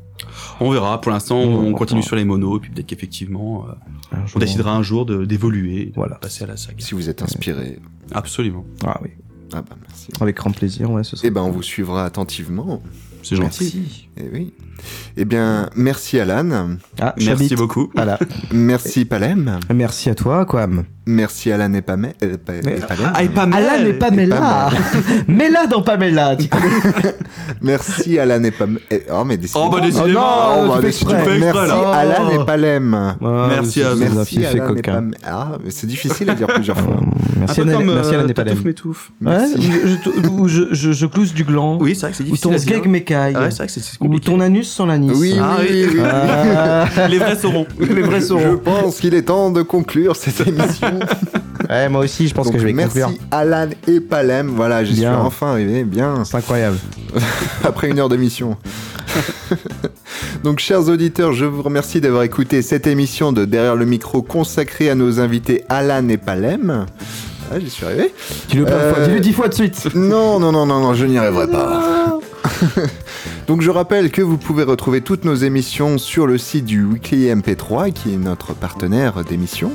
Speaker 4: On verra. Pour l'instant, on
Speaker 5: verra.
Speaker 4: continue sur les monos, puis peut-être qu'effectivement, euh, on
Speaker 5: jour,
Speaker 4: décidera un jour de- d'évoluer,
Speaker 5: Voilà.
Speaker 4: de passer à la saga.
Speaker 3: Si vous êtes inspiré.
Speaker 4: Absolument.
Speaker 5: Ah oui,
Speaker 3: Ah bah merci.
Speaker 5: avec grand plaisir, ouais, ce sera.
Speaker 3: Eh ben on vous suivra attentivement.
Speaker 4: C'est gentil.
Speaker 3: Eh oui. Eh bien merci Alan.
Speaker 5: Ah,
Speaker 4: Merci
Speaker 5: Chabit.
Speaker 4: beaucoup.
Speaker 5: Voilà.
Speaker 3: Merci Palem.
Speaker 5: Merci à toi, Quam.
Speaker 3: Merci Alan et Pamé- euh, Pa- et Palem.
Speaker 4: Ah, et Pamela,
Speaker 5: Alan et
Speaker 4: elle-
Speaker 5: Pamela. Mela dans Pamela. tu connais.
Speaker 3: Merci Alan et Pamé. Oh mais décidément.
Speaker 4: Oh, bah, décidément.
Speaker 5: Oh, non,
Speaker 3: bah,
Speaker 5: tu fais
Speaker 3: décidément.
Speaker 5: exprès.
Speaker 4: Tu fais exprès,
Speaker 3: Merci
Speaker 4: là.
Speaker 3: Alan
Speaker 5: Oh.
Speaker 3: et Palem.
Speaker 4: Merci à
Speaker 5: vous.
Speaker 4: vous.
Speaker 5: Merci,
Speaker 3: Merci
Speaker 5: fait
Speaker 3: Alan et
Speaker 5: coquin.
Speaker 3: Pamé. Ah, mais c'est difficile à dire plusieurs fois.
Speaker 5: Merci,
Speaker 4: Un peu
Speaker 5: Anna-
Speaker 4: comme,
Speaker 5: merci
Speaker 4: Ah, euh,
Speaker 5: Alan et
Speaker 4: Tatouf
Speaker 5: Palem.
Speaker 4: m'étouffe.
Speaker 5: Ouais,
Speaker 3: Merci.
Speaker 5: je, je- ou je, je, je glousse du gland.
Speaker 4: Oui, c'est vrai que c'est
Speaker 5: Ou
Speaker 4: difficile
Speaker 5: ton
Speaker 4: à dire. Ah
Speaker 5: sgeg écailles.
Speaker 4: Ouais, c'est vrai que c'est- c'est
Speaker 5: Ou ton anus sans l'anis.
Speaker 3: Oui,
Speaker 5: Ah,
Speaker 3: oui, oui, oui.
Speaker 5: Ah. Les vrais
Speaker 3: Je
Speaker 5: saurons.
Speaker 3: pense qu'il est temps de conclure cette émission.
Speaker 5: Ouais, moi aussi, je pense
Speaker 3: Donc,
Speaker 5: que je vais
Speaker 3: merci
Speaker 5: conclure.
Speaker 3: Alan et Palem. Voilà, j'y suis
Speaker 5: Bien.
Speaker 3: enfin arrivé. Bien.
Speaker 5: C'est incroyable.
Speaker 3: Après une heure d'émission. Donc, chers auditeurs, je vous remercie d'avoir écouté cette émission de Derrière le micro consacrée à nos invités Alan et Palem. Ah, j'y suis arrivé.
Speaker 5: Dis-le plein de fois, dis-le dix
Speaker 3: fois de suite. Non, non, non, non, non, je n'y arriverai pas. Donc je rappelle que vous pouvez retrouver toutes nos émissions sur le site du Weekly MP3, qui est notre partenaire d'émission.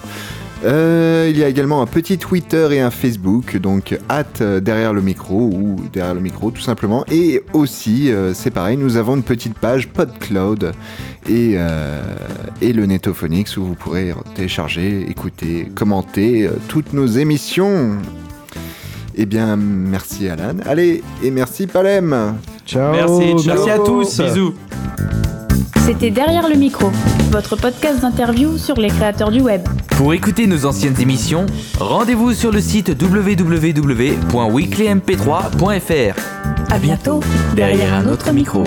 Speaker 3: Euh, il y a également un petit Twitter et un Facebook, donc hâte derrière le micro ou derrière le micro tout simplement. Et aussi, euh, c'est pareil, nous avons une petite page PodCloud et, euh, et le Netophonix où vous pourrez télécharger, écouter, commenter euh, toutes nos émissions. Eh bien, merci Alan. Allez, et merci Palem.
Speaker 5: Ciao.
Speaker 2: merci
Speaker 5: à tous.
Speaker 4: Bisous.
Speaker 2: C'était Derrière le micro, votre podcast d'interview sur les créateurs du web.
Speaker 1: Pour écouter nos anciennes émissions, rendez-vous sur le site www.weeklymp3.fr. À bientôt derrière un autre micro.